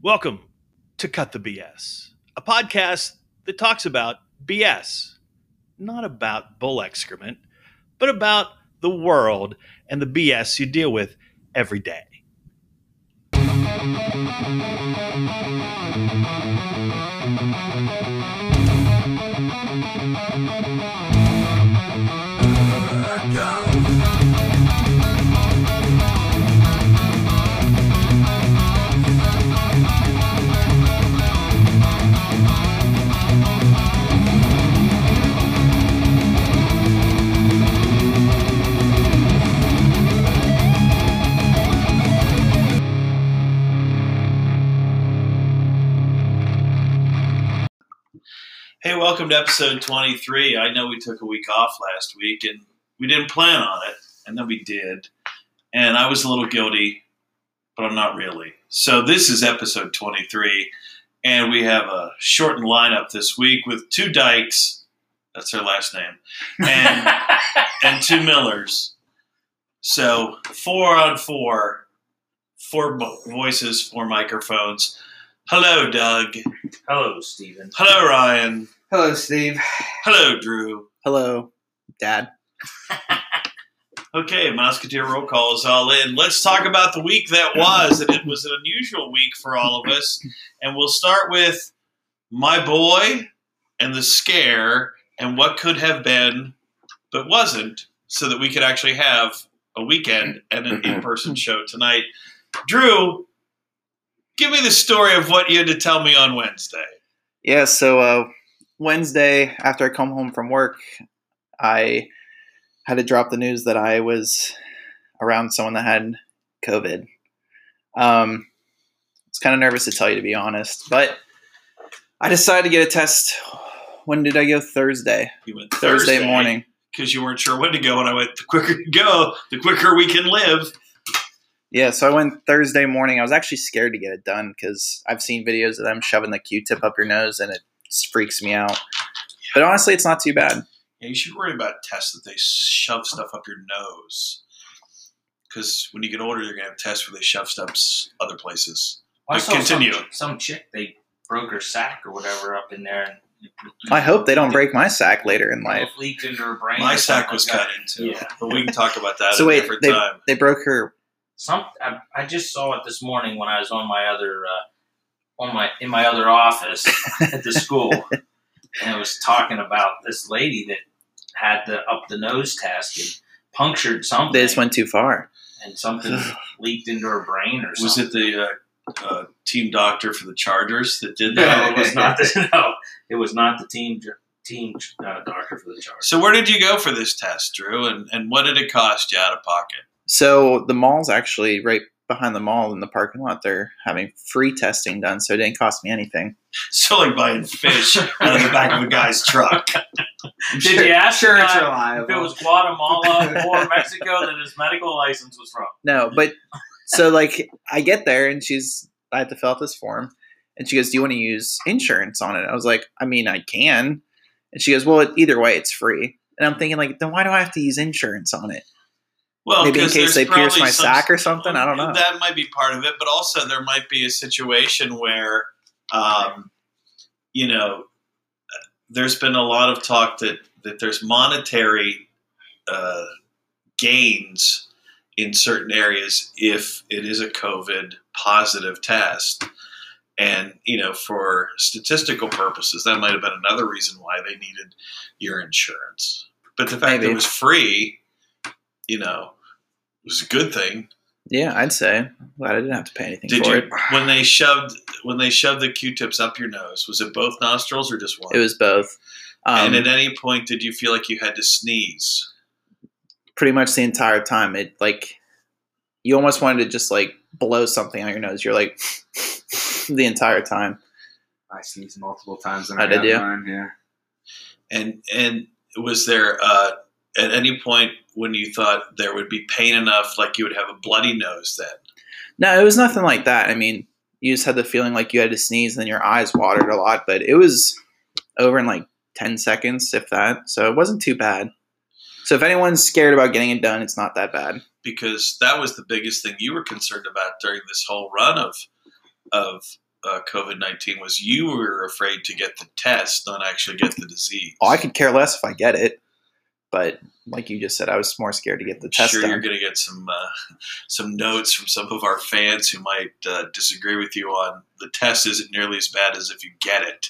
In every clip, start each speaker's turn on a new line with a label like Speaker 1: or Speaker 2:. Speaker 1: Welcome to Cut the BS, a podcast that talks about BS, not about bull excrement, but about the world and the BS you deal with every day. Hey, welcome to episode 23. I know we took a week off last week and we didn't plan on it, and then we did. And I was a little guilty, but I'm not really. So this is episode 23, and we have a shortened lineup this week with two Dykes, that's their last name, and, and two Millers. So four on four, four vo- voices, four microphones. Hello, Doug.
Speaker 2: Hello, Steven.
Speaker 1: Hello, Ryan.
Speaker 3: Hello, Steve.
Speaker 1: Hello, Drew.
Speaker 3: Hello, Dad.
Speaker 1: Okay, Mouseketeer roll call is all in. Let's talk about the week that was, and it was an unusual week for all of us. And we'll start with my boy and the scare and what could have been, but wasn't, so that we could actually have a weekend and an in-person show tonight. Drew, give me the story of what you had to tell me on Wednesday.
Speaker 3: Yeah, so uh, Wednesday, after I come home from work, I had to drop the news that I was around someone that had COVID. Um, I was kind of nervous to tell you, to be honest, but I decided to get a test. When did I go? Thursday.
Speaker 1: You went
Speaker 3: Thursday, morning.
Speaker 1: because you weren't sure when to go, and I went, the quicker you go, the quicker we can live.
Speaker 3: Yeah, so I went Thursday morning. I was actually scared to get it done because I've seen videos of them shoving the Q-tip up your nose, and it freaks me out. But honestly, it's not too bad.
Speaker 1: Yeah, you should worry about tests that they shove stuff up your nose. Because when you get older, you're going to have tests where they shove stuff s- other places.
Speaker 2: I saw
Speaker 1: Continue.
Speaker 2: Some, some chick, they broke her sack or whatever up in there. And
Speaker 3: I hope they don't break my sack later in life.
Speaker 2: Leaked into her brain.
Speaker 1: My
Speaker 2: or
Speaker 1: sack
Speaker 2: something
Speaker 1: was
Speaker 2: like
Speaker 1: cut
Speaker 2: that.
Speaker 1: into.
Speaker 2: Yeah.
Speaker 1: But we can talk about that
Speaker 3: So
Speaker 1: at
Speaker 3: wait,
Speaker 1: a different
Speaker 3: they-
Speaker 1: time.
Speaker 3: They broke her.
Speaker 2: Some. I, I just saw it this morning when I was on my other, uh, on my in my other office at the school, and it was talking about this lady that had the up the nose test and punctured something,
Speaker 3: They just went too far.
Speaker 2: and something leaked into her brain or
Speaker 1: Was
Speaker 2: something.
Speaker 1: it the uh, uh, team doctor for the Chargers that did
Speaker 2: No,
Speaker 1: that?
Speaker 2: it was not the no. It was not the team team uh, doctor for the charge.
Speaker 1: so where did you go for this test, Drew? And, and what did it cost you out of pocket?
Speaker 3: So the mall's actually right behind the mall in the parking lot. They're having free testing done, so it didn't cost me anything.
Speaker 1: So like buying fish out of the back of a guy's truck.
Speaker 2: Did you ask her
Speaker 4: it's
Speaker 2: uh, if it
Speaker 4: reliable.
Speaker 2: was Guatemala or Mexico that his medical license was from?
Speaker 3: No, but so like I get there and she's I have to fill out this form and she goes, Do you want to use insurance on it? I was like, I mean I can. And she goes, Well it, either way it's free. And I'm thinking like, then why do I have to use insurance on it?
Speaker 1: Well,
Speaker 3: Maybe in
Speaker 1: Oh, 'cause there's
Speaker 3: case they pierce
Speaker 1: probably
Speaker 3: my
Speaker 1: some-
Speaker 3: sack or something. I don't know.
Speaker 1: That might be part of it, but also there might be a situation where, um, you know, there's been a lot of talk that that there's monetary uh, gains in certain areas if it is a COVID positive test. And you know, for statistical purposes, that might have been another reason why they needed your insurance. But the fact that
Speaker 3: Maybe.
Speaker 1: it was free, you know, was a good thing.
Speaker 3: Yeah, I'd say. Glad I didn't have to pay anything
Speaker 1: Did
Speaker 3: for
Speaker 1: you
Speaker 3: it.
Speaker 1: when they shoved when they shoved the Q-tips up your nose? Was it both nostrils or just one?
Speaker 3: It was both. Um,
Speaker 1: and at any point, did you feel like you had to sneeze?
Speaker 3: pretty much the entire time. It like you almost wanted to just like blow something out your nose. You're like the entire time.
Speaker 4: I sneezed multiple times. and
Speaker 3: Oh,
Speaker 4: I
Speaker 3: did
Speaker 4: got
Speaker 3: you?
Speaker 4: Mine, yeah.
Speaker 1: And and was there uh, at any point when you thought there would be pain enough, like you would have a bloody nose? Then
Speaker 3: No, it was nothing like that. I mean, you just had the feeling like you had to sneeze and then your eyes watered a lot, but it was over in like 10 seconds, if that. So it wasn't too bad. So if anyone's scared about getting it done, it's not that bad.
Speaker 1: because that was the biggest thing you were concerned about during this whole run of of uh, COVID nineteen was you were afraid to get the test, not actually get the disease.
Speaker 3: Oh, I could care less if I get it, but like you just said, I was more scared to get the test
Speaker 1: sure
Speaker 3: done.
Speaker 1: you're going to get some uh, some notes from some of our fans who might uh, disagree with you on the test isn't nearly as bad as if you get it.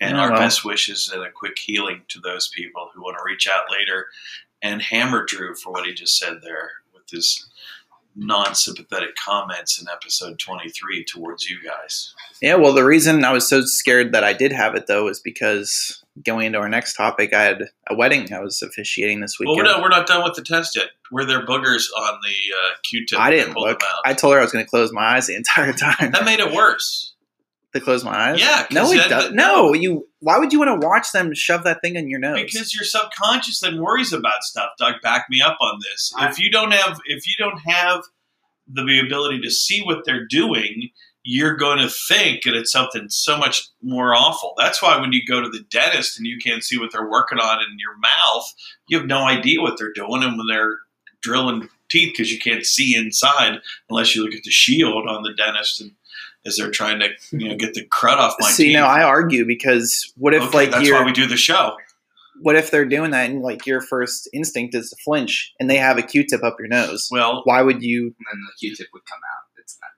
Speaker 1: And
Speaker 3: Yeah,
Speaker 1: our
Speaker 3: Oh, well.
Speaker 1: best wishes and a quick healing to those people who want to reach out later and hammer Drew for what he just said there with his non-sympathetic comments in episode 23 towards you guys.
Speaker 3: Yeah, well, the reason I was so scared that I did have it though is because going into our next topic, I had a wedding I was officiating this
Speaker 1: well,
Speaker 3: weekend.
Speaker 1: we're not, we're not done with the test yet. Were there boogers on the uh, Q-tip?
Speaker 3: I
Speaker 1: that
Speaker 3: didn't
Speaker 1: pulled them
Speaker 3: look.
Speaker 1: out?
Speaker 3: I told her I was going to close my eyes the entire time.
Speaker 1: that made it worse.
Speaker 3: to close my eyes.
Speaker 1: Yeah, 'cause
Speaker 3: No, it
Speaker 1: that-
Speaker 3: does. No, you. Why would you want to watch them shove that thing in your nose?
Speaker 1: because your subconscious then worries about stuff. Doug, back me up on this.
Speaker 2: I-
Speaker 1: if you don't have, if you don't have the ability to see what they're doing, you're going to think that it's something so much more awful. That's why when you go to the dentist and you can't see what they're working on in your mouth, you have no idea what they're doing, and when they're drilling teeth because you can't see inside unless you look at the shield on the dentist and as they're trying to you know get the crud off my
Speaker 3: See,
Speaker 1: teeth.
Speaker 3: no, I argue because what if
Speaker 1: okay,
Speaker 3: like
Speaker 1: that's
Speaker 3: you're
Speaker 1: why we do the show.
Speaker 3: what if they're doing that and like your first instinct is to flinch and they have a q-tip up your nose
Speaker 1: Well,
Speaker 3: why would you
Speaker 4: and then the Q-tip would come out. It's not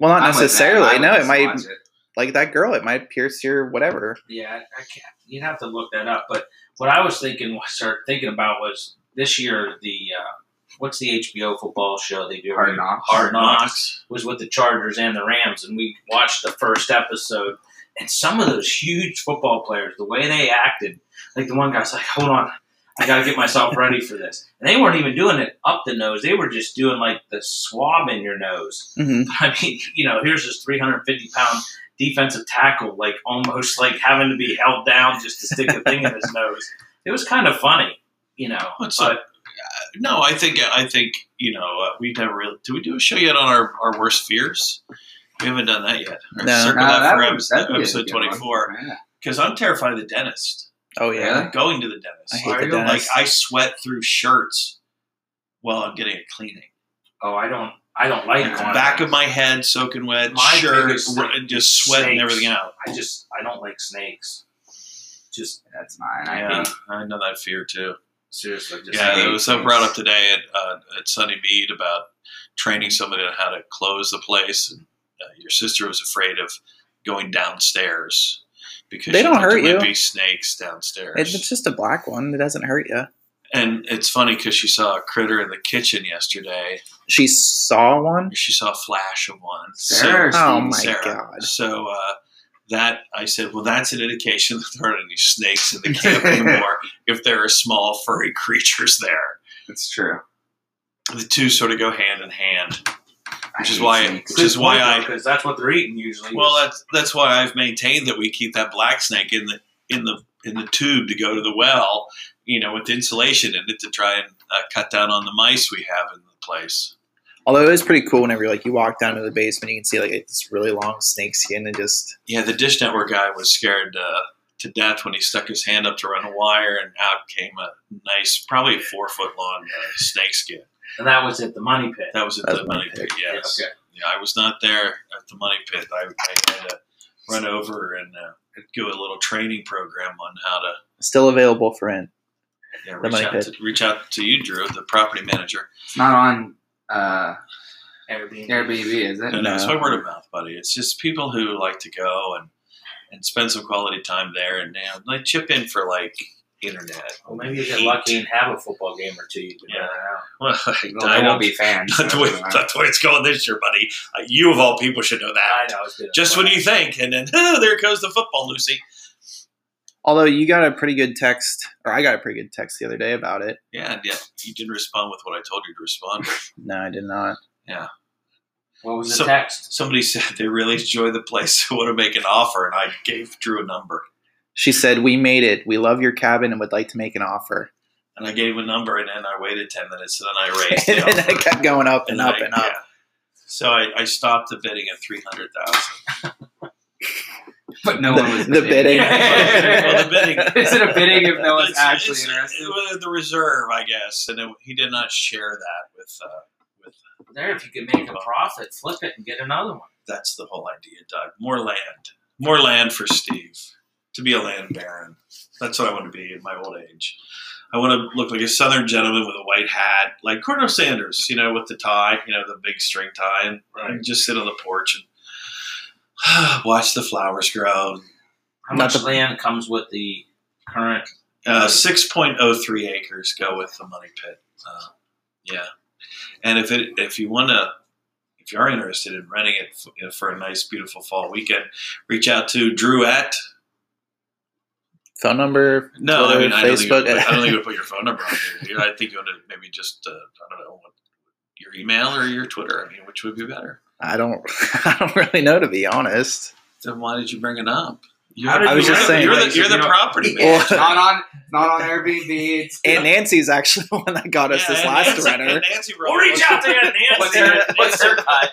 Speaker 3: well not
Speaker 4: I'm with that.
Speaker 3: necessarily
Speaker 4: I
Speaker 3: no
Speaker 4: would
Speaker 3: it might
Speaker 4: dislodge it.
Speaker 3: like that girl it might pierce your whatever
Speaker 2: Yeah, I, I can't. You'd have to look that up. But what I was thinking, what I started thinking about was this year the uh, what's the HBO football show they do? every
Speaker 4: Hard
Speaker 2: year?
Speaker 4: knocks.
Speaker 2: Hard Knocks was with the Chargers and the Rams, and we watched the first episode. And some of those huge football players, the way they acted, like the one guy's like, "Hold on, I got to get myself ready for this," and they weren't even doing it up the nose; they were just doing like the swab in your nose.
Speaker 3: hmm
Speaker 2: I mean, you know, here's this 350 pound defensive tackle, like almost like having to be held down just to stick a thing in his nose. It was kind of funny, you know.
Speaker 1: What's
Speaker 2: but
Speaker 1: uh, No, I think I think you know uh, we never really do we do a show yet on our, our worst fears. We haven't done that yet. Or
Speaker 3: No.
Speaker 1: Circle
Speaker 4: Nah,
Speaker 1: that, for
Speaker 4: would-
Speaker 1: episode,
Speaker 4: that'd be a
Speaker 1: episode
Speaker 4: good one.
Speaker 1: twenty four
Speaker 4: Yeah.
Speaker 1: because I'm terrified of the dentist.
Speaker 3: oh yeah
Speaker 4: Really?
Speaker 1: Going to the dentist,
Speaker 3: I hate
Speaker 4: Are
Speaker 3: the
Speaker 4: you,
Speaker 1: like
Speaker 3: dentist.
Speaker 1: I sweat through shirts while I'm getting a cleaning.
Speaker 2: oh, I don't, I don't like
Speaker 1: Like,
Speaker 2: going
Speaker 1: back of my head soaking wet,
Speaker 2: My
Speaker 1: shirt
Speaker 2: biggest
Speaker 1: r-
Speaker 2: thing
Speaker 1: just sweating
Speaker 2: snakes.
Speaker 1: everything out.
Speaker 2: I just, I don't like snakes. Just
Speaker 4: That's mine. I uh,
Speaker 1: Yeah,
Speaker 4: hate
Speaker 1: I know that fear too.
Speaker 2: seriously, just
Speaker 1: Yeah,
Speaker 4: hate
Speaker 1: it was so
Speaker 4: things.
Speaker 1: brought up today at, uh, at Sunny Mead about training somebody on how to close the place. And uh, your sister was afraid of going downstairs because
Speaker 3: They
Speaker 1: she
Speaker 3: don't
Speaker 1: thought
Speaker 3: hurt
Speaker 1: there
Speaker 3: you.
Speaker 1: Might be snakes downstairs,
Speaker 3: It- it's just a black one it doesn't hurt you
Speaker 1: and it's funny because she saw a critter in the kitchen yesterday.
Speaker 3: she saw one
Speaker 1: She saw a flash of one.
Speaker 4: Sarah.
Speaker 1: So,
Speaker 3: oh
Speaker 4: Steve,
Speaker 3: my
Speaker 1: Sarah.
Speaker 3: god
Speaker 1: so uh, that I said, well, that's an indication that there aren't any snakes in the camp anymore. if there are small furry creatures there,
Speaker 4: It's true.
Speaker 1: the two sort of go hand in hand.
Speaker 4: I
Speaker 1: Which is
Speaker 4: hate
Speaker 1: why-
Speaker 4: snakes.
Speaker 1: which is why I-
Speaker 2: because that's what they're eating usually.
Speaker 1: Well, uh, that's that's why I've maintained that we keep that black snake in the in the in the tube to go to the well, you know, with insulation in it to try and uh, cut down on the mice we have in the place.
Speaker 3: although it was pretty cool whenever like you walk down to the basement you can see like this really long snake skin and just
Speaker 1: Yeah, the Dish Network guy was scared uh, to death when he stuck his hand up to run a wire, and out came a nice, probably four foot long uh, snake skin.
Speaker 2: and that was at the money pit.
Speaker 1: That was at
Speaker 3: That's
Speaker 1: the
Speaker 3: my
Speaker 1: money pit.
Speaker 3: pick.
Speaker 1: Yes.
Speaker 2: Yeah, okay.
Speaker 1: Yeah, I was not there at the money pit. I, I had to run over and uh, do a little training program on how to
Speaker 3: still available for rent
Speaker 1: Yeah,
Speaker 3: The
Speaker 1: reach
Speaker 3: money
Speaker 1: out,
Speaker 3: pit.
Speaker 1: to, reach out to you, Drew, the property manager.
Speaker 4: It's not on uh,
Speaker 2: Airbnb.
Speaker 4: Airbnb, is it?
Speaker 1: No, no, it's
Speaker 3: No.
Speaker 1: my word of mouth, buddy. It's just people who like to go and, and spend some quality time there and you know, like chip in for like internet.
Speaker 2: Well, maybe you get lucky and have a football game or two. You can
Speaker 1: Yeah.
Speaker 2: run out.
Speaker 1: Well, I,
Speaker 4: Well,
Speaker 1: I
Speaker 4: there
Speaker 1: don't
Speaker 4: won't be fans.
Speaker 1: not the, way,
Speaker 4: so-
Speaker 1: not the way it's going this year, buddy. Uh, you of all people should know
Speaker 2: I
Speaker 1: that.
Speaker 2: know. it's gonna-
Speaker 1: Just when you think, and then oh, there goes the football, Lucy.
Speaker 3: although you got a pretty good text or i got a pretty good text the other day about it
Speaker 1: Yeah, and yeah, you didn't respond with what I told you to respond. with.
Speaker 3: no i did not
Speaker 2: What was the
Speaker 1: So-
Speaker 2: text?
Speaker 1: Somebody said they really enjoy the place, so want to make an offer, and I gave Drew a number.
Speaker 3: She said, "We made it. We love your cabin and would like to make an offer."
Speaker 1: and I gave him a number, and then I waited ten minutes, and then I
Speaker 3: and
Speaker 1: raised it,
Speaker 3: then it kept going up and up
Speaker 1: I-
Speaker 3: and up.
Speaker 1: yeah. So I, I stopped the bidding at three hundred thousand.
Speaker 4: But no one was
Speaker 3: The, the bidding.
Speaker 1: Well, the bidding.
Speaker 4: Is it a bidding if no one's actually interested?
Speaker 1: It was the reserve, I guess, and it, he did not share that with. Uh,
Speaker 2: There, if you could make a profit, flip it and get another one.
Speaker 1: that's the whole idea, Doug. More land, more land for Steve to be a land baron. That's what I want to be in my old age. I want to look like a southern gentleman with a white hat, like Colonel Sanders, you know, with the tie, you know, the big string tie, and
Speaker 2: Right.
Speaker 1: just sit on the porch and watch the flowers grow.
Speaker 2: How
Speaker 3: Not
Speaker 2: much
Speaker 3: the-
Speaker 2: land comes with the current?
Speaker 1: Uh, 6.03 acres go with the money pit. Uh, yeah. And if it if you want to if you are interested in renting it f- you know, for a nice beautiful fall weekend, reach out to Drew at
Speaker 3: Phone number.
Speaker 1: no, I
Speaker 3: Twitter,
Speaker 1: mean I don't, think you
Speaker 3: Facebook.
Speaker 1: would put, I don't think you would put your phone number on here. I think you would maybe just uh, I don't know what, your email or your Twitter. I mean, which would be better?
Speaker 3: I don't. I don't really know to be honest.
Speaker 1: Then why did you bring it up? You're,
Speaker 2: How did
Speaker 3: I was
Speaker 1: you're
Speaker 3: just
Speaker 1: the-
Speaker 3: saying,
Speaker 1: you're
Speaker 2: like,
Speaker 1: the, you're the
Speaker 2: you know-
Speaker 1: property man.
Speaker 3: Well,
Speaker 4: It's not on. It's not on Airbnb. It's
Speaker 3: Aunt Nancy's actually the one that got us
Speaker 1: Yeah,
Speaker 3: this
Speaker 1: and
Speaker 3: last
Speaker 1: Nancy-
Speaker 3: renter.
Speaker 1: and Nancy wrote
Speaker 2: Well,
Speaker 1: it.
Speaker 2: reach out to Aunt
Speaker 4: What's
Speaker 2: Nancy.
Speaker 4: her-
Speaker 2: What's her type?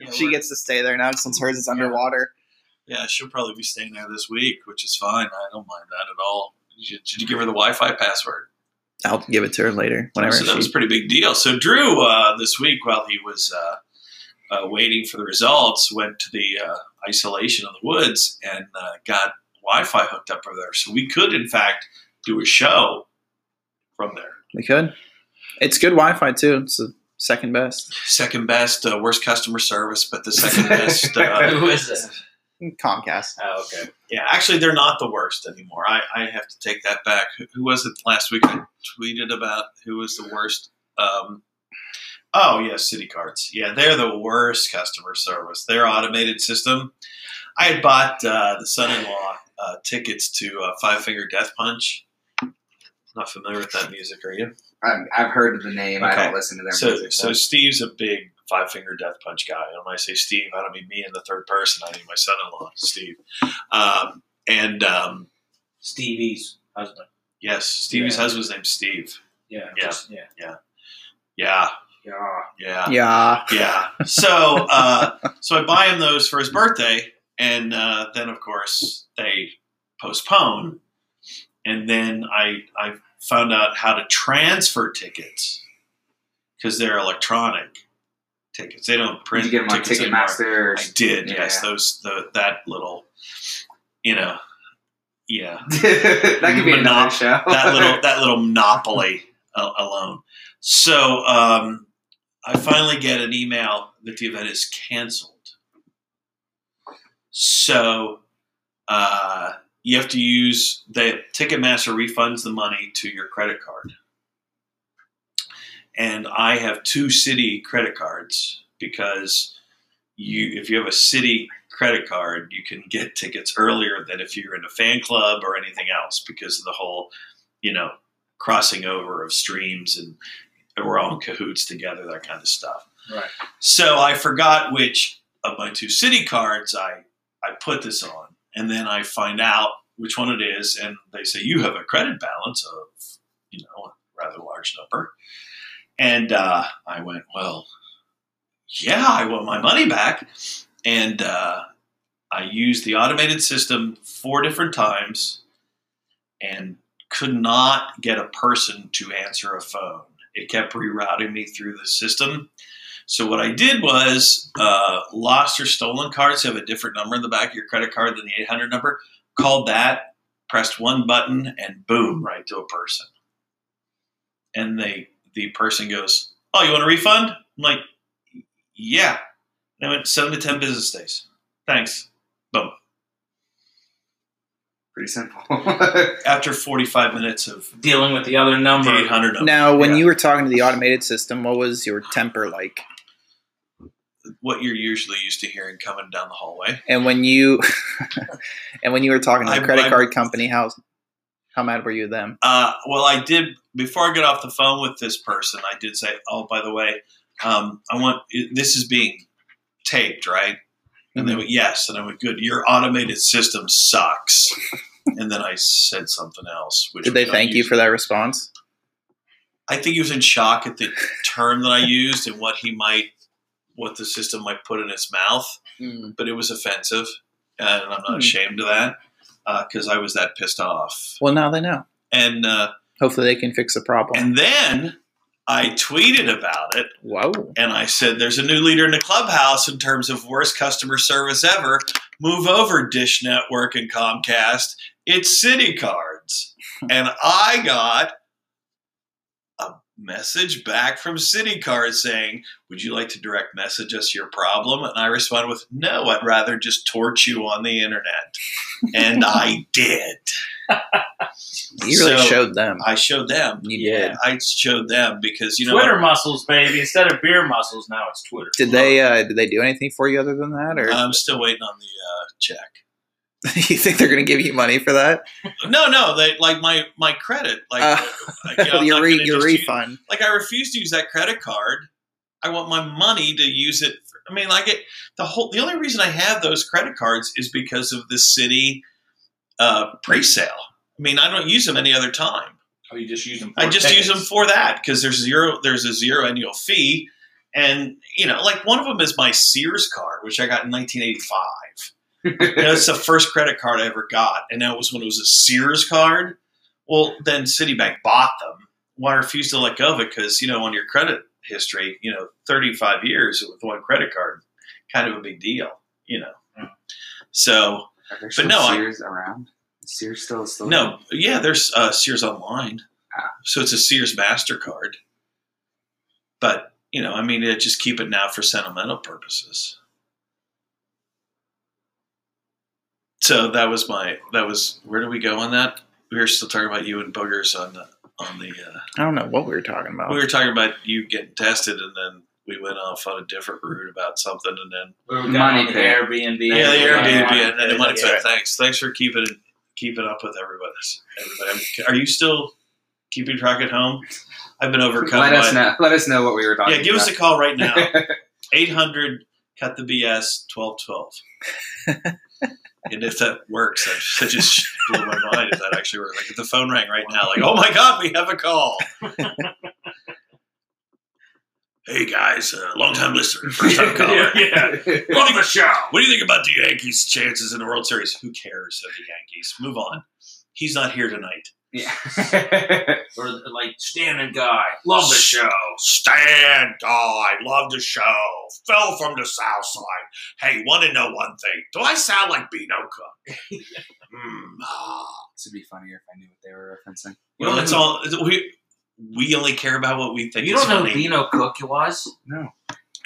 Speaker 1: Yeah,
Speaker 3: She gets to stay there now since hers is underwater.
Speaker 1: Yeah, she'll probably be staying there this week, which is fine. I don't mind that at all. Did you, did you give her the Wi-Fi password?
Speaker 3: I'll give it to her later, whenever
Speaker 1: so that was a
Speaker 3: she.
Speaker 1: pretty big deal. So Drew, uh, this week while he was uh, uh, waiting for the results, went to the uh, isolation of the woods and uh, got Wi-Fi hooked up over there, so we could in fact do a show from there.
Speaker 3: We could. It's good Wi-Fi too. It's the second best.
Speaker 1: Second best, uh, worst customer service, but the second best. Uh,
Speaker 2: Who is this?
Speaker 3: Comcast.
Speaker 2: Oh, okay.
Speaker 1: Yeah, actually, they're not the worst anymore. I, I have to take that back. Who, who was it last week I tweeted about who was the worst? Um, oh, yeah, City Cards. Yeah, they're the worst customer service. Their automated system. I had bought uh, the son in law uh, tickets to uh, Five Finger Death Punch. Not familiar with that music, are you?
Speaker 4: I've, I've heard of the name. I
Speaker 1: Okay.
Speaker 4: don't listen to their
Speaker 1: So,
Speaker 4: music.
Speaker 1: so Steve's a big Five Finger Death Punch guy. And when I say Steve, I don't mean me in the third person. I mean my son-in-law, Steve. Um, and um,
Speaker 2: Stevie's husband.
Speaker 1: Yes, Stevie's
Speaker 2: Yeah.
Speaker 1: husband's name's Steve.
Speaker 2: Yeah.
Speaker 1: Yeah.
Speaker 2: just- yeah.
Speaker 1: Yeah,
Speaker 2: Yeah.
Speaker 1: yeah,
Speaker 3: Yeah.
Speaker 1: yeah. So, uh, so I buy him those for his birthday, and uh, then of course they postpone, and then I I found out how to transfer tickets because they're electronic tickets. They don't
Speaker 4: Did
Speaker 1: print
Speaker 4: you get them on
Speaker 1: tickets anymore.
Speaker 4: Ticketmaster? Or
Speaker 1: I did. Yes,
Speaker 4: Yeah.
Speaker 1: those the, that little, you know, yeah.
Speaker 4: that could be
Speaker 1: Monop-
Speaker 4: another show.
Speaker 1: that little that little monopoly a- alone. So um, I finally get an email that the event is canceled. So uh, you have to use the Ticketmaster refunds the money to your credit card, and I have two city credit cards because you if you have a city credit card you can get tickets earlier than if you're in a fan club or anything else because of the whole you know, crossing over of streams and we're all in cahoots together, that kind of stuff.
Speaker 2: Right.
Speaker 1: So I forgot which of my two city cards I I put this on, and then I find out which one it is, and they say you have a credit balance of you know a rather large number, and uh, I went well, yeah, I want my money back, and uh, I used the automated system four different times, and could not get a person to answer a phone. It kept rerouting me through the system. So what I did was uh, lost or stolen cards have a different number in the back of your credit card than the 800 number. Called that, pressed one button, and boom, right to a person. And they the person goes, "Oh, you want a refund?" I'm like, "Yeah." And I went seven to ten business days. Thanks. Boom.
Speaker 4: Pretty simple. That's
Speaker 1: After 45 minutes of
Speaker 2: Dealing with the other
Speaker 1: the
Speaker 2: number.
Speaker 1: 800 number.
Speaker 3: Now, when
Speaker 1: Yeah.
Speaker 3: you were talking to the automated system, what was your temper like?
Speaker 1: what you're usually used to hearing coming down the hallway.
Speaker 3: And when you, and when you were talking to the
Speaker 1: I-
Speaker 3: credit
Speaker 1: I-
Speaker 3: card company, how how mad were you at them?
Speaker 1: Uh, well, I did before I got off the phone with this person. I did say, "Oh, by the way, um, I want this is being taped, right?" And they
Speaker 3: Mm-hmm.
Speaker 1: went, "Yes," and I went, "Good, your automated system sucks." and then I said something else. Which
Speaker 3: Did they
Speaker 1: we don't
Speaker 3: thank you
Speaker 1: use.
Speaker 3: for that response?
Speaker 1: I think he was in shock at the term that I used and what he might, what the system might put in his mouth. But it was offensive, and I'm
Speaker 3: Hmm.
Speaker 1: not ashamed of that because I was that pissed off.
Speaker 3: Well, now they know.
Speaker 1: And uh,
Speaker 3: Hopefully, they can fix the problem.
Speaker 1: and then I tweeted about it
Speaker 3: Whoa.
Speaker 1: and I said, "There's a new leader in the clubhouse in terms of worst customer service ever. Move over, Dish Network and Comcast. It's City Cards." and I got a message back from City Cards saying, "Would you like to direct message us your problem?" And I responded with, "No, I'd rather just torch you on the internet." and I did.
Speaker 3: You really
Speaker 1: So-
Speaker 3: showed them.
Speaker 1: I showed them.
Speaker 3: You did.
Speaker 1: I showed them because you know
Speaker 2: Twitter muscles, baby. Instead of beer muscles, now it's Twitter.
Speaker 3: Did they uh, did they do anything for you other than that, or
Speaker 1: I'm still waiting on the uh, check.
Speaker 3: you think they're going to give you money for that?
Speaker 1: No, no, they like my my credit, like,
Speaker 3: Uh,
Speaker 1: like, you know, I'm
Speaker 3: your
Speaker 1: not
Speaker 3: re-
Speaker 1: gonna
Speaker 3: your
Speaker 1: just use-
Speaker 3: refund.
Speaker 1: like I refuse to use that credit card. I want my money to use it. For, I mean, like it. The whole the only reason I have those credit cards is because of the city uh, pre-sale. I mean, I don't use them any other time.
Speaker 2: Oh, you just use them. For
Speaker 1: I just use
Speaker 2: tickets.
Speaker 1: them for that because there's zero, there's a zero annual fee, and you know, like one of them is my Sears card, which I got in 1985. You know, it's the first credit card I ever got, and that was when it was a Sears card. Well, then Citibank bought them. Well, I refused to let go of it because you know, on your credit history, you know, 35 years with one credit card, kind of a big deal, you know. So
Speaker 4: Are there
Speaker 1: But no, I-
Speaker 4: Sears around? Is Sears still still
Speaker 1: no, yeah, there's uh, Sears Online,
Speaker 4: Ah.
Speaker 1: so it's a Sears Mastercard. But you know, I mean, I just keep it now for sentimental purposes. So that was my that was where do we go on that? We were still talking about you and boogers on the on the. Uh,
Speaker 3: I don't know what we were talking about.
Speaker 1: We were talking about you getting tested, and then we went off on a different route about something, and then
Speaker 2: We were down
Speaker 4: Money
Speaker 2: on the
Speaker 4: pit.
Speaker 2: Airbnb.
Speaker 1: yeah, the Airbnb
Speaker 2: Yeah.
Speaker 1: and the money
Speaker 2: Yeah.
Speaker 1: pit. Thanks, thanks for keeping it keeping up with everybody. Everybody, are you still keeping track at home? I've been overcome.
Speaker 4: Let us
Speaker 1: by-
Speaker 4: know. Let us know what we were talking
Speaker 1: Yeah, give us
Speaker 4: about.
Speaker 1: a call right now. Eight hundred cut the BS twelve twelve. And if that works, I, I just blew my mind. If that actually works, like if the phone rang right now, like oh my god, we have a call. hey guys, uh, long time listener, first time caller.
Speaker 2: Yeah, yeah. Love the show.
Speaker 1: What do you think about the Yankees' chances in the World Series? Who cares of the Yankees? Move on. He's not here tonight.
Speaker 4: yeah.
Speaker 2: Or like standing guy. Love the show.
Speaker 1: Stand, guy, love the show. Fell from the south side. Hey, want to know one thing? Do I sound like Bino Cook? mm, ah.
Speaker 4: this would be funnier if I knew what they were referencing.
Speaker 1: Well, that's all. We we only care about what we think
Speaker 2: You
Speaker 1: is
Speaker 2: don't know
Speaker 1: funny.
Speaker 2: who Vino Cook was,
Speaker 4: No.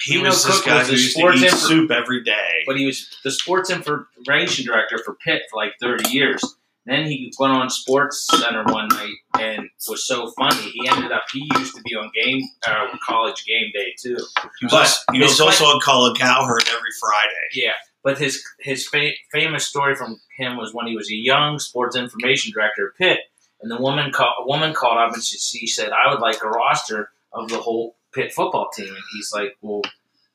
Speaker 1: he
Speaker 2: Bino
Speaker 1: was this
Speaker 2: Cook
Speaker 1: guy
Speaker 2: was
Speaker 1: who
Speaker 2: a
Speaker 1: used to
Speaker 2: sports
Speaker 1: eat
Speaker 2: info-
Speaker 1: soup every day.
Speaker 2: but he was the sports information director for Pitt for like 30 years. Then he went on Sports Center one night and was so funny. He ended up he used to be on game uh, college game day too.
Speaker 1: He was,
Speaker 2: but
Speaker 1: also, he was
Speaker 2: his
Speaker 1: also on Colin Cowherd every Friday.
Speaker 2: Yeah, but his his fa- famous story from him was when he was a young sports information director at Pitt, and the woman call, a woman called up and she, she said, "I would like a roster of the whole Pitt football team," and he's like, "Well."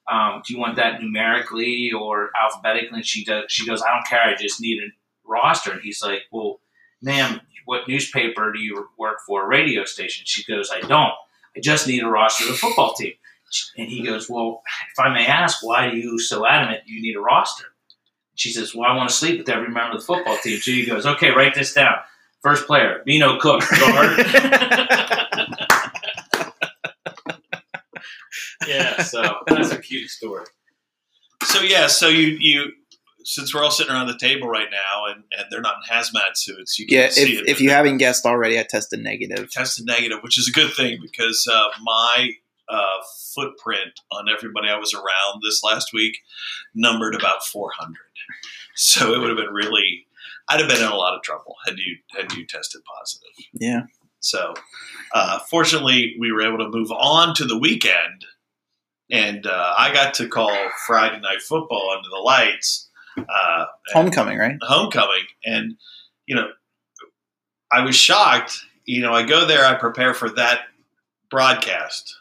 Speaker 2: Um, do you want that numerically or alphabetically? And she does. She goes, I don't care. I just need a roster. And he's like, Well, ma'am, what newspaper do you work for? Radio station. She goes, I don't. I just need a roster of the football team. And he goes, Well, if I may ask, why are you so adamant you need a roster? She says, Well, I want to sleep with every member of the football team. So he goes, Okay, write this down. First player, Vino Cook, guard. yeah, so that's a cute story.
Speaker 1: So yeah, so you you since we're all sitting around the table right now and, and they're not in hazmat suits, you
Speaker 3: yeah,
Speaker 1: can't
Speaker 3: if,
Speaker 1: see it.
Speaker 3: if
Speaker 1: but
Speaker 3: you
Speaker 1: they
Speaker 3: haven't guessed already, I tested negative.
Speaker 1: tested negative, which is a good thing because uh, my uh, footprint on everybody I was around this last week numbered about four hundred. So it would have been really I'd have been in a lot of trouble had you had you tested positive.
Speaker 3: Yeah,
Speaker 1: So, uh, fortunately, we were able to move on to the weekend, and uh, I got to call Friday Night Football under the lights, uh, and-
Speaker 3: homecoming, right?
Speaker 1: homecoming, and you know, I was shocked. You know, I go there, I prepare for that broadcast,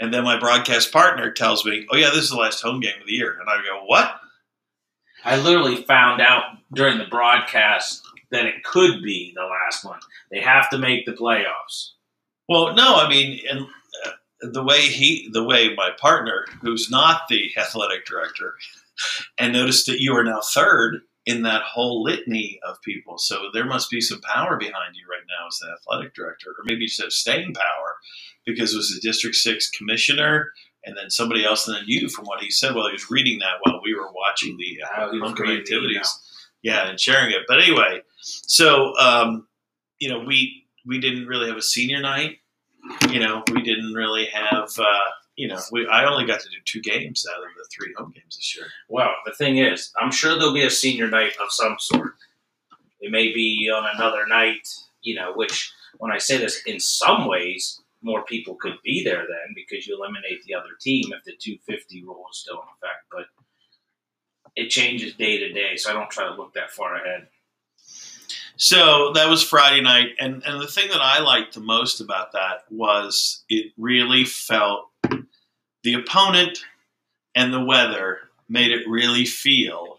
Speaker 1: and then my broadcast partner tells me, "Oh yeah, this is the last home game of the year," and I go, "What?"
Speaker 2: I literally found out during the broadcast that it could be the last one. They have to make the playoffs.
Speaker 1: Well, no, I mean, and uh, the way he, the way my partner, who's not the athletic director, and noticed that you are now third in that whole litany of people. So there must be some power behind you right now as the athletic director, or maybe just have staying power because it was the District Six commissioner and then somebody else, and then you, from what he said while he was reading that while we were watching the
Speaker 2: Oh, he
Speaker 1: uh,
Speaker 2: was
Speaker 1: bunker
Speaker 2: reading the email.
Speaker 1: activities, yeah, and sharing it. But anyway, so um, you know, we we didn't really have a senior night. You know, we didn't really have. Uh, you know, we, I only got to do two games out of the three home games this year.
Speaker 2: Well, the thing is, I'm sure there'll be a senior night of some sort. It may be on another night, you know, which, when I say this, in some ways, more people could be there then because you eliminate the other team if the 250 rule is still in effect. But it changes day to day, so I don't try to look that far ahead.
Speaker 1: So that was Friday night, and and the thing that I liked the most about that was it really felt the opponent and the weather made it really feel,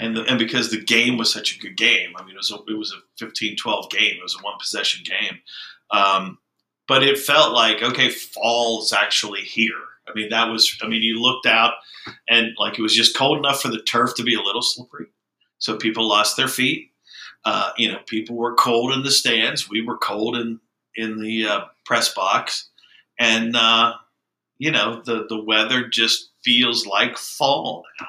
Speaker 1: and the, and because the game was such a good game, I mean it was a, it was a 15-12 game, it was a one possession game, um, but it felt like okay, fall's actually here. I mean that was I mean you looked out and like it was just cold enough for the turf to be a little slippery, so people lost their feet uh, you know, people were cold in the stands. We were cold in in the uh, press box, and uh, you know, the the weather just feels like fall now.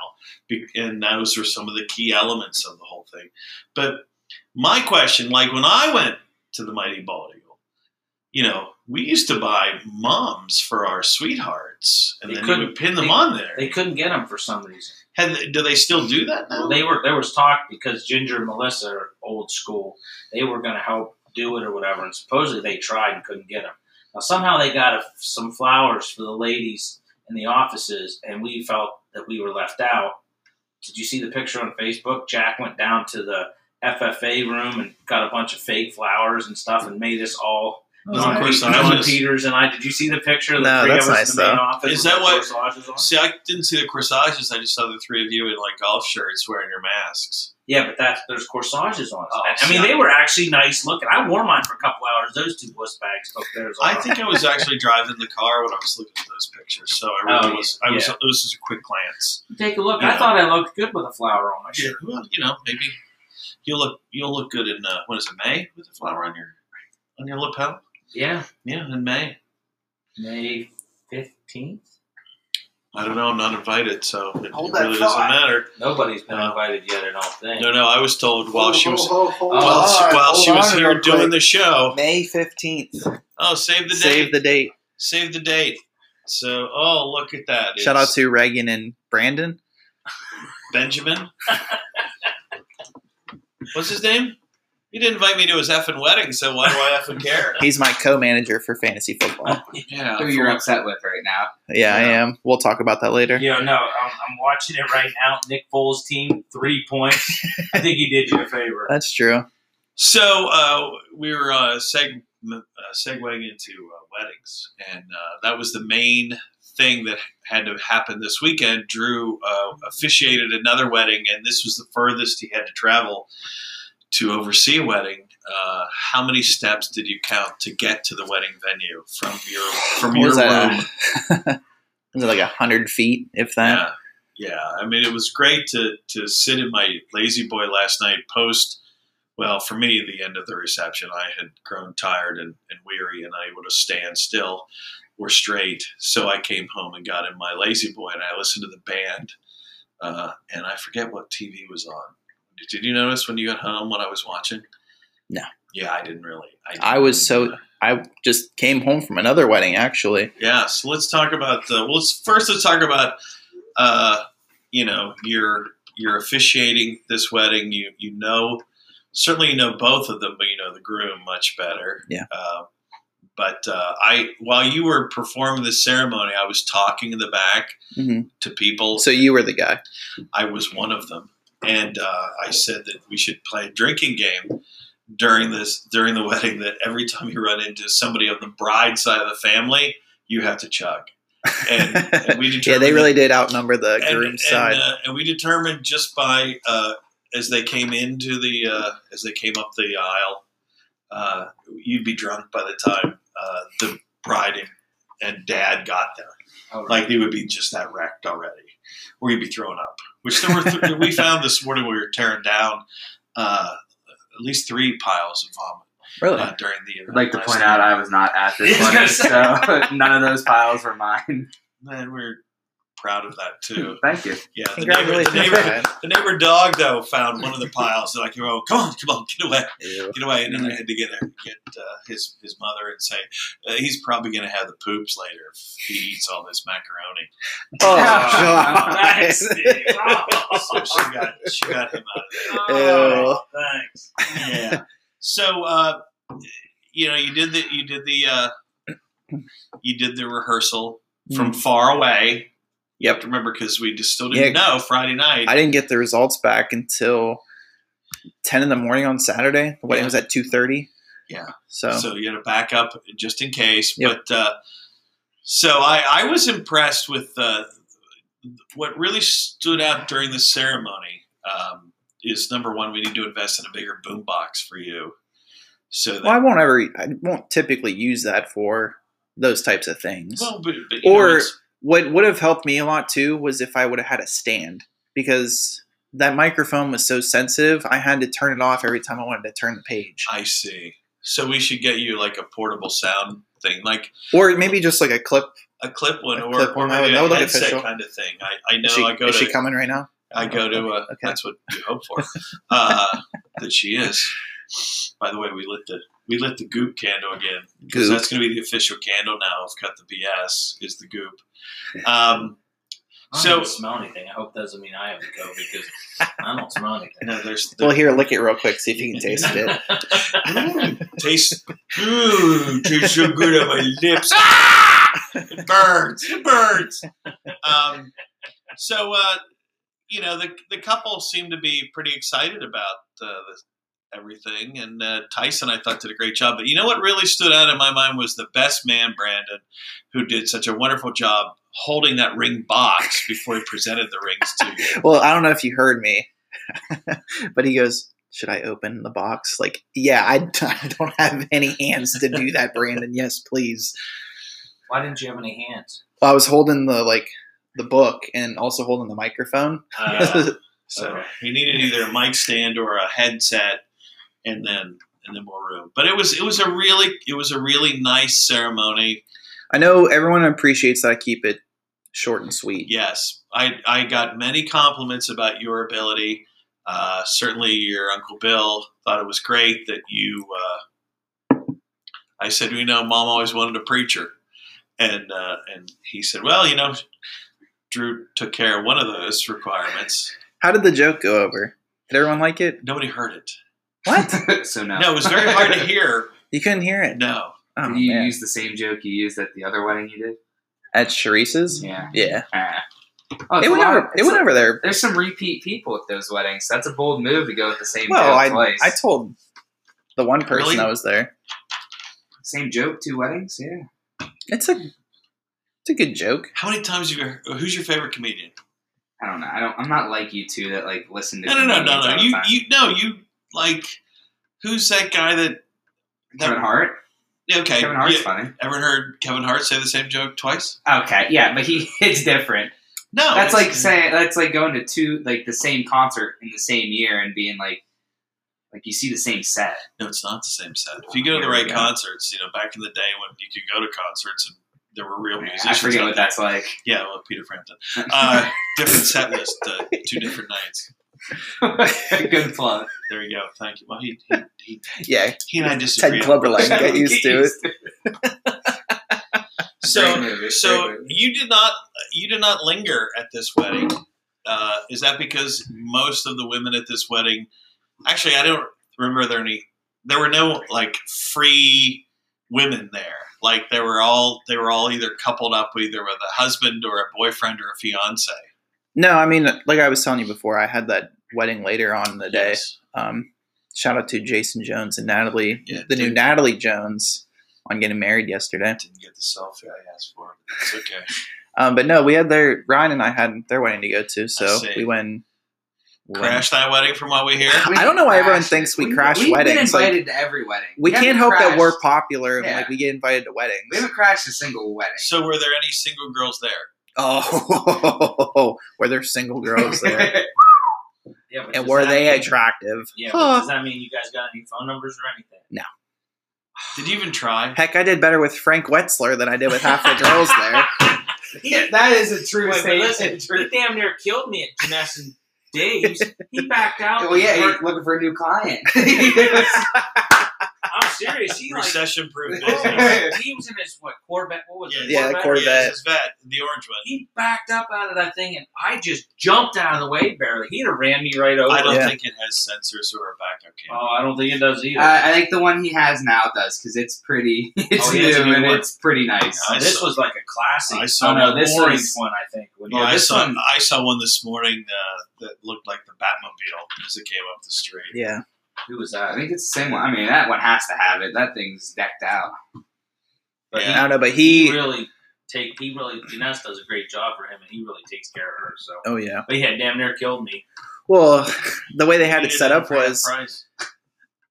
Speaker 1: Be- And those are some of the key elements of the whole thing. But my question, like when I went to the Mighty Bald Eagle, you know, we used to buy mums for our sweethearts, and
Speaker 2: They
Speaker 1: then you
Speaker 2: couldn't-
Speaker 1: would pin them
Speaker 2: they-
Speaker 1: on there.
Speaker 2: They couldn't get them for some reason.
Speaker 1: Had, do they still do that now?
Speaker 2: They were there was talk because Ginger and Melissa are old school. They were going to help do it or whatever, and supposedly they tried and couldn't get them. Now somehow they got a, some flowers for the ladies in the offices, and we felt that we were left out. Did you see the picture on Facebook? Jack went down to the FFA room and got a bunch of fake flowers and stuff, and made us all.
Speaker 1: Of course, I
Speaker 2: Don
Speaker 1: was-
Speaker 2: Peters and I. Did you see the picture? of The
Speaker 3: No,
Speaker 2: three
Speaker 3: that's
Speaker 2: of us
Speaker 3: nice,
Speaker 2: in the main
Speaker 3: though.
Speaker 2: office
Speaker 1: Is
Speaker 2: with
Speaker 1: that
Speaker 2: the
Speaker 1: what-
Speaker 2: corsages on?
Speaker 1: See, I didn't see the corsages. I just saw the three of you in like golf shirts wearing your masks.
Speaker 2: Yeah, but that's there's corsages on. it.
Speaker 1: Oh,
Speaker 2: I mean,
Speaker 1: see,
Speaker 2: they were actually nice looking. I wore mine for a couple hours. Those two bliss bags took theirs off.
Speaker 1: I think I was actually driving the car when I was looking at those pictures, so I
Speaker 2: Oh,
Speaker 1: really
Speaker 2: yeah,
Speaker 1: was. I was.
Speaker 2: yeah.
Speaker 1: It was just a quick glance.
Speaker 2: Take a look.
Speaker 1: Yeah.
Speaker 2: I thought I looked good with a flower on my
Speaker 1: Yeah,
Speaker 2: shirt.
Speaker 1: well, you know, maybe you'll look you'll look good in uh, what is it May with the flower on your on your lapel.
Speaker 2: Yeah,
Speaker 1: Yeah, in May.
Speaker 2: May fifteenth.
Speaker 1: I don't know. I'm not invited, so it
Speaker 3: Hold that
Speaker 1: really doesn't
Speaker 3: thought.
Speaker 1: matter.
Speaker 2: Nobody's been
Speaker 1: No.
Speaker 2: invited yet. I don't think. Oh,
Speaker 1: No, no. I was told while she was
Speaker 3: Hold- hold- hold
Speaker 1: while, she-
Speaker 3: on,
Speaker 1: while
Speaker 3: hold
Speaker 1: she was
Speaker 3: on
Speaker 1: here
Speaker 3: real quick.
Speaker 1: doing the show.
Speaker 3: May fifteenth.
Speaker 1: Oh, save the
Speaker 3: Save
Speaker 1: date!
Speaker 3: the date.
Speaker 1: Save the date! So, oh, look at that!
Speaker 3: Shout out
Speaker 1: It's-
Speaker 3: to Reagan and Brandon.
Speaker 1: Benjamin. What's his name? He didn't invite me to his effing wedding, so why do I effing care?
Speaker 3: He's my co-manager for fantasy football.
Speaker 1: Yeah.
Speaker 4: Who you're upset with right now?
Speaker 3: Yeah, I
Speaker 1: Oh. Yeah.
Speaker 3: am. We'll talk about that later.
Speaker 2: Yeah, no, I'm, I'm watching it right now. Nick Foles' team, three points. I think he did you a favor.
Speaker 3: That's true.
Speaker 1: So uh, we were uh, seg- uh, segueing into uh, weddings, and uh, that was the main thing that had to happen this weekend. Drew uh, officiated another wedding, and this was the furthest he had to travel to oversee a wedding. Uh, how many steps did you count to get to the wedding venue from your from
Speaker 3: What
Speaker 1: your
Speaker 3: was that?
Speaker 1: room?
Speaker 3: Was it like a hundred feet, if that?
Speaker 1: Yeah, yeah. I mean, it was great to to sit in my lazy boy last night. Post, well, for me, the end of the reception, I had grown tired and, and weary, and I would have stand still or straight. So I came home and got in my lazy boy, and I listened to the band. Uh, and I forget what TV was on. Did, did you notice when you got home what I was watching?
Speaker 3: No.
Speaker 1: Yeah, I didn't really. didn't
Speaker 3: I was
Speaker 1: really
Speaker 3: so I just came home from another wedding actually.
Speaker 1: yeah, so let's talk about the. Well, let's, first let's talk about, uh, you know, you're you're officiating this wedding. You you know, certainly you know both of them, but you know the groom much better.
Speaker 3: Yeah.
Speaker 1: Uh, but uh, I, while you were performing the ceremony, I was talking in the back
Speaker 3: hmm
Speaker 1: to people.
Speaker 3: So you were the guy.
Speaker 1: I was one of them, and uh, I said that we should play a drinking game during this during the wedding. That every time you run into somebody on the bride side of the family, you have to chug. And, and we
Speaker 3: Yeah,
Speaker 1: determined
Speaker 3: they really did outnumber the
Speaker 1: and,
Speaker 3: groom
Speaker 1: and,
Speaker 3: side.
Speaker 1: uh, and we determined just by uh, as they came into the uh, as they came up the aisle, uh, you'd be drunk by the time uh, the bride and, and dad got there
Speaker 2: Oh,
Speaker 1: like they would be just that wrecked already, or you'd be thrown up. Which there were th- we found this morning when we were tearing down uh, at least three piles of vomit.
Speaker 3: Really?
Speaker 1: uh, during the event.
Speaker 4: I'd like to
Speaker 1: last
Speaker 4: point
Speaker 1: night.
Speaker 4: out I was not at
Speaker 2: I
Speaker 4: this
Speaker 2: was
Speaker 4: one,
Speaker 2: gonna say.
Speaker 4: so none of those piles were mine.
Speaker 1: Man, we're proud of that too.
Speaker 4: Thank you.
Speaker 1: Yeah, the neighbor, the,
Speaker 3: Congratulations,
Speaker 1: neighbor,
Speaker 3: Brian.
Speaker 1: the neighbor dog though found one of the piles, and I came, "Oh, come on, come on, get away,
Speaker 3: Ew.
Speaker 1: get away!" And then I had to get her, get uh, his his mother and say, uh, "He's probably going to have the poops later if he eats all this macaroni."
Speaker 3: Oh, God.
Speaker 2: Thanks, Steve.
Speaker 1: So she got she got him out.
Speaker 2: Oh, thanks.
Speaker 1: Yeah. So uh, you know, you did the you did the uh, you did the rehearsal from
Speaker 3: Mm.
Speaker 1: far away. You have to remember because we just still didn't know Friday night.
Speaker 3: I didn't get the results back until 10 in the morning on Saturday. The wedding
Speaker 1: Yeah.
Speaker 3: was at 2.30.
Speaker 1: Yeah.
Speaker 3: So,
Speaker 1: So you had to back up just in case.
Speaker 3: Yep.
Speaker 1: But uh, so I, I was impressed with uh, what really stood out during the ceremony um, is number one, we need to invest in a bigger boombox for you. So that,
Speaker 3: well, I won't ever, I won't typically use that for those types of things.
Speaker 1: well, but, but, you know,
Speaker 3: Or-
Speaker 1: it's-
Speaker 3: what would have helped me a lot too was if I would have had a stand because that microphone was so sensitive. I had to turn it off every time I wanted to turn the page,
Speaker 1: I see. So we should get you like a portable sound thing, like
Speaker 3: or maybe just like a clip.
Speaker 1: a clip one,
Speaker 3: A
Speaker 1: or,
Speaker 3: clip
Speaker 1: or
Speaker 3: one, that would-
Speaker 1: maybe
Speaker 3: that
Speaker 1: a
Speaker 3: would look
Speaker 1: headset
Speaker 3: official.
Speaker 1: kind of thing. I, I know.
Speaker 3: is she,
Speaker 1: I go
Speaker 3: is
Speaker 1: to
Speaker 3: she coming right now?
Speaker 1: I go to uh,
Speaker 3: Okay.
Speaker 1: that's what you hope for. Uh, that she is. By the way, we lit the we lit the goop candle again because
Speaker 3: Goop.
Speaker 1: that's going to be the official candle now of Cut the BS is the goop. Um,
Speaker 2: I don't
Speaker 1: So-
Speaker 2: even smell anything. I hope that doesn't mean I have to go because I don't smell anything.
Speaker 1: no, there's the
Speaker 3: Well, here, lick it real quick, see if you can taste it.
Speaker 1: Ooh, tastes ooh, tastes so good on my lips. Ah! It burns. It burns. Um, so uh, you know the the couple seemed to be pretty excited about uh, the, everything, and uh, Tyson I thought did a great job. But you know what really stood out in my mind was the best man Brandon, who did such a wonderful job holding that ring box before he presented the rings to you.
Speaker 3: Well, I don't know if you heard me, but he goes, "Should I open the box?" Like, yeah, I, I don't have any hands to do that, Brandon. Yes, please.
Speaker 2: Why didn't you have any hands?
Speaker 3: Well, I was holding the like the book and also holding the microphone.
Speaker 2: Uh,
Speaker 1: So
Speaker 2: Okay.
Speaker 1: he needed either a mic stand or a headset, and then and then more room. But it was it was a really it was a really nice ceremony.
Speaker 3: I know everyone appreciates that I keep it short and sweet.
Speaker 1: Yes, I I got many compliments about your ability. Uh, certainly, your uncle Bill thought it was great that you. Uh, I said, you know, mom always wanted a preacher, and uh, and he said, well, you know, Drew took care of one of those requirements.
Speaker 3: How did the joke go over? Did everyone like it?
Speaker 1: Nobody heard it.
Speaker 3: What?
Speaker 4: so no.
Speaker 1: No, it was very hard to hear.
Speaker 3: you couldn't hear it?
Speaker 1: No.
Speaker 3: Oh,
Speaker 4: Did you
Speaker 3: man.
Speaker 4: use the same joke you used at the other wedding you did?
Speaker 3: At Sharice's?
Speaker 4: Yeah.
Speaker 3: Yeah.
Speaker 4: Ah. Oh, it's
Speaker 3: It
Speaker 4: a
Speaker 3: went
Speaker 4: lot-
Speaker 3: over. It
Speaker 4: it's
Speaker 3: went
Speaker 4: a-
Speaker 3: over there.
Speaker 4: There's some repeat people at those weddings. That's a bold move to go with the same
Speaker 3: Well,
Speaker 4: joke
Speaker 3: I
Speaker 4: twice.
Speaker 3: I told the one person
Speaker 1: Really?
Speaker 3: that was there.
Speaker 4: same joke, two weddings. Yeah.
Speaker 3: It's a it's a good joke.
Speaker 1: How many times have you heard, who's your favorite comedian?
Speaker 4: I don't know. I don't. I'm not like you two that like listen to.
Speaker 1: No, no, no,
Speaker 4: comedians
Speaker 1: no,
Speaker 4: all
Speaker 1: no.
Speaker 4: the
Speaker 1: You,
Speaker 4: time.
Speaker 1: you, no, you like who's that guy that? that
Speaker 4: Kevin Hart.
Speaker 1: Okay,
Speaker 4: Kevin Hart's
Speaker 1: yeah.
Speaker 4: funny.
Speaker 1: Ever heard Kevin Hart say the same joke twice?
Speaker 4: Okay, yeah, but he it's different.
Speaker 1: No, it's-
Speaker 4: that's like saying that's like going to two like the same concert in the same year and being like like you see the same set.
Speaker 1: no, it's not the same set. If you go to the
Speaker 4: Here we
Speaker 1: right
Speaker 4: go.
Speaker 1: concerts, you know, back in the day when you could go to concerts and there were real
Speaker 4: Man,
Speaker 1: musicians.
Speaker 4: Oh, I forget
Speaker 1: out
Speaker 4: what
Speaker 1: there.
Speaker 4: that's like.
Speaker 1: Yeah, well, Peter Frampton. Uh, different set list, uh, two different nights.
Speaker 4: Good plug.
Speaker 1: There you go. Thank you. Well, he, he, he,
Speaker 3: Yeah.
Speaker 1: he and I
Speaker 3: Ted
Speaker 1: disagree.
Speaker 3: Clubber like get used to it.
Speaker 1: So,
Speaker 4: Great movie, great
Speaker 1: so
Speaker 4: movie.
Speaker 1: you did not you did not linger at this wedding. Uh, is that because most of the women at this wedding? Actually, I don't remember there any. There were no like free women there. Like they were all they were all either coupled up either with a husband or a boyfriend or a fiance.
Speaker 3: No, I mean, like I was telling you before, I had that wedding later on in the day.
Speaker 1: Yes.
Speaker 3: Um, shout out to Jason Jones and Natalie,
Speaker 1: Yeah,
Speaker 3: the new
Speaker 1: dude.
Speaker 3: Natalie Jones, on getting married yesterday.
Speaker 1: I didn't get the selfie I asked for. But it's okay.
Speaker 3: Um, but no, we had their Ryan and I had their wedding to go to, so
Speaker 1: see.
Speaker 3: we went. we went-
Speaker 1: Crash that wedding from what we hear.
Speaker 4: We
Speaker 3: I don't know why everyone
Speaker 4: crashed-
Speaker 3: thinks we
Speaker 4: we've-
Speaker 3: crash
Speaker 4: we've been
Speaker 3: weddings, like-
Speaker 4: invited to every wedding.
Speaker 3: We
Speaker 4: haven't
Speaker 3: can't help that
Speaker 4: crashed-
Speaker 3: we're popular and
Speaker 4: Yeah.
Speaker 3: like we get invited to weddings.
Speaker 4: We haven't crashed a single wedding.
Speaker 1: So were there any single girls there?
Speaker 3: oh, were there single girls there,
Speaker 2: yeah, but
Speaker 3: and
Speaker 2: does
Speaker 3: were
Speaker 2: that
Speaker 3: they
Speaker 2: mean-
Speaker 3: attractive?
Speaker 2: Yeah,
Speaker 3: Huh.
Speaker 2: but does that mean you guys got any phone numbers or anything?
Speaker 3: No.
Speaker 1: Did you even try?
Speaker 3: Heck, I did better with Frank Wetzler than I did with half the girls there.
Speaker 2: He-
Speaker 4: that is a true
Speaker 2: Wait, but
Speaker 4: statement.
Speaker 2: listen, he damn near killed me at Janess and Dave's. He backed out.
Speaker 4: well, yeah,
Speaker 2: He-
Speaker 4: you're looking for a new client.
Speaker 2: I'm serious. He like
Speaker 1: Recession proof business.
Speaker 2: he was in his what Corvette? What was it?
Speaker 3: Yeah, yeah, Corvette.
Speaker 1: Yeah, it's his vet, the orange one.
Speaker 2: He backed up out of that thing, and I just jumped out of the way barely. He'd have ran me right over.
Speaker 1: I don't
Speaker 3: Yeah.
Speaker 1: think it has sensors or a backup camera.
Speaker 2: oh, I don't think it does either.
Speaker 4: Uh, I think the one he has now does because it's pretty. It's
Speaker 2: Oh, he
Speaker 4: new
Speaker 2: has a new
Speaker 4: and
Speaker 2: one.
Speaker 4: it's pretty nice.
Speaker 1: I
Speaker 2: this
Speaker 1: saw-
Speaker 2: was like a classic.
Speaker 1: I saw
Speaker 2: oh, no,
Speaker 1: one.
Speaker 2: this
Speaker 4: Orange
Speaker 2: is one I think. When
Speaker 1: Yeah,
Speaker 2: you-
Speaker 1: I
Speaker 2: this
Speaker 1: saw
Speaker 2: one,
Speaker 1: I saw one this morning uh, that looked like the Batmobile as it came up the street.
Speaker 3: Yeah.
Speaker 2: who was
Speaker 4: I
Speaker 2: that?
Speaker 4: think it's the same one. I mean, that one has to have it. That thing's decked out.
Speaker 2: But
Speaker 3: I don't know, but
Speaker 2: he, he
Speaker 3: he.
Speaker 2: really take. He really Janess does a great job for him, and he really takes care of her. So,
Speaker 3: Oh yeah.
Speaker 2: but yeah, damn near killed me.
Speaker 3: Well, the way they had
Speaker 1: He
Speaker 3: it
Speaker 1: did
Speaker 3: set
Speaker 1: that
Speaker 3: up
Speaker 1: for half
Speaker 3: was
Speaker 1: price.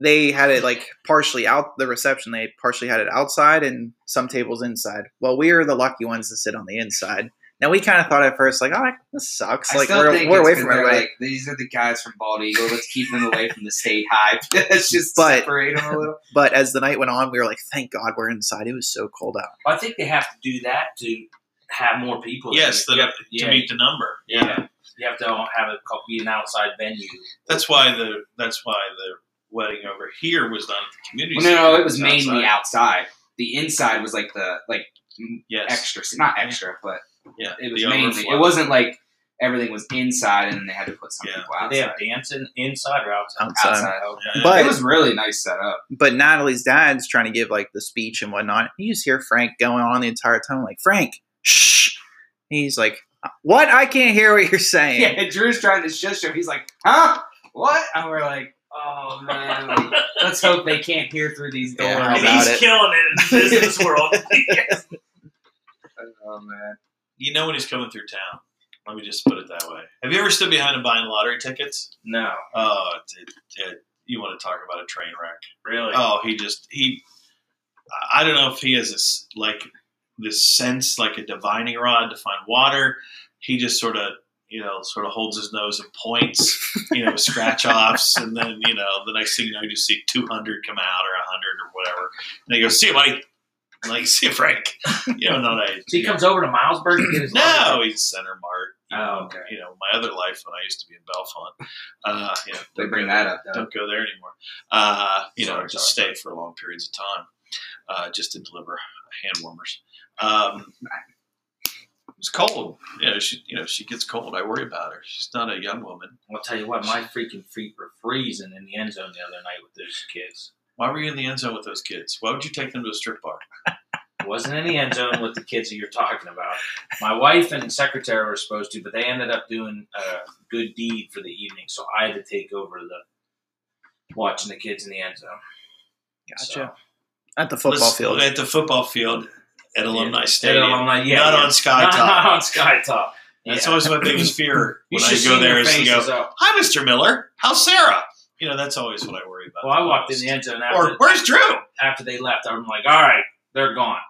Speaker 3: they had it like partially out the reception. They partially had it outside and some tables inside. Well, we are the lucky ones to sit on the inside. Now we kind of thought at first like, oh, this sucks.
Speaker 4: I
Speaker 3: like
Speaker 4: still
Speaker 3: we're,
Speaker 4: think
Speaker 3: we're
Speaker 4: it's
Speaker 3: away
Speaker 4: 'cause
Speaker 3: from
Speaker 4: they're
Speaker 3: everybody.
Speaker 4: Like, These are the guys from Bald Eagle. Let's keep them away from the state hype. Let's just
Speaker 3: But-
Speaker 4: separate them a little.
Speaker 3: But as the night went on, we were like, thank God we're inside. It was so cold out.
Speaker 2: I think they have to do that to have more people.
Speaker 1: Yes, the,
Speaker 2: there. You have- yeah,
Speaker 1: to meet the number.
Speaker 2: yeah. You have to have a couple, be an outside venue.
Speaker 1: That's why the that's why the wedding over here was not at the community.
Speaker 4: Well, no,
Speaker 1: center.
Speaker 4: no, it was mainly
Speaker 1: outside.
Speaker 4: outside. The inside was like the like
Speaker 1: Yes,
Speaker 4: extra, not extra, but
Speaker 1: yeah,
Speaker 4: it was
Speaker 1: the
Speaker 4: mainly.
Speaker 1: overflow.
Speaker 4: It wasn't like everything was inside, and then they had to put some
Speaker 1: Yeah.
Speaker 4: people
Speaker 2: Do they
Speaker 4: outside.
Speaker 2: have dancing inside or outside?
Speaker 3: Outside.
Speaker 4: outside.
Speaker 1: Yeah.
Speaker 3: But-
Speaker 4: it was really nice setup.
Speaker 3: But Natalie's dad's trying to give like the speech and whatnot. You just hear Frank going on the entire time, like, Frank, shh. He's like, what? I can't hear what you're saying.
Speaker 4: Yeah, and Drew's trying to shush him. He's like, "Huh? What?" And we're like, "Oh man, like, let's hope they can't hear through these doors."
Speaker 3: Yeah, how
Speaker 2: And
Speaker 3: about
Speaker 2: he's
Speaker 3: it?
Speaker 2: killing it in the business world.
Speaker 4: oh man,
Speaker 1: you know when he's coming through town. Let me just put it that way. Have you ever stood behind him buying lottery tickets?
Speaker 2: No,
Speaker 1: Oh, it, it, you want to talk about a train wreck?
Speaker 2: really.
Speaker 1: Oh, he just he. I don't know if he has this like this sense like a divining rod to find water. He just sort of you know sort of holds his nose and points, you know, scratch offs, and then you know the next thing you know you just see two hundred come out or hundred or whatever, and they go see you, buddy, I'm like see you, Frank, you know, not a
Speaker 2: So he comes over to Milesburg to get his
Speaker 1: no, he's center mart. you
Speaker 2: Oh,
Speaker 1: know,
Speaker 2: okay.
Speaker 1: You know, my other life when I used to be in Belfont, uh, you know,
Speaker 4: they bring that up though.
Speaker 1: don't go there anymore. Uh, you know,
Speaker 2: Sorry,
Speaker 1: just stay for long periods of time, uh, just to deliver hand warmers. Um, it's cold. You know, she you know she gets cold. I worry about her. She's not a young woman.
Speaker 2: I'll tell you what, my freaking feet were freezing in the end zone the other night with those kids.
Speaker 1: Why were you in the end zone with those kids? Why would you take them to a strip bar?
Speaker 2: I wasn't in the end zone with the kids that you're talking about. My wife and secretary were supposed to, but they ended up doing a good deed for the evening, so I had to take over the watching the kids in the end zone.
Speaker 3: Gotcha.
Speaker 2: So,
Speaker 3: At the football
Speaker 1: Let's-
Speaker 3: field.
Speaker 1: At the football field at Alumni
Speaker 2: Stayed
Speaker 1: Stadium.
Speaker 2: on alumni, yeah,
Speaker 1: not
Speaker 2: yeah.
Speaker 1: on Sky
Speaker 2: Not-
Speaker 1: Top.
Speaker 2: not on Sky Top.
Speaker 1: That's
Speaker 2: Yeah.
Speaker 1: always my biggest fear
Speaker 2: You
Speaker 1: when
Speaker 2: should
Speaker 1: I
Speaker 2: see
Speaker 1: go there
Speaker 2: their
Speaker 1: is to
Speaker 2: faces
Speaker 1: go,
Speaker 2: up.
Speaker 1: "Hi, Mr. Miller. How's Sarah?" You know, that's always what I worry about.
Speaker 2: Well, Oh, I walked in
Speaker 1: most.
Speaker 2: the end zone after,
Speaker 1: Or where's Drew?
Speaker 2: after they left. I'm like, all right, they're gone.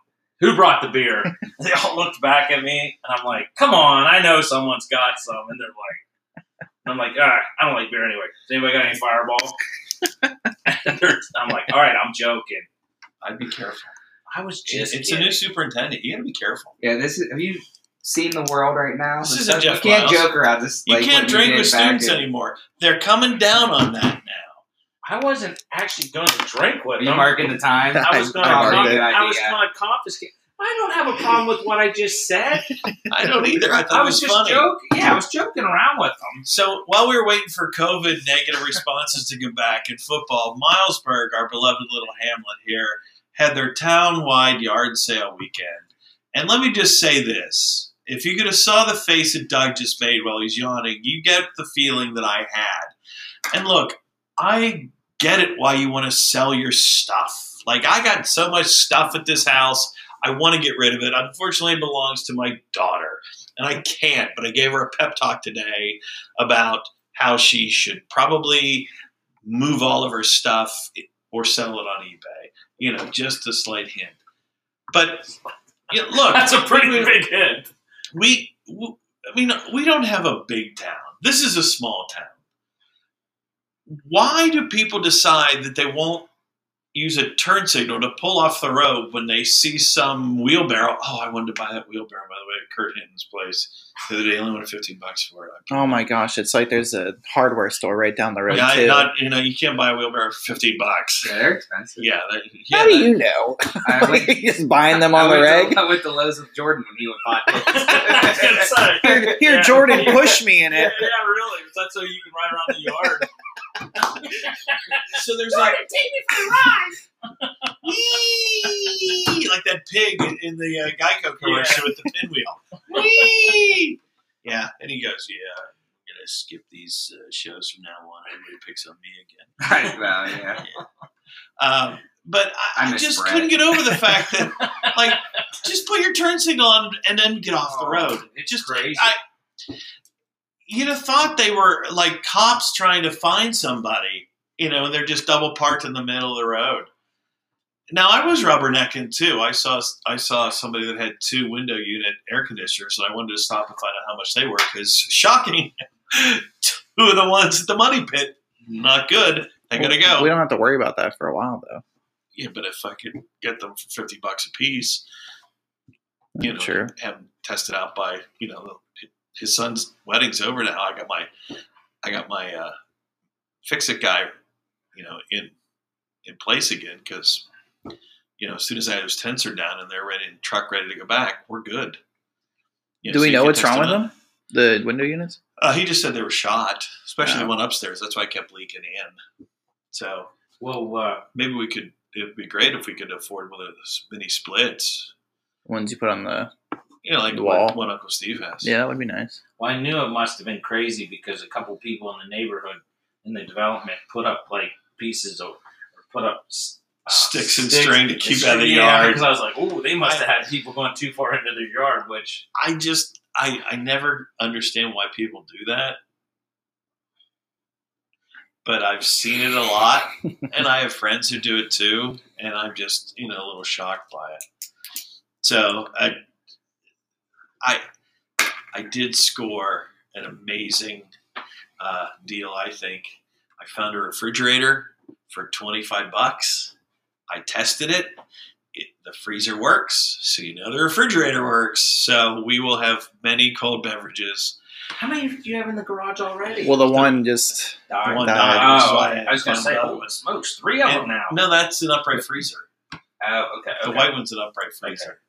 Speaker 2: Who brought the beer? they all looked back at me, and I'm like, come on, I know someone's got some. And they're like, and I'm like, all right, I don't like beer anyway. Does anybody got any fireball? And they're- I'm like, all right, I'm joking.
Speaker 1: I'd be careful.
Speaker 2: I was
Speaker 1: It's,
Speaker 2: just.
Speaker 1: it's a
Speaker 2: kidding.
Speaker 1: new superintendent. You got to be careful.
Speaker 4: Yeah, this is. Have you seen the world right now?
Speaker 1: This
Speaker 4: The
Speaker 1: isn't
Speaker 4: stuff- you
Speaker 1: Jeff
Speaker 4: can't
Speaker 1: Lyles.
Speaker 4: joke around this.
Speaker 1: You
Speaker 4: like,
Speaker 1: can't
Speaker 4: what
Speaker 1: drink
Speaker 4: did
Speaker 1: with
Speaker 4: back
Speaker 1: students
Speaker 4: in-
Speaker 1: anymore. They're coming down on that now.
Speaker 2: I wasn't actually going to drink with
Speaker 4: Are you
Speaker 2: them.
Speaker 4: marking the time?
Speaker 2: I was going to.
Speaker 3: I marked
Speaker 2: I,
Speaker 4: it.
Speaker 2: was
Speaker 4: Yeah.
Speaker 2: going to confiscate. I don't have a problem with what I just said.
Speaker 1: I don't either. I thought
Speaker 2: I
Speaker 1: it
Speaker 2: was
Speaker 1: was
Speaker 2: just
Speaker 1: funny.
Speaker 2: joking. Yeah, I was joking around with them.
Speaker 1: So while we were waiting for COVID negative responses to come back in football, Milesburg, our beloved little hamlet here, had their town-wide yard sale weekend. And let me just say this: if you could have saw the face that Doug just made while he's yawning, you get the feeling that I had. And look, I get it why you want to sell your stuff. Like I got so much stuff at this house. I want to get rid of it. Unfortunately, it belongs to my daughter. And I can't, but I gave her a pep talk today about how she should probably move all of her stuff or sell it on eBay. You know, just a slight hint. But you know, look,
Speaker 2: That's a pretty big hit.
Speaker 1: we, w I mean, we don't have a big town. This is a small town. Why do people decide that they won't use a turn signal to pull off the road when they see some wheelbarrow. Oh, I wanted to buy that wheelbarrow, by the way, at Kurt Hinton's place the other day. I only wanted 15 bucks for it.
Speaker 3: Oh my gosh, it's like there's a hardware store right down the road
Speaker 1: yeah, I-
Speaker 3: too.
Speaker 1: not, you know, you can't buy a wheelbarrow for 15 bucks.
Speaker 4: Yeah, they're expensive.
Speaker 1: Yeah. That, yeah
Speaker 3: How do
Speaker 1: that-
Speaker 3: you know?
Speaker 4: I went,
Speaker 3: You're just buying them on
Speaker 4: I
Speaker 3: the
Speaker 4: went
Speaker 3: reg.
Speaker 4: to, I went to Lowe's with Jordan when he went
Speaker 1: I was gonna
Speaker 4: by.
Speaker 1: say.
Speaker 3: Here, here,
Speaker 1: Yeah.
Speaker 3: Jordan, push me in
Speaker 1: Yeah,
Speaker 3: it.
Speaker 1: yeah, really. That's how you can ride around the yard. so there's like,
Speaker 2: take me for a ride.
Speaker 1: wee, like that pig in- in the uh, Geico commercial with the pinwheel. Wee! Yeah, and he goes, yeah, I'm going to skip these uh, shows from now on. Everybody picks on me again.
Speaker 4: Right, well, yeah.
Speaker 1: Um, but
Speaker 4: I
Speaker 1: I, I
Speaker 4: miss
Speaker 1: just
Speaker 4: Brad.
Speaker 1: couldn't get over the fact that, like, just put your turn signal on and then get off the
Speaker 2: Oh,
Speaker 1: road. It just
Speaker 2: crazy.
Speaker 1: I, you'd have thought they were like cops trying to find somebody. You know, they're just double parked in the middle of the road. Now I was rubbernecking too. I saw I saw somebody that had two window unit air conditioners, and I wanted to stop and find out how much they were because shocking, two of the ones at the money pit, not good. I gotta go.
Speaker 3: We don't have to worry about that for a while though.
Speaker 1: Yeah, but if I could get them for fifty bucks a piece, you know,
Speaker 3: Sure.
Speaker 1: have them tested out by you know his son's wedding's over now. I got my I got my uh, fix it guy, you know, in in place again because you know as soon as I those tents are down and they're ready and truck ready to go back, we're good. You
Speaker 3: Do
Speaker 1: so
Speaker 3: we
Speaker 1: you
Speaker 3: know
Speaker 1: can
Speaker 3: what's
Speaker 1: test
Speaker 3: wrong with
Speaker 1: out.
Speaker 3: them? The window units?
Speaker 1: Uh, he just said they were shot, especially
Speaker 3: Oh.
Speaker 1: the one upstairs. That's why I kept leaking in. So
Speaker 2: Well, uh,
Speaker 1: maybe we could. It'd be great if we could afford one of those mini splits.
Speaker 3: The ones you put on the
Speaker 1: You know, like
Speaker 3: The wall.
Speaker 1: what, what Uncle Steve has.
Speaker 3: Yeah, that would be nice.
Speaker 2: well, I knew it must have been crazy because a couple people in the neighborhood in the development put up like pieces of, or put up s- uh,
Speaker 1: Sticks and string to keep out of the yard.
Speaker 2: Because I was like, oh, they must have had people going too far into their yard, which
Speaker 1: I just I I never understand why people do that. But I've seen it a lot and I have friends who do it too, and I'm just, you know, a little shocked by it. So I I I did score an amazing uh, deal, I think. I found a refrigerator for 25 bucks. I tested it it, the freezer works, so you know the refrigerator works. So we will have many cold beverages.
Speaker 2: how many do you have in the garage already?
Speaker 3: Well, the one just
Speaker 2: Darn.
Speaker 1: One
Speaker 3: that-
Speaker 1: night, so
Speaker 2: Oh,
Speaker 1: I
Speaker 2: I was gonna
Speaker 1: had
Speaker 2: say,
Speaker 1: fun.
Speaker 2: oh, it smokes three of them now.
Speaker 1: No, that's an upright freezer.
Speaker 2: Oh, okay.
Speaker 1: The
Speaker 2: okay.
Speaker 1: white one's an upright freezer.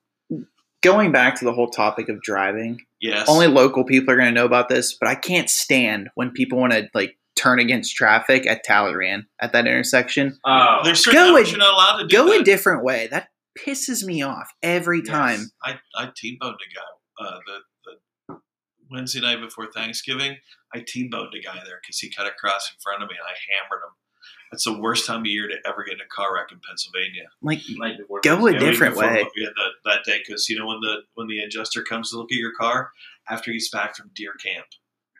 Speaker 3: going back to the whole topic of driving.
Speaker 1: Yes.
Speaker 3: Only local people are going to know about this, but I can't stand when people want to like turn against traffic at Talleyrand at that intersection.
Speaker 2: Oh,
Speaker 1: there's certain
Speaker 3: Go
Speaker 1: hours
Speaker 3: in-
Speaker 1: you're not allowed to do
Speaker 3: Go
Speaker 1: that.
Speaker 3: a different way. That pisses me off every
Speaker 2: Yes.
Speaker 3: time.
Speaker 1: I, I T-boned a guy uh, the, the Wednesday night before Thanksgiving. I T-boned a guy there because he cut across in front of me and I hammered him. That's the worst time of year to ever get in a car wreck in Pennsylvania.
Speaker 3: Like
Speaker 2: might be worth
Speaker 3: Go a
Speaker 2: it.
Speaker 1: Yeah, we
Speaker 3: different
Speaker 1: performed
Speaker 3: way.
Speaker 1: what we had that, that day because you know when the when the adjuster comes to look at your car after he gets back from deer camp,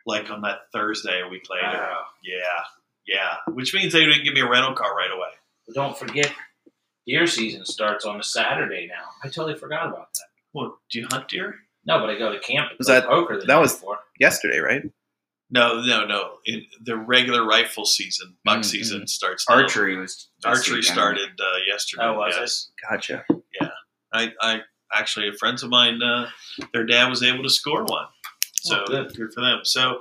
Speaker 1: like on that Thursday a week later.
Speaker 2: Wow.
Speaker 1: Yeah, yeah. Which means they didn't give me a rental car right away.
Speaker 2: Don't forget, deer season starts on a Saturday now. I totally forgot about that.
Speaker 1: Well, do you hunt deer?
Speaker 2: No, but I go to camp and
Speaker 3: Was
Speaker 2: play
Speaker 3: that-
Speaker 2: poker. The
Speaker 3: that
Speaker 2: night
Speaker 3: was-
Speaker 2: before.
Speaker 3: yesterday, right?
Speaker 1: No, no, no. In the regular rifle season, buck
Speaker 3: Mm,
Speaker 1: season starts. now.
Speaker 4: Archery was this
Speaker 1: Archery
Speaker 4: weekend.
Speaker 1: started uh, yesterday.
Speaker 2: Oh, was it?
Speaker 1: yes.
Speaker 3: Gotcha.
Speaker 1: I, I actually, friends of mine, uh, their dad was able to score one. So
Speaker 2: Oh, good.
Speaker 1: good for them. So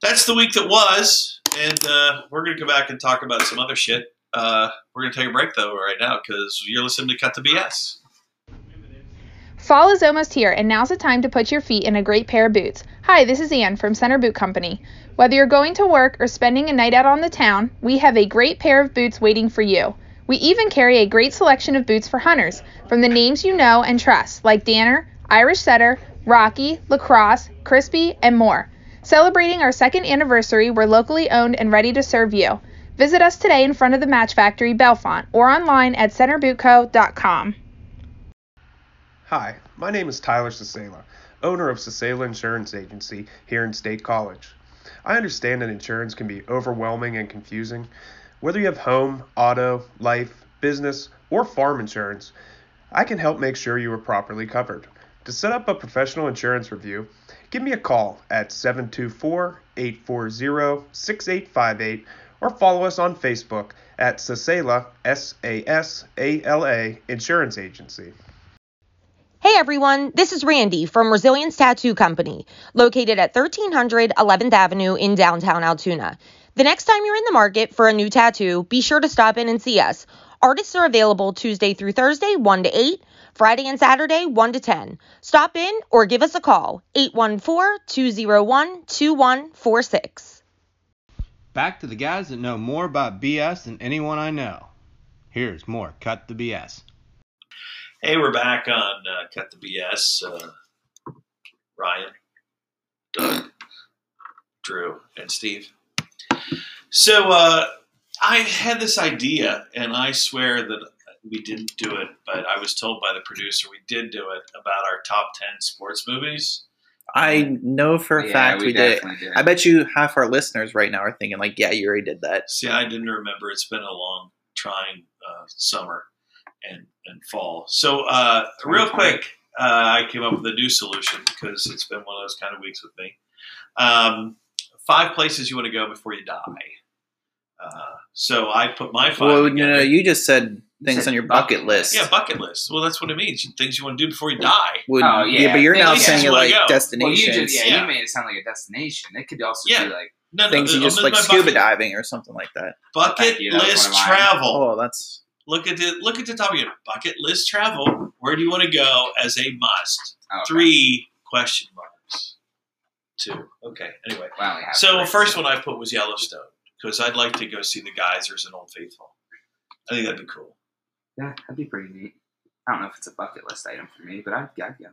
Speaker 1: that's the week that was, and uh, we're going to go back and talk about some other shit. Uh, we're going to take a break though right now because you're listening to Cut the BS.
Speaker 5: Fall is almost here, and now's the time to put your feet in a great pair of boots. Hi, this is Ann from Center Boot Company. Whether you're going to work or spending a night out on the town, we have a great pair of boots waiting for you. We even carry a great selection of boots for hunters from the names you know and trust, like Danner, Irish Setter, Rocky, Lacrosse, Crispy, and more. Celebrating our second anniversary, we're locally owned and ready to serve you. Visit us today in front of the Match Factory, Belfont, or online at centerbootco.com.
Speaker 6: Hi, my name is Tyler Sasala, owner of Sasala Insurance Agency here in State College. I understand that insurance can be overwhelming and confusing. Whether you have home, auto, life, business, or farm insurance, I can help make sure you are properly covered. To set up a professional insurance review, give me a call at 724 840 6858 or follow us on Facebook at Sasala, S A S A L A, Insurance Agency.
Speaker 7: Hey everyone, this is Randy from Resilience Tattoo Company, located at 1300 11th Avenue in downtown Altoona. The next time you're in the market for a new tattoo, be sure to stop in and see us. Artists are available Tuesday through Thursday, 1 to 8, Friday and Saturday, 1 to 10. Stop in or give us a call, 814 201 2146.
Speaker 8: Back to the guys that know more about BS than anyone I know. Here's more Cut the BS.
Speaker 1: Hey, we're back on uh, Cut the BS. Uh, Ryan, Doug, Drew, and Steve. So uh, I had this idea, and I swear that we didn't do it, but I was told by the producer we did do it about our top 10 sports movies.
Speaker 3: I know for a
Speaker 4: yeah,
Speaker 3: fact we, did. it.
Speaker 4: definitely did.
Speaker 3: I bet you half our listeners right now are thinking like, yeah, you already did that.
Speaker 1: See, I didn't remember. It's been a long, trying uh, summer and, and fall. So, uh, real quick, uh, I came up with a new solution because it's been one of those kind of weeks with me. Um, five places you want to go before you die. Uh, so I put my five.
Speaker 3: Well, you
Speaker 1: together.
Speaker 3: know, you just said things
Speaker 4: said
Speaker 3: on your bucket list.
Speaker 1: yeah, bucket list. Well, that's what it means. Things you want to do before you die.
Speaker 3: Would-
Speaker 4: Oh, yeah.
Speaker 3: but you're now
Speaker 4: Places
Speaker 3: saying
Speaker 1: you
Speaker 3: it
Speaker 1: wanna
Speaker 3: like
Speaker 1: go.
Speaker 4: Well, you
Speaker 3: destinations,
Speaker 4: just, yeah,
Speaker 1: Yeah.
Speaker 4: you made it sound like a destination. It could also
Speaker 1: Yeah.
Speaker 4: be like
Speaker 1: No, no,
Speaker 3: things you
Speaker 1: I'm
Speaker 3: just
Speaker 1: doing
Speaker 3: like
Speaker 1: my
Speaker 3: scuba
Speaker 1: bucket,
Speaker 3: diving or something like that.
Speaker 1: Bucket
Speaker 4: Thank you, that was
Speaker 1: list
Speaker 4: one of mine.
Speaker 1: travel.
Speaker 3: Oh, that's
Speaker 1: Look at the look at the top of your bucket list travel. Where do you want to go as a must?
Speaker 4: oh,
Speaker 1: Three question marks. Two. Okay. Anyway.
Speaker 4: Wow, we have
Speaker 1: So
Speaker 4: three.
Speaker 1: the first one I put was Yellowstone because I'd like to go see the geysers in Old Faithful. I think that'd be cool.
Speaker 4: Yeah, that'd be pretty neat. I don't know if it's a bucket list item for me, but I'd, I'd go.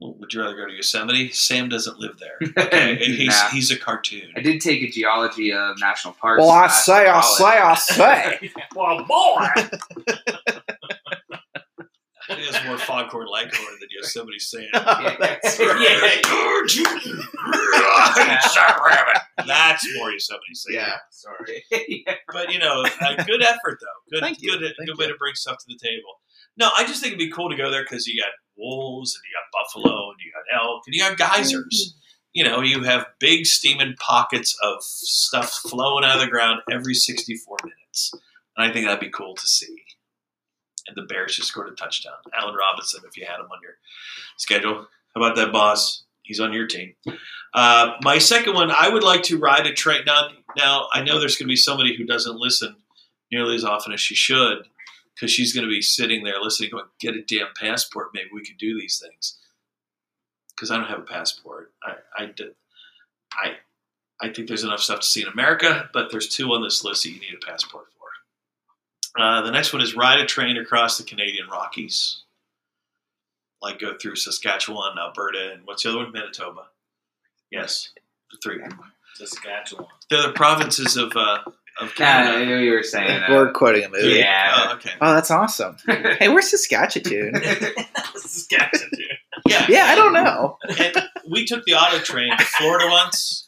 Speaker 1: Well, would you rather go to Yosemite? Sam doesn't live there. Okay. and he's
Speaker 4: Nah.
Speaker 1: he's a cartoon.
Speaker 4: I did take a geology of national parks.
Speaker 3: well, I
Speaker 4: class
Speaker 3: say,
Speaker 4: in
Speaker 3: I
Speaker 4: college.
Speaker 3: say, I say.
Speaker 2: Well, boy.
Speaker 1: I think it's more Foghorn Leghorn than Yosemite Sam.
Speaker 4: Yeah, that's right.
Speaker 2: yeah,
Speaker 1: That's more Yosemite Sam.
Speaker 3: yeah,
Speaker 4: Sorry.
Speaker 1: but you know, a good effort though. Good,
Speaker 3: Thank you.
Speaker 1: good,
Speaker 3: Thank
Speaker 1: good way to bring stuff to the table. No, I just think it'd be cool to go there because you got wolves and you got buffalo and you got elk and you got
Speaker 3: Mm-hmm.
Speaker 1: geysers. You know, you have big steaming pockets of stuff flowing out of the ground every 64 minutes, and I think that'd be cool to see. And the Bears just scored a touchdown. Allen Robinson, if you had him on your schedule, how about that, boss? He's on your team. Uh, my second one, I would like to ride a train. Now, now I know there's going to be somebody who doesn't listen nearly as often as she should, because she's going to be sitting there listening, going, "Get a damn passport. Maybe we can do these things." Because I don't have a passport. I, I, d- I, I think there's enough stuff to see in America, but there's two on this list that you need a passport for. Uh, the next one is ride a train across the Canadian Rockies, like go through Saskatchewan, Alberta, and what's the other one? Manitoba. Yes, the three.
Speaker 2: Saskatchewan.
Speaker 1: They're the provinces of uh, of
Speaker 4: Nah,
Speaker 1: Canada.
Speaker 4: you were saying that.
Speaker 3: we're quoting a movie.
Speaker 4: yeah.
Speaker 1: Oh, okay.
Speaker 3: Oh, that's awesome. Hey, where's Saskatchewan?
Speaker 2: Saskatchewan.
Speaker 1: Yeah,
Speaker 3: yeah, I don't know.
Speaker 1: and we took the auto train to Florida once,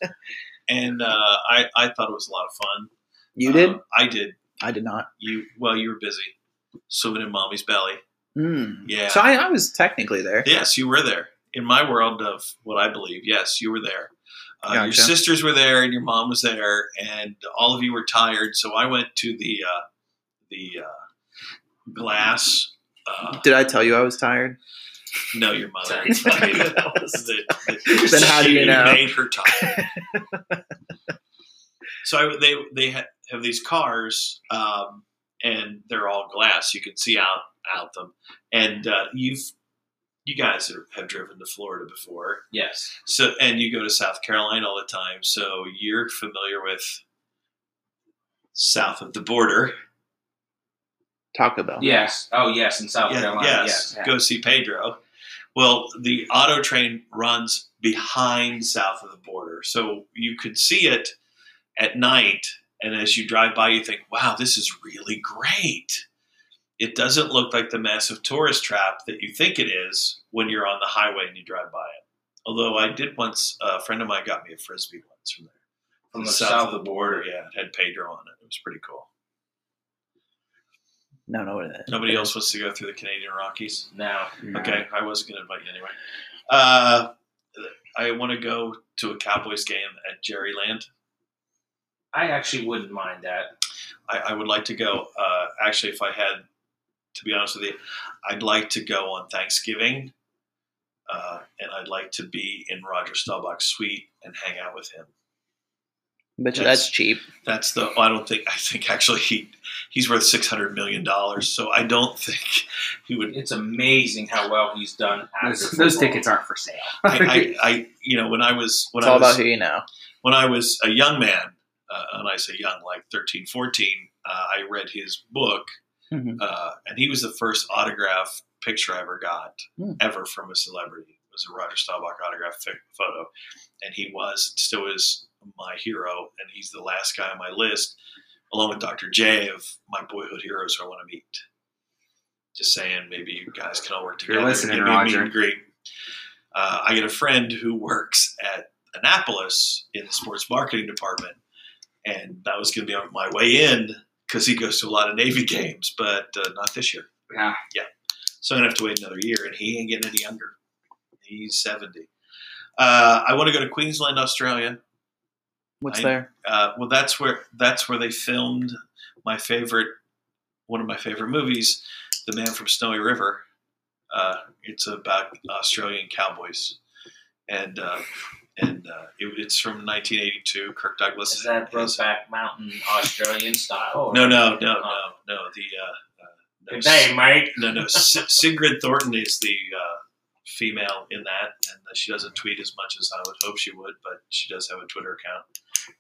Speaker 1: and uh, I I thought it was a lot of fun.
Speaker 3: You did?
Speaker 1: Uh, I did.
Speaker 3: I did not.
Speaker 1: You well, you were busy swimming in mommy's belly.
Speaker 3: Mm.
Speaker 1: Yeah.
Speaker 3: So I, I was technically there.
Speaker 1: yes, you were there in my world of what I believe. Yes, you were there. Uh, Your
Speaker 3: Gotcha.
Speaker 1: sisters were there, and your mom was there, and all of you were tired. So I went to the uh, the uh, glass. Uh,
Speaker 3: Did I tell you I was tired?
Speaker 1: no, your mother.
Speaker 2: Sorry, sorry, that was
Speaker 1: The-
Speaker 2: the-
Speaker 3: Then how do you
Speaker 1: She
Speaker 3: know?
Speaker 1: Made her tired. so I, they they ha- have these cars, um, and they're all glass. You can see out out them, and uh, you've you guys are, have driven to Florida before,
Speaker 2: Yes.
Speaker 1: so and you go to South Carolina all the time, so you're familiar with south of the border.
Speaker 3: Taco Bell.
Speaker 2: Yes. Oh, yes, in South
Speaker 1: Yeah,
Speaker 2: Carolina.
Speaker 1: yes,
Speaker 2: Yes. yeah.
Speaker 1: go see Pedro. Well, the auto train runs behind south of the border, so you could see it at night. And as you drive by, you think, "Wow, this is really great." It doesn't look like the massive tourist trap that you think it is when you're on the highway and you drive by it. Although I did once, a friend of mine got me a frisbee once from there,
Speaker 2: From the south of the border.
Speaker 1: Yeah, it had Pedro on it. It was pretty cool.
Speaker 3: No, no, it is.
Speaker 1: Nobody else wants to go through the Canadian Rockies.
Speaker 2: Now,
Speaker 1: Okay, I wasn't going to invite you anyway. Uh, I want to go to a Cowboys game at Jerryland.
Speaker 2: I actually wouldn't mind that.
Speaker 1: I, I would like to go. Uh, actually, if I had to be honest with you, I'd like to go on Thanksgiving, uh, and I'd like to be in Roger Staubach's suite and hang out with him.
Speaker 3: But
Speaker 1: Yes.
Speaker 3: that's cheap.
Speaker 1: That's the. I don't think. I think actually he he's worth six hundred million dollars. So I don't think he would.
Speaker 2: It's amazing how well he's done. After
Speaker 4: Those, those
Speaker 2: football.
Speaker 4: tickets aren't for sale.
Speaker 1: I, I, I you know when I was when
Speaker 3: It's
Speaker 1: I
Speaker 3: all
Speaker 1: was
Speaker 3: about who you know.
Speaker 1: when I was a young man, uh, and I say young, like 13, 14, uh, I read his book,
Speaker 3: Mhm.
Speaker 4: Mm-hmm.
Speaker 1: uh, and he was the first autograph picture I ever got,
Speaker 3: Hmm.
Speaker 1: ever from a celebrity. It was a Roger Staubach autograph fi- photo, and he was, still is my hero, and he's the last guy on my list, along with Dr. J of my boyhood heroes who I want to meet. Just saying, maybe you guys can all work
Speaker 4: You're
Speaker 1: together.
Speaker 4: listening,
Speaker 1: Give me a meet
Speaker 4: Roger.
Speaker 1: and greet. Uh, I get a friend who works at Annapolis in the sports marketing department, and that was going to be on my way in because he goes to a lot of Navy games, but uh, not this year.
Speaker 4: Yeah.
Speaker 1: So I'm gonna have to wait another year, and he ain't getting any younger. He's seventy. Uh, I want to go to Queensland, Australia.
Speaker 3: What's
Speaker 1: I-
Speaker 3: there?
Speaker 1: Uh, well, that's where that's where they filmed my favorite, one of my favorite movies, The Man from Snowy River. Uh, it's about Australian cowboys, and uh, and uh, it, it's from 1982. Kirk Douglas.
Speaker 2: Is that
Speaker 1: is-
Speaker 2: Brokeback Mountain Australian style?
Speaker 1: No, no, no, no, no. The uh, uh, no,
Speaker 2: Good day, mate.
Speaker 1: no, no. S- Sigrid Thornton is the uh, female in that, and uh, she doesn't tweet as much as I would hope she would, but she does have a Twitter account,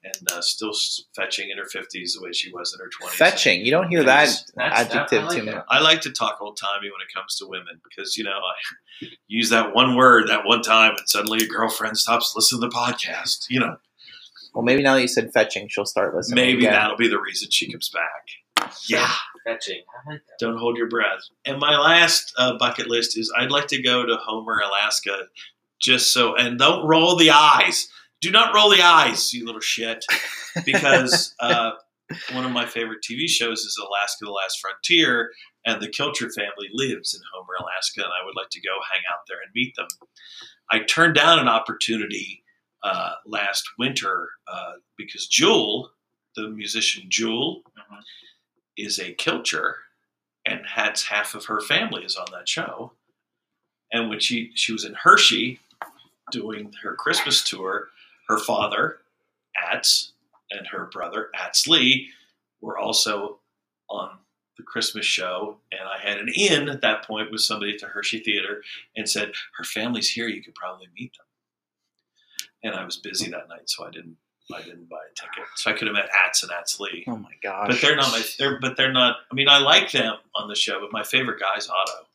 Speaker 1: and uh, still s- fetching in her fifties the way she was in her twenties.
Speaker 3: Fetching. You don't hear that
Speaker 1: Yes.
Speaker 2: That's- that- I
Speaker 3: adjective
Speaker 2: like
Speaker 3: too
Speaker 2: that.
Speaker 3: much.
Speaker 1: I like to talk old timey when it comes to women because you know I use that one word that one time, and suddenly a girlfriend stops listening to the podcast. You know,
Speaker 3: Well, maybe now that you said fetching, she'll start listening.
Speaker 1: maybe
Speaker 3: again.
Speaker 1: that'll be the reason she comes back. Yeah.
Speaker 2: Fetching. I like that.
Speaker 1: Don't hold your breath. And my last uh, bucket list is I'd like to go to Homer, Alaska, just so, and don't roll the eyes. Do not roll the eyes, you little shit. Because uh, one of my favorite TV shows is Alaska the Last Frontier, and the Kilcher family lives in Homer, Alaska, and I would like to go hang out there and meet them. I turned down an opportunity uh, last winter uh, because Jewel, the musician Jewel,
Speaker 2: Mhm.
Speaker 1: is a Kilcher and Hat's half of her family is on that show. And when she she was in Hershey doing her Christmas tour, her father, Atz, and her brother Atz Lee were also on the Christmas show. And I had an in at that point with somebody at the Hershey Theater and said, Her family's here, you could probably meet them. And I was busy that night, so I didn't I didn't buy a ticket. So I could have met Atz and Atz Lee
Speaker 3: Oh my gosh.
Speaker 1: but they're not my. They're but they're not. I mean, I like them on the show, but my favorite guy is Otto,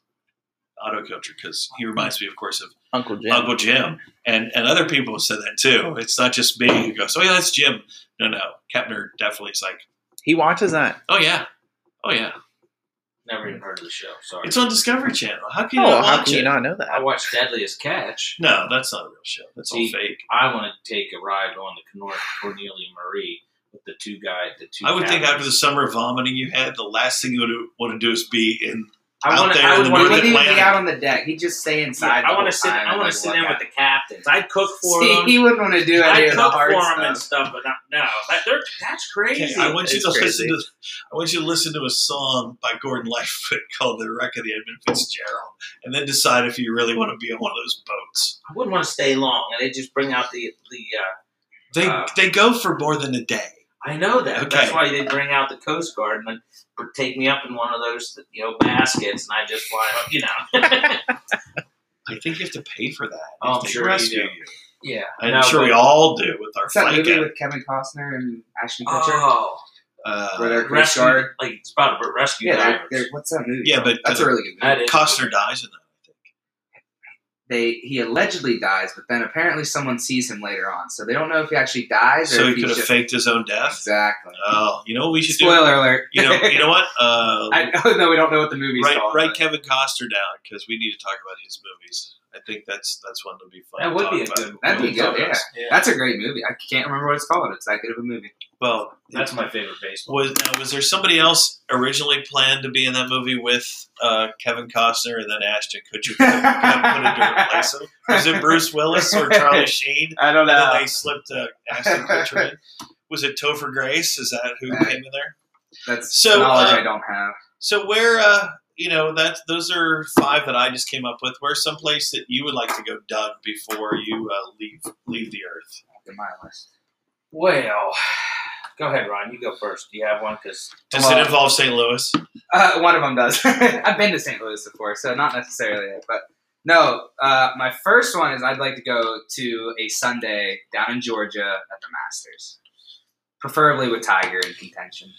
Speaker 1: Otto Kilcher, because he reminds me, of course, of
Speaker 3: Uncle Jim.
Speaker 1: Uncle Jim, and and other people have said that too. It's not just me who goes, oh yeah, that's Jim. No, no, Kepner definitely is like,
Speaker 3: He watches that.
Speaker 1: oh yeah, oh yeah.
Speaker 2: Never even heard of the show. Sorry.
Speaker 1: It's on Discovery Channel. How can you
Speaker 3: Oh,
Speaker 1: not
Speaker 3: how
Speaker 1: watch
Speaker 3: can
Speaker 1: it?
Speaker 3: you not know
Speaker 2: I
Speaker 3: that?
Speaker 2: watched Deadliest Catch.
Speaker 1: No, that's not a real show. That's all
Speaker 2: See,
Speaker 1: fake.
Speaker 2: I want to take a ride on the Cor- Cornelia Marie with the two guy, the two.
Speaker 1: I would think
Speaker 2: cabins.
Speaker 1: after the summer of vomiting you had, the last thing you would want to do is be in.
Speaker 4: I
Speaker 1: out
Speaker 4: want to.
Speaker 1: there
Speaker 4: I
Speaker 1: in
Speaker 4: would
Speaker 1: the
Speaker 4: want
Speaker 1: North
Speaker 4: to be
Speaker 1: Atlantic.
Speaker 4: out on the deck. He'd just stay inside.
Speaker 2: Yeah, I
Speaker 4: want to
Speaker 2: sit. I want to sit in with the captains. I'd cook for
Speaker 4: See,
Speaker 2: them.
Speaker 4: he wouldn't want to do any
Speaker 2: I'd
Speaker 4: of the
Speaker 2: cook
Speaker 4: hard
Speaker 2: for them
Speaker 4: stuff.
Speaker 2: and stuff, but not, no, that, they're, that's crazy.
Speaker 1: I want you
Speaker 3: It's
Speaker 1: to listen
Speaker 3: crazy.
Speaker 1: to. I want you to listen to a song by Gordon Lightfoot called "The Wreck of the Edmund Fitzgerald," and then decide if you really want to be on one of those boats.
Speaker 2: I wouldn't want to stay long, and they just bring out the the. Uh,
Speaker 1: They
Speaker 2: Uh,
Speaker 1: they go for more than a day.
Speaker 2: I know that. That's
Speaker 1: Okay.
Speaker 2: why they bring out the Coast Guard and then put- take me up in one of those you know baskets, and I just fly up. You know.
Speaker 1: I think you have to pay for that.
Speaker 2: Oh,
Speaker 1: if
Speaker 2: I'm
Speaker 1: they
Speaker 2: sure you
Speaker 1: rescue
Speaker 2: do. yeah.
Speaker 1: I'm
Speaker 2: No,
Speaker 1: sure
Speaker 2: but-
Speaker 1: we all do with our
Speaker 4: What's that
Speaker 1: flight
Speaker 4: movie
Speaker 1: cap.
Speaker 4: with Kevin Costner and Ashton Kutcher?
Speaker 2: Oh,
Speaker 4: where
Speaker 1: Uh,
Speaker 4: they're Coast
Speaker 2: rescue,
Speaker 4: Guard.
Speaker 2: like it's about a rescue
Speaker 4: Yeah, they're,
Speaker 2: divers.
Speaker 4: they're, what's that movie?
Speaker 1: Yeah,
Speaker 4: called?
Speaker 1: but,
Speaker 4: that's
Speaker 1: uh,
Speaker 4: a really good movie.
Speaker 2: That is
Speaker 1: Costner dies in that.
Speaker 4: They he allegedly dies, but then apparently someone sees him later on, so they don't know if he actually dies or
Speaker 1: So
Speaker 4: if
Speaker 1: he could have
Speaker 4: just,
Speaker 1: faked his own death.
Speaker 4: exactly.
Speaker 1: Oh, you know what we should do?
Speaker 4: Spoiler alert.
Speaker 1: You know, you know what? Uh,
Speaker 4: I know no, we don't know what the movie's
Speaker 1: write,
Speaker 4: called.
Speaker 1: write
Speaker 4: but-
Speaker 1: Kevin Costner down because we need to talk about his movies. I think that's that's one that would be fun.
Speaker 2: That
Speaker 1: to
Speaker 2: would
Speaker 1: talk
Speaker 2: be a
Speaker 1: about.
Speaker 2: good-
Speaker 4: that'd be good. Yeah,
Speaker 2: yeah.
Speaker 4: that's a great movie. I can't remember what it's called. It's that good of a movie.
Speaker 1: Well,
Speaker 2: That's my favorite baseball.
Speaker 1: Was now, was there somebody else originally planned to be in that movie with uh, Kevin Costner and then Ashton Kutcher put, put in to replace him? Was it Bruce Willis or Charlie Sheen?
Speaker 4: I don't
Speaker 1: And then they slipped uh, Ashton Kutcher in. was it Topher Grace? Is that who
Speaker 4: Uh,
Speaker 1: came in there?
Speaker 4: That's
Speaker 1: So,
Speaker 4: knowledge
Speaker 1: uh,
Speaker 4: I don't have.
Speaker 1: So where, uh, you know, that those are five that I just came up with. Where's someplace that you would like to go, Doug, before you uh, leave leave the earth?
Speaker 4: in my list.
Speaker 2: Well, go ahead, Ron. You go first. Do you have one? Because
Speaker 1: Does
Speaker 4: Well-
Speaker 1: it involve St. Louis?
Speaker 4: Uh, one of them does. I've been to St. Louis before, so not necessarily it, but no. Uh, my first one is I'd like to go to a Sunday down in Georgia at the Masters, preferably with Tiger in contention.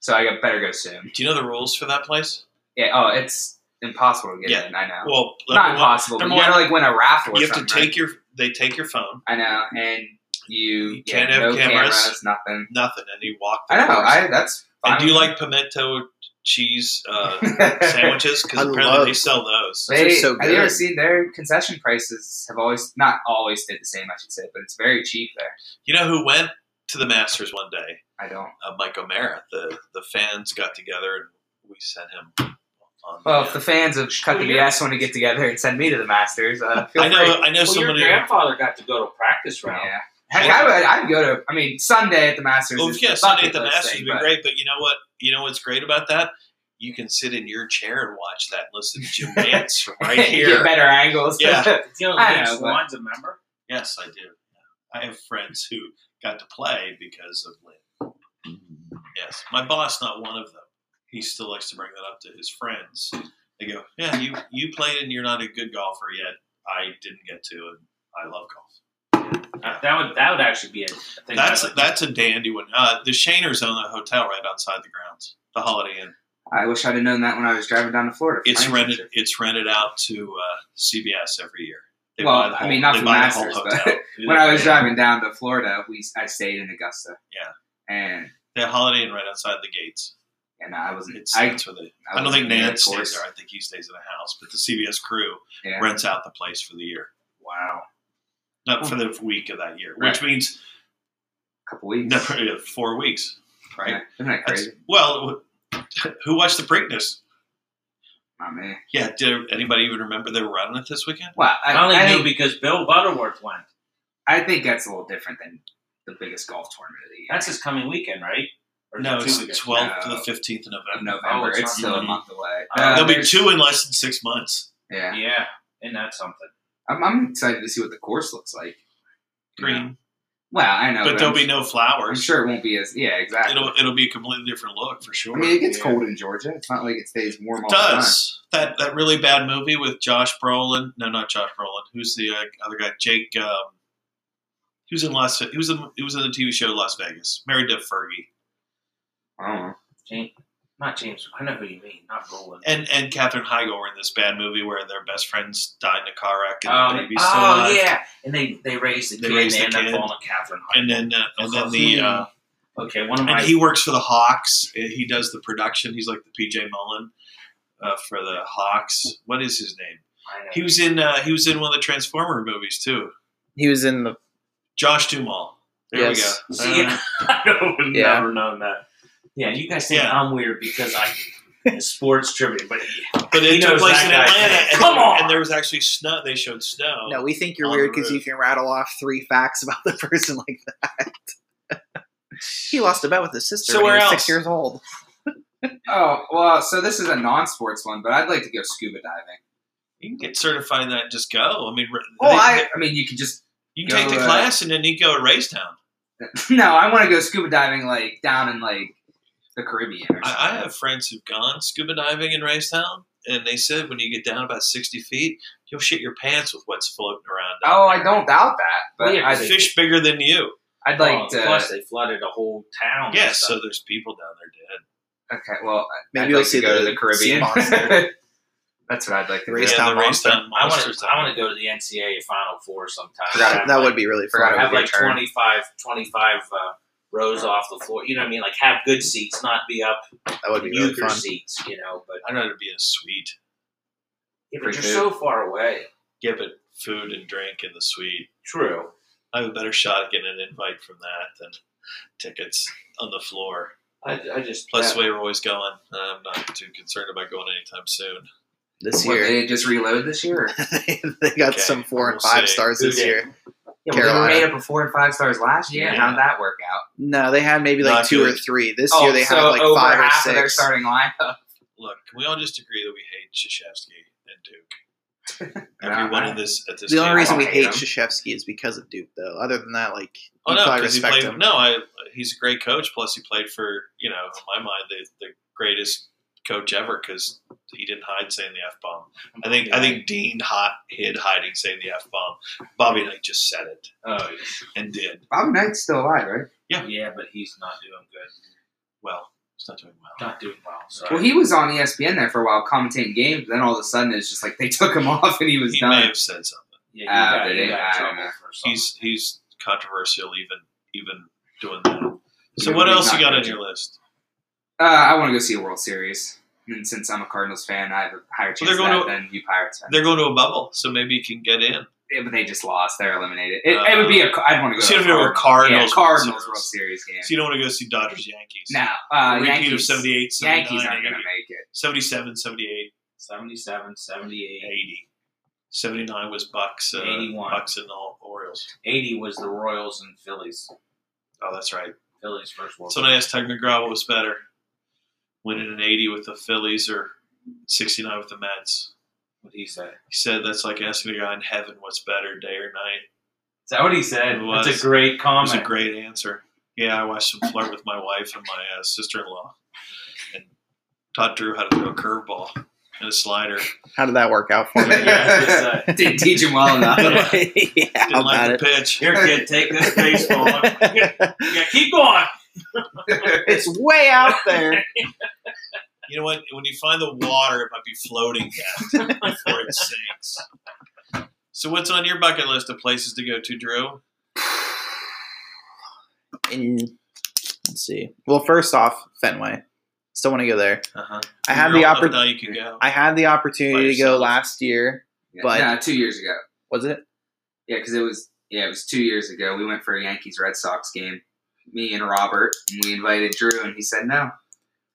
Speaker 4: So I got better go soon.
Speaker 1: Do you know the rules for that place?
Speaker 4: Yeah. Oh, it's impossible to get
Speaker 1: Yeah.
Speaker 4: in. I know.
Speaker 1: Well,
Speaker 4: not
Speaker 1: number one,
Speaker 4: impossible, but
Speaker 1: number
Speaker 4: you gotta
Speaker 1: one,
Speaker 4: like win a raft or
Speaker 1: you have
Speaker 4: something.
Speaker 1: to take your they take your phone,
Speaker 4: right? I know, and you,
Speaker 1: You
Speaker 4: yeah,
Speaker 1: can't have
Speaker 4: no
Speaker 1: cameras.
Speaker 4: nothing.
Speaker 1: nothing, and you walk.
Speaker 4: I
Speaker 1: the
Speaker 4: know.
Speaker 1: course.
Speaker 4: I that's. Fine.
Speaker 1: and do you like pimento cheese uh, sandwiches? Because
Speaker 3: I
Speaker 1: apparently
Speaker 3: love-
Speaker 1: they sell those.
Speaker 3: Those are
Speaker 4: They,
Speaker 3: so
Speaker 4: Have you ever
Speaker 3: good.
Speaker 4: seen their concession prices have always not always stayed the same, I should say, but it's very cheap there.
Speaker 1: You know who went to the Masters one day?
Speaker 4: I don't.
Speaker 1: Uh, Mike O'Mara. The the fans got together and we sent him. On
Speaker 4: Well, if
Speaker 1: the,
Speaker 4: the fans of E. Cut the BS want to get together and send me to the Masters, uh, feel
Speaker 1: I
Speaker 4: free.
Speaker 1: know I know
Speaker 2: well, your
Speaker 1: somebody.
Speaker 2: grandfather got to go to practice round.
Speaker 4: Yeah. Heck, I would, I'd go to, I mean, Sunday at the Masters.
Speaker 1: Well,
Speaker 4: is
Speaker 1: Oh, yeah,
Speaker 4: the
Speaker 1: Sunday at
Speaker 4: bucket
Speaker 1: the
Speaker 4: list
Speaker 1: Masters
Speaker 4: thing,
Speaker 1: would be
Speaker 4: but
Speaker 1: great, but you know what? You know what's great about that? You can sit in your chair and watch that. and Listen to Jim Nance right
Speaker 4: get
Speaker 1: here.
Speaker 4: better angles.
Speaker 1: Yeah.
Speaker 2: You know,
Speaker 4: I know,
Speaker 2: Vince
Speaker 4: but-
Speaker 2: Vaughn's a member.
Speaker 1: yes, I do. I have friends who got to play because of Lynn. Yes, my boss, not one of them. He still likes to bring that up to his friends. They go, "Yeah, you you played and you're not a good golfer yet. I didn't get to, and I love golf."
Speaker 2: Uh, that would that would actually be a thing.
Speaker 1: That's
Speaker 2: I would-
Speaker 1: that's a dandy one. Uh, the Shaners own a hotel right outside the grounds, the Holiday Inn.
Speaker 4: I wish I'd have known that when I was driving down to Florida. for
Speaker 1: It's
Speaker 4: my
Speaker 1: rented.
Speaker 4: internship.
Speaker 1: It's rented out to uh, CBS every year.
Speaker 4: Well,
Speaker 1: buy the
Speaker 4: I mean, not
Speaker 1: they
Speaker 4: for
Speaker 1: buy
Speaker 4: Masters, but When I was driving down to Florida, we I stayed in Augusta.
Speaker 1: Yeah.
Speaker 4: And,
Speaker 1: the Holiday Inn right outside the gates.
Speaker 4: and I wasn't.
Speaker 1: It's,
Speaker 4: I,
Speaker 1: that's where they. I
Speaker 4: I
Speaker 1: don't
Speaker 4: wasn't
Speaker 1: think
Speaker 4: there,
Speaker 1: Nan
Speaker 4: of
Speaker 1: stays
Speaker 4: course.
Speaker 1: there. I think he stays in a house. But the CBS crew
Speaker 4: Yeah.
Speaker 1: rents out the place for the year.
Speaker 4: Wow.
Speaker 1: Not for the week of that year, which
Speaker 4: Right.
Speaker 1: means
Speaker 4: A couple weeks.
Speaker 1: no, four weeks, right?
Speaker 4: Yeah, Isn't that
Speaker 1: That's-
Speaker 4: crazy?
Speaker 1: well, who watched the Preakness?
Speaker 4: Not me.
Speaker 1: Yeah, did anybody even remember they were running it this weekend?
Speaker 4: Well, I,
Speaker 2: I only
Speaker 4: I
Speaker 2: knew
Speaker 4: think,
Speaker 2: because Bill Butterworth went.
Speaker 4: I think that's a little different than the biggest golf tournament of the year.
Speaker 2: That's this coming weekend, right? Or
Speaker 1: No,
Speaker 2: two
Speaker 1: it's the
Speaker 2: weekends?
Speaker 1: 12th to the
Speaker 4: No.
Speaker 1: 15th of
Speaker 4: in
Speaker 1: November.
Speaker 2: Oh,
Speaker 4: November.
Speaker 2: it's
Speaker 4: it's
Speaker 2: not
Speaker 4: still a
Speaker 1: really-
Speaker 4: month away.
Speaker 2: Uh,
Speaker 1: There'll be
Speaker 4: there's-
Speaker 1: two in less than six months.
Speaker 4: Yeah,
Speaker 2: Yeah, and that's something.
Speaker 4: I'm, I'm excited to see what the course looks like. You
Speaker 1: Green.
Speaker 4: know? Well, I know,
Speaker 1: but there'll
Speaker 4: I'm,
Speaker 1: be no
Speaker 4: I'm
Speaker 1: flowers.
Speaker 4: sure it won't be as. Yeah, exactly.
Speaker 1: It'll it'll be a completely different look for sure.
Speaker 4: I mean, it gets
Speaker 2: yeah.
Speaker 4: cold in Georgia. It's not like it stays warm.
Speaker 1: It
Speaker 4: all the time.
Speaker 1: does that that really bad movie with Josh Brolin? No, not Josh Brolin. Who's the uh, other guy? Jake. Um, who's in Las? Who's in? He was in the TV show Las Vegas. Married to Fergie
Speaker 4: I don't know.
Speaker 2: James, not James. I know who you mean. Not Roland.
Speaker 1: and and Katherine Heigl were in this bad movie where their best friends died in a car wreck and
Speaker 2: Um,
Speaker 1: the baby's still
Speaker 2: oh
Speaker 1: alive.
Speaker 2: yeah, and they they raised the
Speaker 1: They
Speaker 2: kid.
Speaker 1: raised the
Speaker 2: and they end
Speaker 1: kid.
Speaker 2: up falling to Catherine. Heigl.
Speaker 1: And then uh, and then the uh,
Speaker 2: okay, one of my
Speaker 1: and he works for the Hawks. Uh, He does the production. He's like the PJ Mullen uh, for the Hawks. What is his name?
Speaker 2: I know.
Speaker 1: He was in uh, he was in one of the Transformer movies too.
Speaker 3: He was in the
Speaker 1: Josh Duhamel. There
Speaker 3: Yes.
Speaker 1: we go.
Speaker 2: See,
Speaker 1: Uh,
Speaker 2: I would
Speaker 3: Yeah.
Speaker 2: never known that. Yeah, you guys think
Speaker 1: Yeah.
Speaker 2: I'm weird because I am sports trivia, but
Speaker 1: but
Speaker 2: He
Speaker 1: it took
Speaker 2: knows
Speaker 1: place
Speaker 2: that
Speaker 1: in
Speaker 2: guy.
Speaker 1: Atlanta. And,
Speaker 2: Come on!
Speaker 1: and there was actually snow. They showed snow.
Speaker 3: No, we think you're
Speaker 1: On
Speaker 3: weird
Speaker 1: the
Speaker 3: because you
Speaker 1: roof.
Speaker 3: can rattle off three facts about the person like that. he lost a bet with his sister
Speaker 1: So
Speaker 3: when
Speaker 1: where
Speaker 3: he
Speaker 1: else?
Speaker 3: was six years old.
Speaker 4: Oh well, so this is a non-sports one, but I'd like to go scuba diving.
Speaker 1: you can get certified in that and just go. I mean, re-
Speaker 4: Oh,
Speaker 1: they-
Speaker 4: I, I mean, you could just
Speaker 1: you can take
Speaker 4: go,
Speaker 1: the
Speaker 4: uh,
Speaker 1: class and then you go to Racetown.
Speaker 4: no. I want to go scuba diving like down in like the Caribbean. Or something.
Speaker 1: I, I have friends who've gone scuba diving in Racetown, and they said when you get down about sixty feet, you'll shit your pants with what's floating around. down
Speaker 4: oh, I
Speaker 1: there.
Speaker 4: don't doubt that, but
Speaker 2: Well, yeah,
Speaker 4: I,
Speaker 1: A fish bigger than you.
Speaker 4: I'd like
Speaker 2: Oh,
Speaker 4: to.
Speaker 2: plus they flooded a whole town. and
Speaker 1: Yes.
Speaker 2: stuff.
Speaker 1: So there's people down there dead.
Speaker 4: Okay, well,
Speaker 3: Maybe
Speaker 4: I'd
Speaker 3: you'll
Speaker 4: like
Speaker 3: see
Speaker 4: to go
Speaker 3: the
Speaker 4: to the
Speaker 3: sea
Speaker 4: Caribbean.
Speaker 3: monster.
Speaker 4: That's what I'd like to do.
Speaker 3: Race
Speaker 1: yeah,
Speaker 3: Town
Speaker 1: the
Speaker 3: Monster.
Speaker 1: Racetown
Speaker 2: I want
Speaker 1: monsters.
Speaker 2: to. I want to go to the NCAA Final Four sometime.
Speaker 4: Forgot
Speaker 2: Have
Speaker 3: that
Speaker 2: like-
Speaker 3: would be really
Speaker 4: forgot
Speaker 3: fun.
Speaker 4: it
Speaker 2: have
Speaker 4: was
Speaker 2: like
Speaker 4: your turn.
Speaker 2: 25, 25 uh, rows off the floor. You know what I mean? Like have good seats, not be up
Speaker 3: That would be really
Speaker 2: euchre
Speaker 3: fun.
Speaker 2: seats. You know, but
Speaker 1: I'd rather be in a suite.
Speaker 2: yeah, but
Speaker 4: Free
Speaker 2: you're
Speaker 4: food.
Speaker 2: so far away.
Speaker 1: Yeah, but food and drink in the suite.
Speaker 2: True.
Speaker 1: I have a better shot at getting an invite from that than tickets on the floor.
Speaker 2: I, I just
Speaker 1: Plus,
Speaker 2: yeah.
Speaker 1: the way we're always going, I'm not too concerned about going anytime soon.
Speaker 3: This
Speaker 4: What,
Speaker 3: year,
Speaker 4: they just reload this year?
Speaker 3: they got
Speaker 1: Okay,
Speaker 3: some four and
Speaker 1: we'll
Speaker 3: five
Speaker 1: see.
Speaker 3: stars
Speaker 2: Who
Speaker 3: this
Speaker 2: did?
Speaker 3: year.
Speaker 4: Yeah, well,
Speaker 3: Carolina.
Speaker 4: they made it for four and five stars last year.
Speaker 2: Yeah.
Speaker 4: How'd that work out?
Speaker 3: No, they had maybe like
Speaker 1: Not
Speaker 3: two or
Speaker 1: good.
Speaker 3: three. This
Speaker 4: oh,
Speaker 3: year they
Speaker 4: so
Speaker 3: have like
Speaker 4: over
Speaker 3: five or
Speaker 4: half of their
Speaker 3: six.
Speaker 4: starting lineup.
Speaker 1: Look, can we all just agree that we hate Shashevsky and Duke?
Speaker 4: No,
Speaker 1: Everyone
Speaker 4: I-
Speaker 1: in this at this
Speaker 3: the only
Speaker 1: table.
Speaker 3: reason we
Speaker 4: hate
Speaker 3: hate
Speaker 4: him.
Speaker 3: Shashevsky is because of Duke, though. Other than that, like
Speaker 1: Oh
Speaker 3: you
Speaker 1: no,
Speaker 3: probably
Speaker 1: because he
Speaker 3: respect
Speaker 1: played.
Speaker 3: him.
Speaker 1: No, I. He's a great coach. Plus, he played for you know, in my mind, the, the greatest coach ever because he didn't hide saying the f bomb. I think I think Dean hot hid hiding saying the f bomb. Bobby Knight just said it
Speaker 2: Oh,
Speaker 1: and did
Speaker 4: Bobby Knight's still alive, right?
Speaker 2: yeah. yeah, but he's not doing good.
Speaker 1: well. He's not doing well.
Speaker 2: Not doing well. So
Speaker 4: Well, he was on E ESPN there for a while commentating games. Then all of a sudden, it's just like they took him off and he was
Speaker 1: He may
Speaker 4: done.
Speaker 1: have said something.
Speaker 2: yeah, you
Speaker 4: Ah,
Speaker 2: got,
Speaker 4: but
Speaker 2: you
Speaker 4: it-
Speaker 2: got in
Speaker 4: I don't
Speaker 2: trouble
Speaker 4: know.
Speaker 2: for something.
Speaker 1: He's he's controversial even even doing that. So
Speaker 4: Yeah,
Speaker 1: what
Speaker 4: he's
Speaker 1: else you
Speaker 4: not
Speaker 1: got on
Speaker 4: good.
Speaker 1: your list?
Speaker 4: Uh, I want to go see a World Series, and since I'm a Cardinals fan, I have a higher chance
Speaker 1: they're
Speaker 4: of that
Speaker 1: going
Speaker 4: than you Pirates fans.
Speaker 1: They're going to a bubble, so maybe you can get in.
Speaker 4: Yeah, but they just lost. They're eliminated. It,
Speaker 1: Uh,
Speaker 4: it would Oh. be a. I'd want to go.
Speaker 1: See
Speaker 4: to
Speaker 1: if they were
Speaker 4: yeah,
Speaker 1: Cardinals.
Speaker 4: Cardinals World Series game.
Speaker 1: So you don't want to go see Dodgers Yankees.
Speaker 4: No, uh,
Speaker 1: repeat
Speaker 4: Yankees,
Speaker 1: of 78, 79,
Speaker 4: Yankees aren't going to
Speaker 1: 80,
Speaker 4: make it.
Speaker 1: 77, 78,
Speaker 2: 77, 78,
Speaker 1: 80. 79 was Bucks, uh,
Speaker 2: 81.
Speaker 1: Bucks and all Orioles.
Speaker 2: 80 was the Royals and Phillies.
Speaker 1: Oh, that's right.
Speaker 2: Phillies first World
Speaker 1: So when I asked Tug McGraw what was better, winning an 80 with the Phillies or 69 with the Mets,
Speaker 2: What he said?
Speaker 1: he said that's like asking a guy in heaven what's better, day or night.
Speaker 2: Is that what he said?
Speaker 1: It was.
Speaker 2: That's a great
Speaker 1: It
Speaker 2: comment.
Speaker 1: was a great answer. Yeah, I watched him flirt with my wife and my uh, sister-in-law, and taught Drew how to throw a curveball and a slider.
Speaker 3: How did that work out for me?
Speaker 2: yeah, it's just, uh,
Speaker 4: Didn't teach him well enough.
Speaker 3: yeah,
Speaker 1: Didn't
Speaker 3: how
Speaker 1: like
Speaker 3: about
Speaker 1: the
Speaker 3: it?
Speaker 1: pitch.
Speaker 2: Here, kid, take this baseball. yeah, keep going.
Speaker 3: It's way out there.
Speaker 1: You know what? When you find the water, it might be floating down before it sinks. So, what's on your bucket list of places to go to, Drew?
Speaker 3: And- let's see. Well, first off, Fenway. Still want to go there.
Speaker 1: Uh-huh.
Speaker 3: I had the
Speaker 1: opportunity.
Speaker 3: oppor-
Speaker 1: Now you can go.
Speaker 3: I had the opportunity
Speaker 1: By
Speaker 3: to go
Speaker 1: yourself.
Speaker 3: last year.
Speaker 4: Yeah,
Speaker 3: But-
Speaker 4: no, two years ago.
Speaker 3: Was it?
Speaker 4: Yeah, because it was yeah, it was two years ago. We went for a Yankees Red Sox game. Me and Robert, and we invited Drew, and he said no.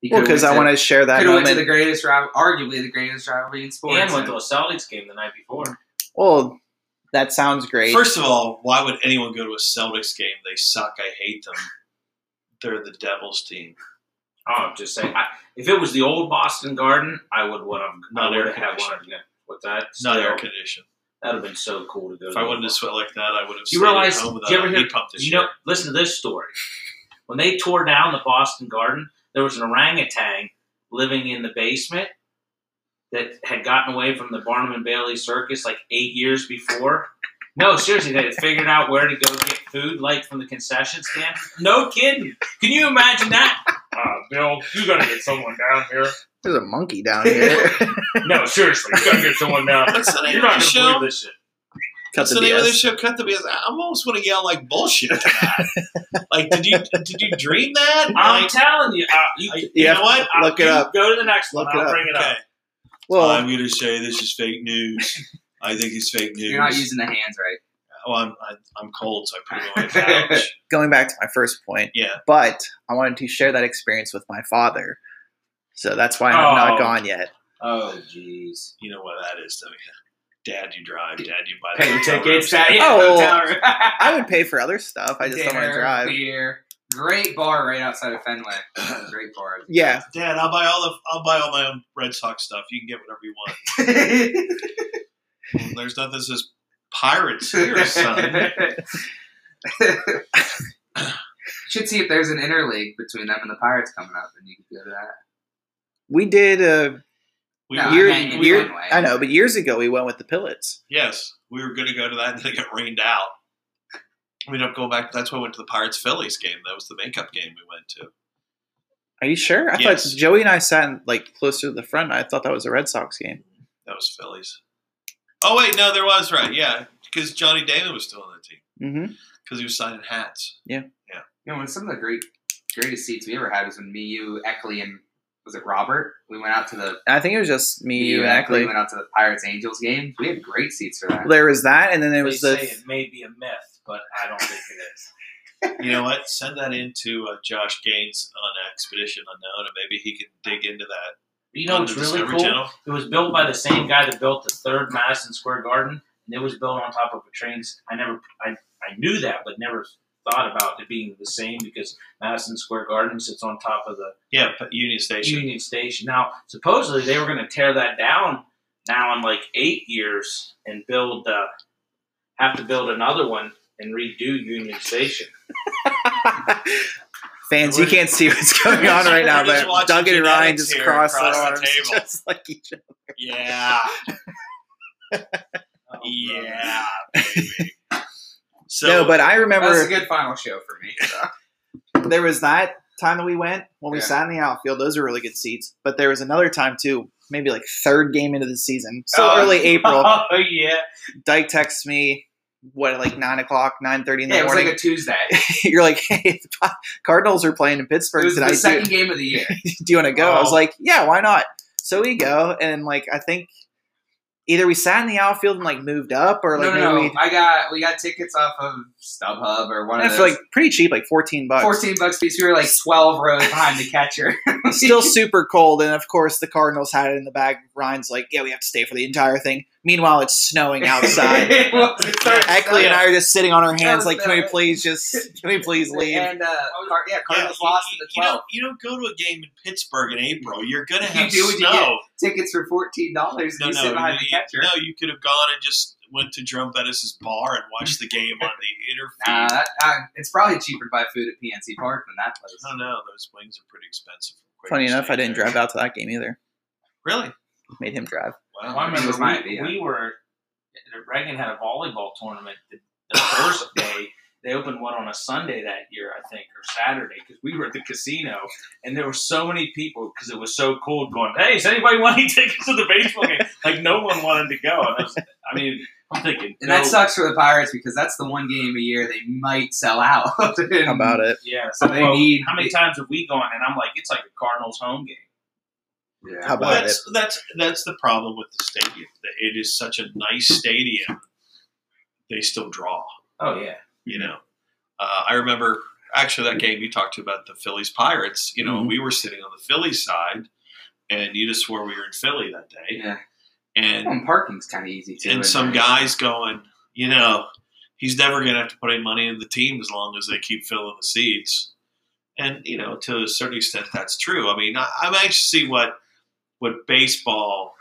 Speaker 4: He
Speaker 3: Well,
Speaker 4: could've
Speaker 3: because
Speaker 4: went
Speaker 3: I
Speaker 4: to-
Speaker 3: want to share that
Speaker 4: Could have went to the
Speaker 3: moment.
Speaker 4: greatest rival, arguably the greatest rivalry in sports.
Speaker 2: And went to a Celtics game the night before.
Speaker 3: Well, that sounds great.
Speaker 1: First of all, why would anyone go to a Celtics game? They suck. I hate them. They're the Devils team.
Speaker 2: Oh, I'm just saying. I, if it was the old Boston Garden, I would want to.
Speaker 1: Not
Speaker 2: I would
Speaker 1: air
Speaker 2: have
Speaker 1: conditioned.
Speaker 2: one of them. With that,
Speaker 1: Not
Speaker 2: still,
Speaker 1: air conditioned.
Speaker 2: That'd have been so cool to go.
Speaker 1: If
Speaker 2: to
Speaker 1: I
Speaker 2: the
Speaker 1: wouldn't have sweat like that, I would have.
Speaker 2: You
Speaker 1: stayed at
Speaker 2: realize-
Speaker 1: home without
Speaker 2: you ever
Speaker 1: a
Speaker 2: hear-
Speaker 1: heat pump this
Speaker 2: you
Speaker 1: year.
Speaker 2: know, listen to this story. When they tore down the Boston Garden, there was an orangutan living in the basement that had gotten away from the Barnum and Bailey circus like eight years before. No, seriously, they had figured out where to go get food, like from the concession stand. No kidding. Can you imagine that? Uh, Bill, you gotta get someone down here.
Speaker 3: There's a monkey down here.
Speaker 2: No, seriously, you gotta get someone down
Speaker 1: What's the name
Speaker 2: You're
Speaker 1: of the
Speaker 2: not gonna
Speaker 1: show?
Speaker 2: believe this shit.
Speaker 3: Cut
Speaker 1: That's
Speaker 3: the
Speaker 1: the name of this
Speaker 3: BS.
Speaker 1: show. Cut the BS. I almost want to yell like bullshit. to that. like, did you did you dream that?
Speaker 2: I'm
Speaker 1: Like,
Speaker 2: telling you. Uh, you,
Speaker 1: I-
Speaker 2: you
Speaker 3: Yeah,
Speaker 2: know what? Uh,
Speaker 3: look it
Speaker 2: you
Speaker 3: up.
Speaker 2: Go to the next one.
Speaker 3: Look it
Speaker 2: I'll
Speaker 3: up.
Speaker 2: bring it up.
Speaker 1: okay.
Speaker 3: Well,
Speaker 1: I'm going to say this is fake news. I think it's fake news.
Speaker 4: You're not using the hands right.
Speaker 1: Oh, I'm I, I'm cold, so I put it on my couch.
Speaker 3: going back to my first point,
Speaker 1: yeah,
Speaker 3: but I wanted to share that experience with my father. So that's why I'm
Speaker 2: Oh.
Speaker 3: not gone yet.
Speaker 2: Oh, jeez.
Speaker 1: you know what that is. Don't you? Dad, you drive. Dad, you buy.
Speaker 2: Pay
Speaker 1: the
Speaker 2: your
Speaker 1: hotel
Speaker 2: tickets.
Speaker 1: rooms.
Speaker 2: That, yeah,
Speaker 3: Oh,
Speaker 2: no
Speaker 3: well,
Speaker 2: doubt.
Speaker 3: I would pay for other stuff. I just don't want to
Speaker 4: Dinner,
Speaker 3: drive.
Speaker 4: Beer. Great bar right outside of Fenway. Great bar.
Speaker 3: Yeah,
Speaker 1: Dad, I'll buy all the I'll buy all my own Red Sox stuff. You can get whatever you want. Well, There's nothing that says pirates here, son.
Speaker 4: Should see if there's an interleague between them and the Pirates coming up, and you can go to that.
Speaker 3: we did. Uh,
Speaker 1: We
Speaker 4: No,
Speaker 1: were-
Speaker 3: year,
Speaker 4: I mean,
Speaker 3: year-
Speaker 4: Fenway.
Speaker 3: I know, but years ago we went with the Pillets.
Speaker 1: yes, we were going to go to that, and then it got rained out. We ended up going back. That's why I went to the Pirates Phillies game. That was the makeup game we went to.
Speaker 3: Are you sure? I
Speaker 1: Yes.
Speaker 3: thought Joey and I sat in, like closer to the front. I thought that was a Red Sox game.
Speaker 1: That was Phillies. Oh wait, no, there was right. Yeah, because Johnny Damon was still on the team
Speaker 3: Mm-hmm.
Speaker 1: because he was signing hats.
Speaker 4: You know, one of some of the great, greatest seats we ever had was when me, you, Eckley, and was it Robert? We went out to the
Speaker 3: I think it was just me, you, and
Speaker 4: We
Speaker 3: Ackley.
Speaker 4: went out to the Pirates Angels game. We had great seats for that.
Speaker 3: There was that, and then there was
Speaker 2: they
Speaker 3: the.
Speaker 2: say it may be a myth, but I don't think it is.
Speaker 1: You know what? Send that in to uh, Josh Gaines on Expedition Unknown, and maybe he can dig into that.
Speaker 2: But you know
Speaker 1: on
Speaker 2: what's
Speaker 1: the
Speaker 2: really
Speaker 1: Discovery
Speaker 2: cool?
Speaker 1: Channel.
Speaker 2: It was built by the same guy that built the third Madison Square Garden, and it was built on top of a train. s- I never, I, I knew that, but never thought about it being the same because Madison Square Garden sits on top of the
Speaker 1: Yeah, but Union Station.
Speaker 2: Union Station. Now, supposedly they were going to tear that down now in like eight years and build, uh, have to build another one and redo Union Station.
Speaker 3: Fans, you can't see what's going on right now,
Speaker 1: We're just
Speaker 3: but
Speaker 1: watching
Speaker 3: Doug and Ryan
Speaker 1: genetics
Speaker 3: just
Speaker 1: here
Speaker 3: crossed their
Speaker 1: across the
Speaker 3: arms,
Speaker 1: table.
Speaker 3: just like each other.
Speaker 1: Yeah,
Speaker 2: Oh, brother.
Speaker 1: yeah, baby. So,
Speaker 3: no, but I
Speaker 4: That was a
Speaker 3: remember
Speaker 4: good final show for me. so.
Speaker 3: there was that time that we went when we
Speaker 4: Yeah.
Speaker 3: sat in the outfield. Those were really good seats. But there was another time too, maybe like third game into the season, so
Speaker 2: Oh.
Speaker 3: early April.
Speaker 2: Oh yeah.
Speaker 3: Dyke texts me what like nine o'clock, nine thirty in the
Speaker 4: Yeah, it was
Speaker 3: morning.
Speaker 4: like a Tuesday.
Speaker 3: You're like, hey, the Cardinals are playing in Pittsburgh
Speaker 4: It was
Speaker 3: tonight.
Speaker 4: the
Speaker 3: dude.
Speaker 4: second game of the year.
Speaker 3: do you want to go? I was
Speaker 2: Oh.
Speaker 3: like, yeah, why not? So we go, and like I think either we sat in the outfield and like moved up, or like
Speaker 4: no, no,
Speaker 3: maybe
Speaker 4: no. I got we got tickets off of StubHub or one
Speaker 3: we, and
Speaker 4: of
Speaker 3: for
Speaker 4: those.
Speaker 3: like pretty cheap, like fourteen bucks.
Speaker 4: fourteen bucks piece. We were like twelve rows behind the catcher.
Speaker 3: Still super cold, and of course the Cardinals had it in the bag. Ryan's like, yeah, we have to stay for the entire thing. Meanwhile, it's snowing outside.
Speaker 4: It was- it started
Speaker 3: Eckley and I are just sitting on our hands,
Speaker 4: was
Speaker 3: like, can we
Speaker 4: bad.
Speaker 3: please just, can we please leave?
Speaker 4: And uh, Car- yeah,
Speaker 1: Oh, Yeah,
Speaker 4: Cardinals
Speaker 1: you-
Speaker 4: lost in
Speaker 1: you,
Speaker 4: the
Speaker 1: you
Speaker 4: twelve.
Speaker 1: don't, you don't go to a game in Pittsburgh in April. You're gonna
Speaker 4: You
Speaker 1: have
Speaker 4: do what you
Speaker 1: snow.
Speaker 4: Tickets for fourteen dollars.
Speaker 1: no,
Speaker 4: you
Speaker 1: no,
Speaker 4: sit behind
Speaker 1: you,
Speaker 4: the catcher.
Speaker 1: no. You could have gone and just went to Jerome Bettis's bar and watched the game on the interview.
Speaker 4: Nah, that- uh, it's probably cheaper to buy food at PNC Park than that place.
Speaker 1: I don't know. Those wings are pretty expensive. Quick
Speaker 3: Funny enough, I
Speaker 1: mistake
Speaker 3: didn't
Speaker 1: there.
Speaker 3: drive out to that game either.
Speaker 1: Really?
Speaker 3: Made him drive.
Speaker 4: Oh,
Speaker 2: Well, I
Speaker 1: Wow.
Speaker 2: remember
Speaker 4: was my
Speaker 2: we,
Speaker 4: idea.
Speaker 2: we were. Reagan had a volleyball tournament the, the first day. They opened one on a Sunday that year, I think, or Saturday, because we were at the casino, and there were so many people because it was so cold. Going, hey, does anybody want any tickets to the baseball game? like no one wanted to go. And I, was, I mean, I'm thinking,
Speaker 4: And
Speaker 2: no,
Speaker 4: that sucks for the Pirates because that's the one game a year they might sell out.
Speaker 3: How about it?
Speaker 2: yeah.
Speaker 4: So they
Speaker 2: well,
Speaker 4: need-
Speaker 2: how many times have we gone? And I'm like, it's like a Cardinals home game.
Speaker 3: How
Speaker 4: Yeah.
Speaker 1: Well,
Speaker 3: about it?
Speaker 1: that's that's that's the problem with the stadium. that It is such a nice stadium. They still draw.
Speaker 2: Oh yeah.
Speaker 1: you know. Uh, I remember actually that game you talked to about the Phillies Pirates. You know,
Speaker 3: Mhm.
Speaker 1: we were sitting on the Phillies side, and you just swore we were in Philly that day.
Speaker 4: Yeah.
Speaker 1: And
Speaker 4: And parking's kind of easy too.
Speaker 1: and
Speaker 4: isn't
Speaker 1: some
Speaker 4: it?
Speaker 1: guys going, you know, he's never going to have to put any money in the team as long as they keep filling the seats. And you know, to a certain extent, that's true. I mean, I, I'm anxious to see what what baseball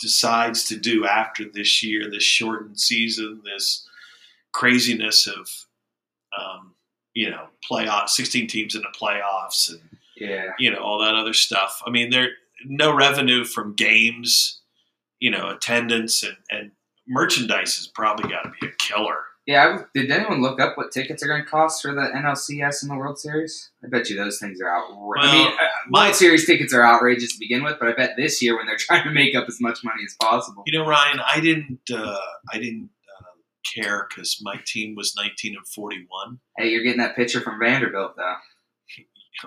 Speaker 1: decides to do after this year, this shortened season, this craziness of um, you know playoff, 16 teams in the playoffs, and
Speaker 4: Yeah.
Speaker 1: you know all that other stuff. I mean, there no revenue from games, you know, attendance and, and merchandise has probably got to be a killer.
Speaker 4: Yeah. I was- did anyone look up what tickets are going to cost for the NLCS and the World Series? I bet you those things are outrageous. I
Speaker 1: Well,
Speaker 4: mean, uh,
Speaker 1: my-
Speaker 4: World Series tickets are outrageous to begin with, but I bet this year when they're trying to make up as much money as possible.
Speaker 1: You know, Ryan, I didn't uh, I didn't uh, care because my team was 19 and 41.
Speaker 4: Hey, you're getting that picture from Vanderbilt though.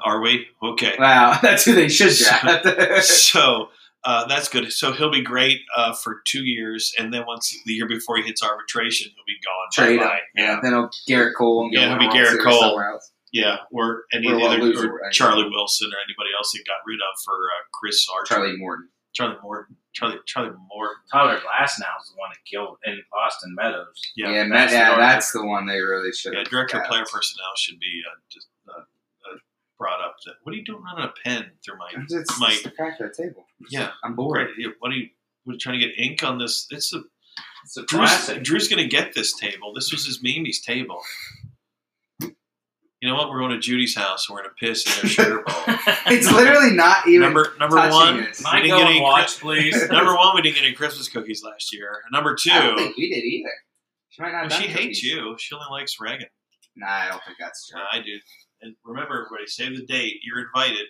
Speaker 1: Are we okay?
Speaker 4: Wow, that's who they should draft.
Speaker 1: so uh, that's good. So he'll be great uh, for two years, and then once the year before he hits arbitration, he'll be gone.
Speaker 4: Trade him.
Speaker 1: Bye-bye. Yeah,
Speaker 4: Then it'll Garrett Cole and get
Speaker 1: Yeah,
Speaker 4: one
Speaker 1: it'll be
Speaker 4: World
Speaker 1: Garrett
Speaker 4: Series
Speaker 1: Cole.
Speaker 4: somewhere else.
Speaker 1: yeah, or any
Speaker 4: Or
Speaker 1: of the
Speaker 4: we'll
Speaker 1: other,
Speaker 4: lose
Speaker 1: or
Speaker 4: it, right?
Speaker 1: Charlie Wilson or anybody else that got rid of for uh, Chris Archer,
Speaker 4: Charlie Morton.
Speaker 1: Charlie Morton, Charlie Charlie Morton.
Speaker 2: Tyler Glasnow is the one that killed and Austin Meadows.
Speaker 1: Yeah,
Speaker 4: yeah, Matt,
Speaker 2: that's the
Speaker 4: yeah,
Speaker 2: guard.
Speaker 4: that's the one they really should.
Speaker 1: Yeah,
Speaker 4: have
Speaker 1: director of
Speaker 4: got.
Speaker 1: player personnel should be uh, just, uh, uh, brought up. That what are you doing running a pen through my
Speaker 4: It's, it's
Speaker 1: my?
Speaker 4: the crack of the table.
Speaker 1: Yeah,
Speaker 4: I'm bored.
Speaker 1: great. Yeah, What are you? We're trying to get ink on this. It's a
Speaker 2: It's a
Speaker 1: Drew's,
Speaker 2: classic.
Speaker 1: Drew's gonna get this table. This was his Mimi's table. You know what? We're going to Judy's house. We're gonna piss in their sugar bowl.
Speaker 4: It's literally not even.
Speaker 1: number number
Speaker 4: touching
Speaker 1: one,
Speaker 4: it.
Speaker 1: we
Speaker 2: Mike,
Speaker 1: didn't
Speaker 2: go
Speaker 1: get
Speaker 2: and
Speaker 1: any.
Speaker 2: watch,
Speaker 1: Chris-
Speaker 2: please.
Speaker 1: number one, we didn't get any Christmas cookies last year. Number
Speaker 4: I don't
Speaker 1: two,
Speaker 4: think we did either. She might not. Have
Speaker 1: she
Speaker 4: done
Speaker 1: hates
Speaker 4: cookies.
Speaker 1: you. She only likes Reagan.
Speaker 4: Nah, I don't think that's true.
Speaker 1: Uh, I do. And remember, everybody, save the date. You're invited.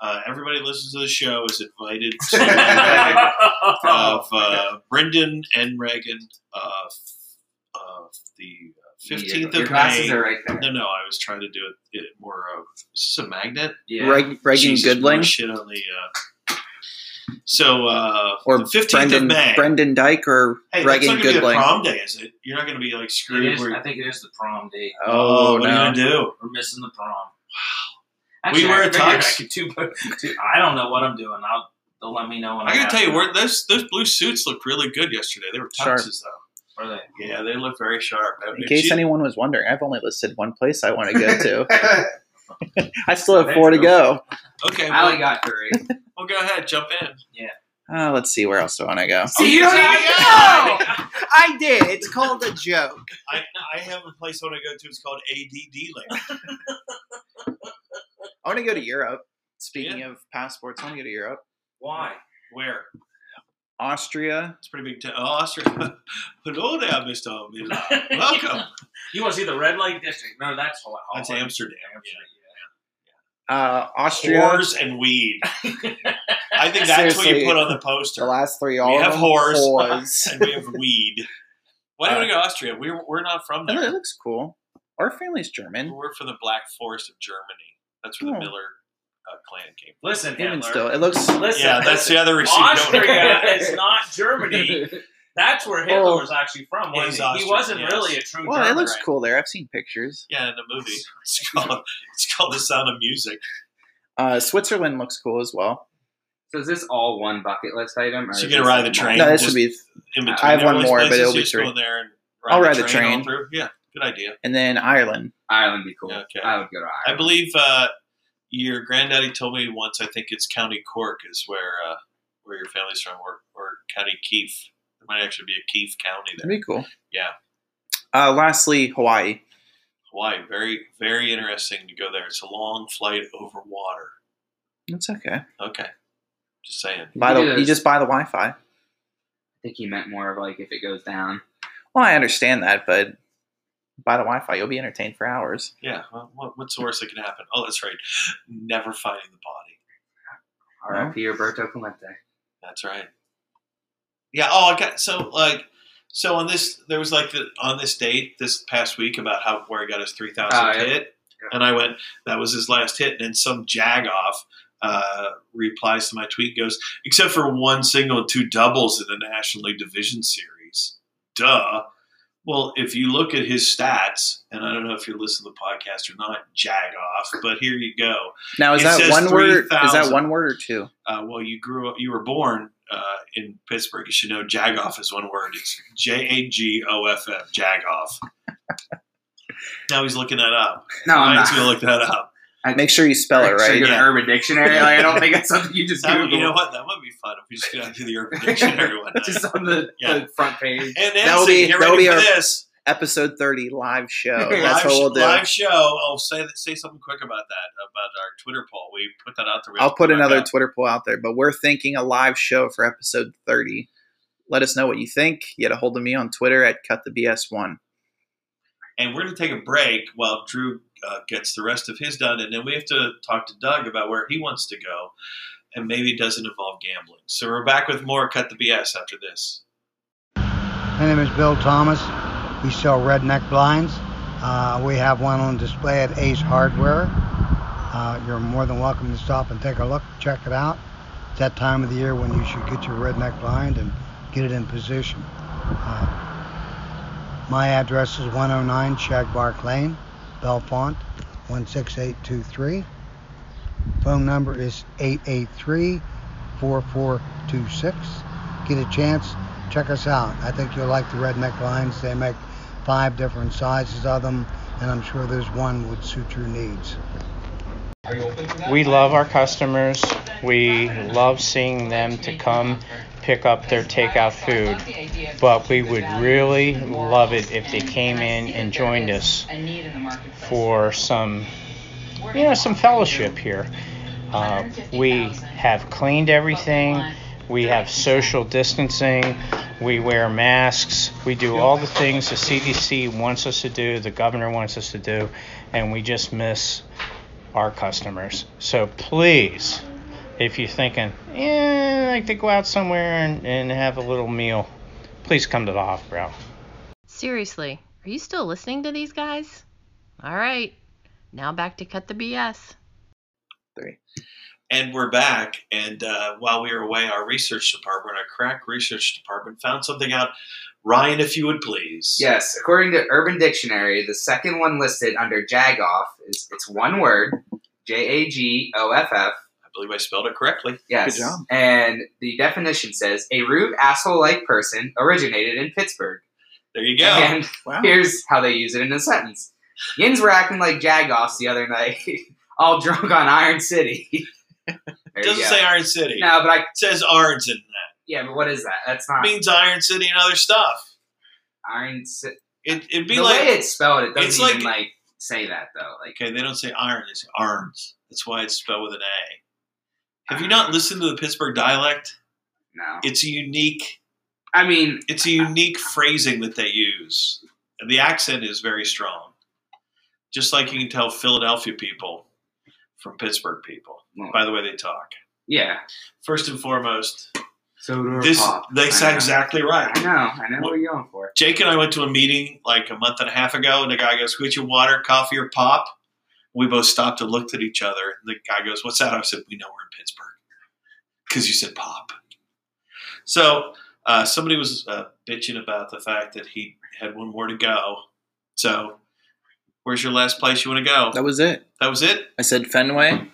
Speaker 1: Uh, everybody who listens to the show is invited to the wedding of uh, Brendan and Reagan uh, f- uh, the
Speaker 4: Yeah,
Speaker 1: 15th
Speaker 4: your
Speaker 1: of
Speaker 4: glasses
Speaker 1: May.
Speaker 4: are right there.
Speaker 1: no, no, I was trying to do it, it more of. Is this a magnet?
Speaker 2: yeah.
Speaker 3: Reg, Regan
Speaker 1: Jesus, more
Speaker 3: Goodling
Speaker 1: Shit on the. uh, so uh,
Speaker 3: or
Speaker 1: the 15th
Speaker 3: Brendan
Speaker 1: of May.
Speaker 3: Brendan Dyke or
Speaker 1: hey, that's
Speaker 3: Reagan
Speaker 1: not gonna be a
Speaker 3: Goodling.
Speaker 1: prom day, is it? You're not going to be like
Speaker 2: It
Speaker 1: screwed.
Speaker 2: is,
Speaker 1: where-
Speaker 2: I think it is the prom date.
Speaker 1: oh, what
Speaker 3: no.
Speaker 1: are you going to do?
Speaker 2: We're missing the prom. Wow.
Speaker 1: We were
Speaker 2: I
Speaker 1: at
Speaker 2: figured I
Speaker 1: Tux.
Speaker 2: could two- two- I don't know what I'm doing. I'll they'll let me know when
Speaker 1: I
Speaker 2: I
Speaker 1: gotta
Speaker 2: have
Speaker 1: tell you,
Speaker 2: to.
Speaker 1: where those those blue suits looked really good yesterday. They were
Speaker 3: Sharp.
Speaker 1: tuxes though.
Speaker 2: Are they?
Speaker 1: Yeah, they look very sharp.
Speaker 3: In case
Speaker 1: She-
Speaker 3: anyone was wondering, I've only listed one place I want to go to. I still have four to go.
Speaker 1: okay, well,
Speaker 4: Allie got three.
Speaker 1: well, go ahead, jump in.
Speaker 3: Uh, let's see, where else do I want to go?
Speaker 4: See, you don't even
Speaker 2: Oh,
Speaker 4: know.
Speaker 3: I did. It's called a joke.
Speaker 1: I, I have a place I want to go to. It's called ADD Land.
Speaker 3: I want to go to Europe. Speaking of passports, I want to go to Europe.
Speaker 2: Why?
Speaker 1: Where?
Speaker 3: Austria.
Speaker 1: It's pretty big. T- oh, Austria. Hello there, Mr. Miller. Welcome.
Speaker 2: You want to see the red light district? No, that's Holland.
Speaker 1: That's Amsterdam.
Speaker 2: Amsterdam,
Speaker 3: Uh, Austria.
Speaker 1: Whores and weed. I think that's what
Speaker 3: Seriously.
Speaker 1: you put on the
Speaker 3: The
Speaker 1: poster.
Speaker 3: last three,
Speaker 1: we
Speaker 3: all of
Speaker 1: have
Speaker 3: them
Speaker 1: whores,
Speaker 3: whores.
Speaker 1: and we have weed. Why do we
Speaker 3: Uh,
Speaker 1: go to Austria? We're, we're not from
Speaker 3: That
Speaker 1: there.
Speaker 3: looks cool. Our family's German.
Speaker 1: We're from the Black Forest of Germany. That's where the
Speaker 3: Oh.
Speaker 1: Miller uh, clan came
Speaker 2: Listen,
Speaker 3: Even
Speaker 2: Hitler.
Speaker 3: still, it looks.
Speaker 2: Listen,
Speaker 1: from. Yeah, that's the other receipt.
Speaker 2: Austria is not Germany. That's where Hitler
Speaker 3: Well,
Speaker 2: was actually from.
Speaker 1: is
Speaker 2: Wasn't he?
Speaker 1: Austria,
Speaker 2: he wasn't
Speaker 1: yes.
Speaker 2: really a true
Speaker 3: Oh. Well,
Speaker 2: German.
Speaker 3: it looks
Speaker 2: right?
Speaker 3: cool there. I've seen pictures.
Speaker 1: Yeah, in the movie. It's called, it's called The Sound of Music.
Speaker 3: Uh, Switzerland looks cool as well.
Speaker 4: So is this all one bucket list item? Or
Speaker 1: So you
Speaker 4: is
Speaker 1: get to
Speaker 4: this
Speaker 1: ride the
Speaker 4: like-
Speaker 1: train.
Speaker 3: No, this
Speaker 1: just
Speaker 3: would be.
Speaker 1: in between
Speaker 3: I have one
Speaker 1: all these
Speaker 3: more, but
Speaker 1: places,
Speaker 3: it'll
Speaker 1: you
Speaker 3: be
Speaker 1: just
Speaker 3: three.
Speaker 1: Go in there and
Speaker 3: I'll ride the
Speaker 1: all
Speaker 3: train.
Speaker 1: through. Yeah, good idea.
Speaker 3: And then Ireland.
Speaker 4: Ireland be cool.
Speaker 1: Okay.
Speaker 4: I would go to Ireland.
Speaker 1: I believe uh, your granddaddy told me once. I think it's County Cork is where uh, where your family's from, or, or County Keefe. There might actually be a Keefe County
Speaker 3: That'd
Speaker 1: there.
Speaker 3: be cool.
Speaker 1: Yeah.
Speaker 3: Uh, lastly, Hawaii.
Speaker 1: Hawaii, very very interesting to go there. It's a long flight over water.
Speaker 3: It's okay.
Speaker 1: Okay, just saying.
Speaker 3: Buy
Speaker 4: It
Speaker 3: the, you
Speaker 4: is.
Speaker 3: just buy the Wi-Fi.
Speaker 4: I think he meant more of like if it goes down.
Speaker 3: Well, I understand that, but buy the Wi-Fi, you'll be entertained for hours.
Speaker 1: Yeah, well, what, what's the worst that can happen? Oh, that's right. Never finding the body.
Speaker 4: R.I.P. Roberto Clemente.
Speaker 1: That's right. Yeah. Oh, I got so like so on this there was like the on this date this past week about how where he got his three thousand
Speaker 4: Oh, yeah.
Speaker 1: hit, and I went that was his last hit, and then some jag off uh, replies to my tweet goes except for one single and two doubles in the National League Division Series, duh. Well, if you look at his stats, and I don't know if you're listening to the podcast or not, jag off, but here you go
Speaker 3: Now, is
Speaker 1: It
Speaker 3: that
Speaker 1: says
Speaker 3: one word? Is
Speaker 1: 3,000.
Speaker 3: that one word or two?
Speaker 1: uh, well, you grew up, you were born uh, in Pittsburgh. You should know Jagoff is one word. It's J A G O F F, Jagoff. now he's looking that up.
Speaker 4: No, I'm
Speaker 1: Ryan's going to
Speaker 4: not.
Speaker 1: look that up.
Speaker 3: Make sure you spell it
Speaker 4: So
Speaker 3: right.
Speaker 4: you go to
Speaker 1: Yeah.
Speaker 4: Urban Dictionary. Like, I don't think that's something you just
Speaker 1: That would-
Speaker 4: Google.
Speaker 1: you know what? That might be fun if we just get out to the Urban Dictionary one night.
Speaker 4: just on the,
Speaker 1: Yeah.
Speaker 4: the front page.
Speaker 1: and
Speaker 3: that'll
Speaker 1: Nancy,
Speaker 3: be-
Speaker 1: get
Speaker 3: that'll
Speaker 1: ready
Speaker 3: be
Speaker 1: for
Speaker 3: our-
Speaker 1: this.
Speaker 3: Episode thirty live show.
Speaker 1: Live,
Speaker 3: That's what we'll do.
Speaker 1: live show. Oh, say say something quick about that about our Twitter poll. We put that out there. We have
Speaker 3: I'll
Speaker 1: to
Speaker 3: put
Speaker 1: that
Speaker 3: another
Speaker 1: out.
Speaker 3: Twitter poll out there, but we're thinking a live show for episode 30. Let us know what you think. Get a hold of me on Twitter at cutthebs1.
Speaker 1: and we're going to take a break while Drew uh, gets the rest of his done, and then we have to talk to Doug about where he wants to go, and maybe it doesn't involve gambling. So we're back with more cut the BS after this.
Speaker 9: My name is Bill Thomas. We sell redneck blinds. Uh, we have one on display at Ace Hardware. Uh, you're more than welcome to stop and take a look, check it out. It's that time of the year when you should get your redneck blind and get it in position. Uh, my address is 109 Shagbark Lane, Belfont, 16823. Phone number is 883 4426. Get a chance, check us out. I think you'll like the redneck lines. They make five different sizes of them, and I'm sure there's one would suit your needs.
Speaker 10: We love our customers. We love seeing them to come pick up their takeout food. But we would really love it if they came in and joined us for some, you know, some fellowship here. Uh, we have cleaned everything. We have social distancing. We wear masks. We do all the things the CDC wants us to do, the governor wants us to do, and we just miss our customers. So please, if you're thinking, eh, I'd like to go out somewhere and, and have a little meal, please come to the Hofbrau.
Speaker 11: Seriously, are you still listening to these guys? All right, now back to cut the BS.
Speaker 3: Three.
Speaker 1: And we're back. And uh, while we were away, our research department, our crack research department, found something out. Ryan, if you would please.
Speaker 4: Yes, according to Urban Dictionary, the second one listed under Jagoff is it's one word, J A G O F F.
Speaker 1: I believe I spelled it correctly.
Speaker 4: Yes.
Speaker 3: Good job.
Speaker 4: And the definition says a rude asshole like person originated in Pittsburgh.
Speaker 1: There you go.
Speaker 4: And here's how they use it in a sentence. Yins were acting like jagoffs the other night, all drunk on Iron City. There you
Speaker 1: Doesn't
Speaker 4: go.
Speaker 1: say Iron City.
Speaker 4: No, but I.
Speaker 1: It says Arns in that.
Speaker 4: Yeah, but what is that? That's not
Speaker 1: It means Iron City and other stuff.
Speaker 4: Iron City.
Speaker 1: It, it'd be
Speaker 4: the
Speaker 1: like
Speaker 4: way it's spelled, it doesn't
Speaker 1: it's
Speaker 4: even
Speaker 1: like-
Speaker 4: like say that though. Like
Speaker 1: Okay, they don't say iron, they say arms. That's why it's spelled with an A. Have you not listened to the Pittsburgh dialect?
Speaker 4: no.
Speaker 1: It's a unique
Speaker 4: I mean,
Speaker 1: it's a unique phrasing that they use. And the accent is very strong. Just like you can tell Philadelphia people from Pittsburgh people
Speaker 4: well,
Speaker 1: by the way they talk.
Speaker 4: yeah.
Speaker 1: First and foforemost,
Speaker 4: So do
Speaker 1: this
Speaker 4: pop. I
Speaker 1: they sound
Speaker 4: know.
Speaker 1: exactly right.
Speaker 4: I know. I know what you're going for.
Speaker 1: Jake and I went to a meeting like a month and a half ago, and the guy goes, "Get your water, coffee, or pop." We both stopped and looked at each other. And the guy goes, "What's that?" I said, "We know we're in Pittsburgh because you said pop." So uh, somebody was uh, bitching about the fact that he had one more to go. So where's your last place you want to go?
Speaker 3: That was it.
Speaker 1: That was it.
Speaker 3: I said Fenway,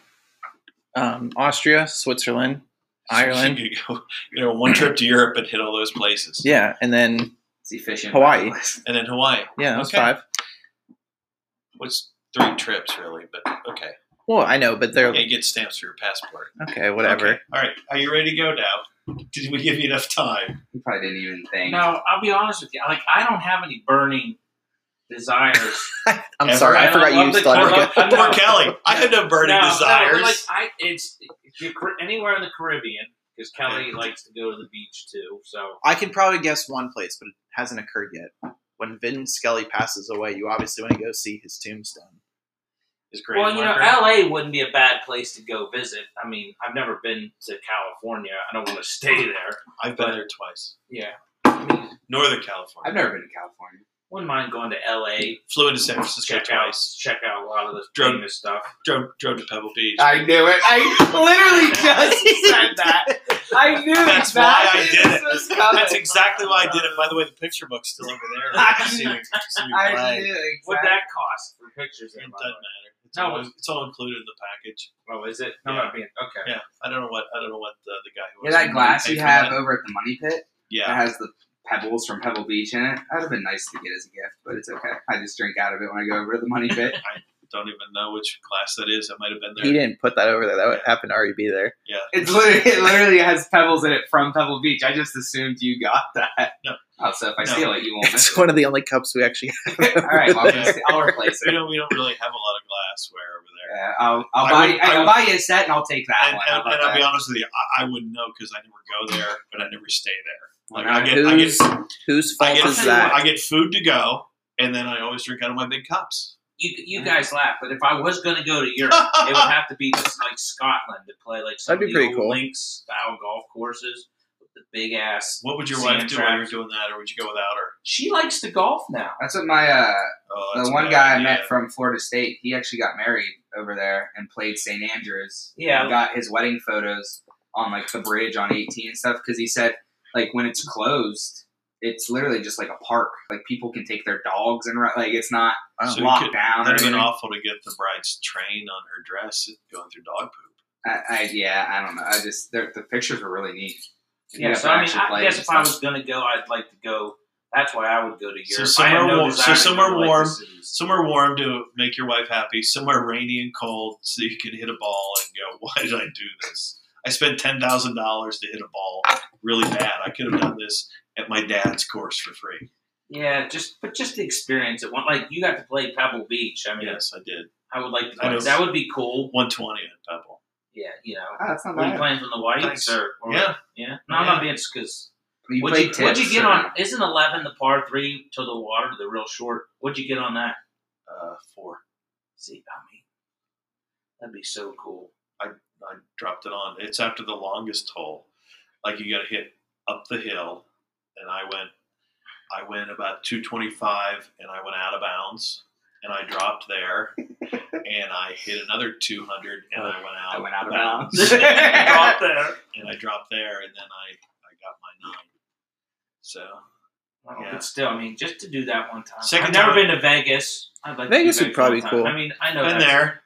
Speaker 3: um, Austria, Switzerland, Ireland.
Speaker 1: you go, you know, one trip to Europe and hit all those places,
Speaker 3: Yeah, and then
Speaker 4: It's efficient.
Speaker 3: Hawaii.
Speaker 1: and then Hawaii.
Speaker 3: yeah, that was
Speaker 1: Okay.
Speaker 3: five.
Speaker 1: What's three trips really? But okay,
Speaker 3: Well, I know, but they're
Speaker 1: yeah, you get stamps for your passport.
Speaker 3: okay. Whatever.
Speaker 1: Okay. All right. Are you ready to go now? Did we give you enough time?
Speaker 4: You probably didn't even think.
Speaker 2: No, I'll be honest with you. Like I don't have any burning desires.
Speaker 3: I'm
Speaker 1: Ever.
Speaker 3: sorry, I,
Speaker 2: I
Speaker 3: forgot
Speaker 2: love
Speaker 3: you
Speaker 2: the
Speaker 3: thought.
Speaker 2: color.
Speaker 3: I was
Speaker 1: Poor Kelly. I had no burning
Speaker 2: no,
Speaker 1: desires.
Speaker 2: No, like I, it's if you're cr- anywhere in the Caribbean because Kelly likes to go to the beach too. So
Speaker 3: I could probably guess one place, but it hasn't occurred yet. When Vin Scully passes away, you obviously want to go see his tombstone.
Speaker 1: Is Grady
Speaker 2: well, you know,
Speaker 1: Marker-
Speaker 2: L.A. wouldn't be a bad place to go visit. I mean, I've never been to California. I don't want to stay there.
Speaker 1: I've been there twice.
Speaker 2: Yeah, I mean,
Speaker 1: Northern
Speaker 4: I've
Speaker 1: California.
Speaker 4: never been to California.
Speaker 2: wouldn't mind going to L.A.
Speaker 1: Flew into San Francisco
Speaker 2: check out
Speaker 1: twice.
Speaker 2: check out a lot of the
Speaker 1: Drug-
Speaker 2: famous stuff.
Speaker 1: Drove, drove to Pebble Beach.
Speaker 4: I knew it. I literally just said that. I knew
Speaker 1: That's
Speaker 4: that
Speaker 1: why I did it.
Speaker 4: was coming.
Speaker 1: That's exactly why I did it. By the way, the picture book's still over there.
Speaker 4: I
Speaker 1: See me- see me
Speaker 4: I
Speaker 1: play.
Speaker 4: knew
Speaker 2: What'd
Speaker 4: exactly.
Speaker 2: that cost for pictures?
Speaker 1: It
Speaker 2: There,
Speaker 1: doesn't
Speaker 2: by the way?
Speaker 1: matter. It's,
Speaker 2: No,
Speaker 1: all,
Speaker 2: it's-
Speaker 1: it's all included in the package.
Speaker 2: Oh, is it? No,
Speaker 1: Yeah.
Speaker 2: I'm being okay.
Speaker 1: Yeah, I don't know what I don't know what the, the guy who
Speaker 4: Yeah,
Speaker 1: was
Speaker 4: that
Speaker 1: in
Speaker 4: glass
Speaker 1: paid
Speaker 4: you
Speaker 1: for
Speaker 4: have
Speaker 1: that.
Speaker 4: over at the Money Pit that
Speaker 1: Yeah,
Speaker 4: has the pebbles from Pebble Beach in it. That'd have been nice to get as a gift, but it's okay. I just drink out of it when I go over to the Money Pit.
Speaker 1: don't even know which class that is. I might have been there.
Speaker 3: He didn't put that over there. That would happen to already be there.
Speaker 4: It's literally, it literally has pebbles in it from Pebble Beach. I just assumed you got that.
Speaker 1: No.
Speaker 4: Oh, so if I
Speaker 1: No.
Speaker 4: steal it, you won't miss
Speaker 3: It's one of the only cups we actually
Speaker 4: it. All right, well, I'm gonna steal- I'll replace
Speaker 1: We
Speaker 4: it.
Speaker 1: don't we don't really have a lot of glassware over there.
Speaker 4: Yeah, I'll, I'll
Speaker 1: I
Speaker 4: buy
Speaker 1: would- I
Speaker 4: I'll
Speaker 1: would-
Speaker 4: buy you a set and I'll take that
Speaker 1: and,
Speaker 4: one. How
Speaker 1: and,
Speaker 4: about
Speaker 1: and I'll be
Speaker 4: that?
Speaker 1: honest with you, I, I wouldn't know because I never go there, but I never stay there. Like
Speaker 4: Well,
Speaker 1: I
Speaker 4: now
Speaker 1: get, I get,
Speaker 3: who's- Whose
Speaker 1: I
Speaker 3: fault
Speaker 1: get,
Speaker 3: is
Speaker 1: food,
Speaker 3: that?
Speaker 1: I get food to go, and then I always drink out of my big cups.
Speaker 2: You, you guys laugh, but if I was going to go to Europe, it would have to be just like Scotland to play like some
Speaker 3: That'd be
Speaker 2: of the
Speaker 3: pretty
Speaker 2: old
Speaker 3: cool.
Speaker 2: links style golf courses with the big ass.
Speaker 1: What would your
Speaker 2: Sand
Speaker 1: wife do while you're
Speaker 2: traps.
Speaker 1: doing that, or would you go without her?
Speaker 2: She likes to golf now.
Speaker 4: That's what my uh,
Speaker 1: Oh, that's
Speaker 4: the
Speaker 1: a
Speaker 4: one
Speaker 1: bad
Speaker 4: guy I
Speaker 1: idea.
Speaker 4: met from Florida State. He actually got married over there and played St. Andrews.
Speaker 2: Yeah.
Speaker 4: And got his wedding photos on like the bridge on 18 and stuff because he said like when it's closed, it's literally just like a park. Like people can take their dogs and run. Like it's not
Speaker 3: Wow.
Speaker 1: So you
Speaker 4: locked
Speaker 1: could-
Speaker 4: down
Speaker 1: That'd
Speaker 4: or
Speaker 1: have
Speaker 4: anything.
Speaker 1: been awful to get the bride's train on her dress going through dog poop.
Speaker 4: I, I, yeah, I don't know. I just they're- the pictures were really neat. And you
Speaker 2: Yeah,
Speaker 4: got
Speaker 2: so
Speaker 4: to
Speaker 2: I mean,
Speaker 4: actually
Speaker 2: I
Speaker 4: play
Speaker 2: guess
Speaker 4: and
Speaker 2: if I
Speaker 4: stuff.
Speaker 2: was going to go, I'd like to go. That's why I would go to Europe.
Speaker 1: So
Speaker 2: I have
Speaker 1: somewhere
Speaker 2: no
Speaker 1: warm- so
Speaker 2: desire to go
Speaker 1: somewhere
Speaker 2: to, like, the
Speaker 1: warm.
Speaker 2: cities.
Speaker 1: Somewhere warm to make your wife happy, somewhere rainy and cold so you can hit a ball and go, why did I do this? I spent $10,000 to hit a ball really bad. I could have done this at my dad's course for free.
Speaker 2: Yeah, just but just the experience. It went like you got to play Pebble Beach. I mean,
Speaker 1: Yes, I did.
Speaker 2: I would like to.
Speaker 1: I
Speaker 2: Play.
Speaker 1: know.
Speaker 2: That would be cool.
Speaker 1: 120 at Pebble.
Speaker 2: Yeah, you know.
Speaker 4: Oh, that's not
Speaker 2: Were you
Speaker 4: bad.
Speaker 2: playing from the Whites
Speaker 1: Thanks.
Speaker 2: or, or
Speaker 1: Yeah.
Speaker 2: yeah? No, I'm
Speaker 1: Yeah.
Speaker 2: not being because
Speaker 4: You
Speaker 2: what'd
Speaker 4: played
Speaker 2: you, what'd you
Speaker 4: tips
Speaker 2: get
Speaker 4: or-
Speaker 2: on? Isn't eleven the par three to the water, the real short? What'd you get on that?
Speaker 1: Uh, four.
Speaker 2: See, I mean, that'd be so cool.
Speaker 1: I dropped it on. It's after the longest hole. Like you got to hit up the hill, and I went, I went about 225, and I went out of bounds, and I dropped there, and I hit another 200, and I went out.
Speaker 4: I went out of
Speaker 1: bounds.
Speaker 4: bounds.
Speaker 2: Drop there.
Speaker 1: and I dropped there, and then I I got my nine. So
Speaker 2: Well,
Speaker 1: Yeah.
Speaker 2: But still, I mean, just to do that one time.
Speaker 1: Second
Speaker 2: I've never
Speaker 1: time.
Speaker 2: been to Vegas. I'd like to
Speaker 3: Vegas
Speaker 2: do
Speaker 3: would probably
Speaker 2: one
Speaker 3: cool.
Speaker 2: time. I mean, I know
Speaker 1: been
Speaker 2: that's-
Speaker 1: there.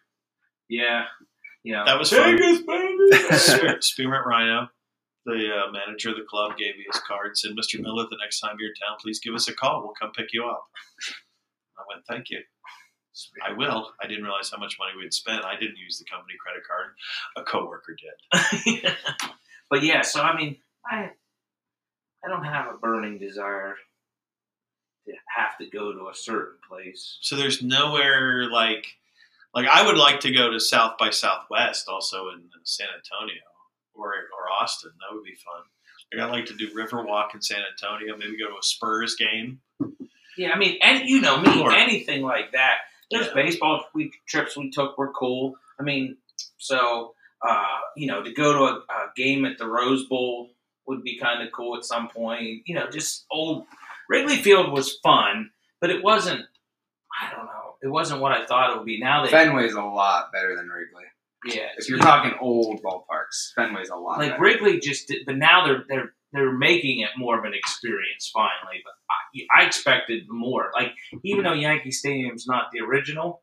Speaker 2: Yeah, you know.
Speaker 1: That was fun.
Speaker 2: Vegas, baby.
Speaker 1: Spearmint Rhino. the uh, manager of the club gave me his card. Said, "Mr. Miller, the next time you're in town, please give us a call. We'll come pick you up." I went, "Thank you." I will. I didn't realize how much money we'd spent. I didn't use the company credit card. A coworker did.
Speaker 2: But yeah, so I mean, I I don't have a burning desire to have to go to a certain place.
Speaker 1: so there's nowhere like, like I would like to go to South by Southwest, also in San Antonio or or Austin. That would be fun. Like I'd like to do Riverwalk in San Antonio. Maybe go to a Spurs game.
Speaker 2: Yeah, I mean, and you know me,
Speaker 1: Sure.
Speaker 2: anything like that. There's
Speaker 1: Yeah.
Speaker 2: baseball we, trips we took were cool. I mean, so uh, you know, to go to a, a game at the Rose Bowl would be kind of cool at some point. You know, just old Wrigley Field was fun, but it wasn't. I don't know. It wasn't what I thought it would be. Now they
Speaker 4: Fenway's a lot better than Wrigley.
Speaker 2: yeah.
Speaker 4: If you're talking old ballparks, Fenway's a lot
Speaker 2: like
Speaker 4: better.
Speaker 2: Wrigley just did, but now they're they're they're making it more of an experience finally. But I, I expected more. Like even though Yankee Stadium's not the original,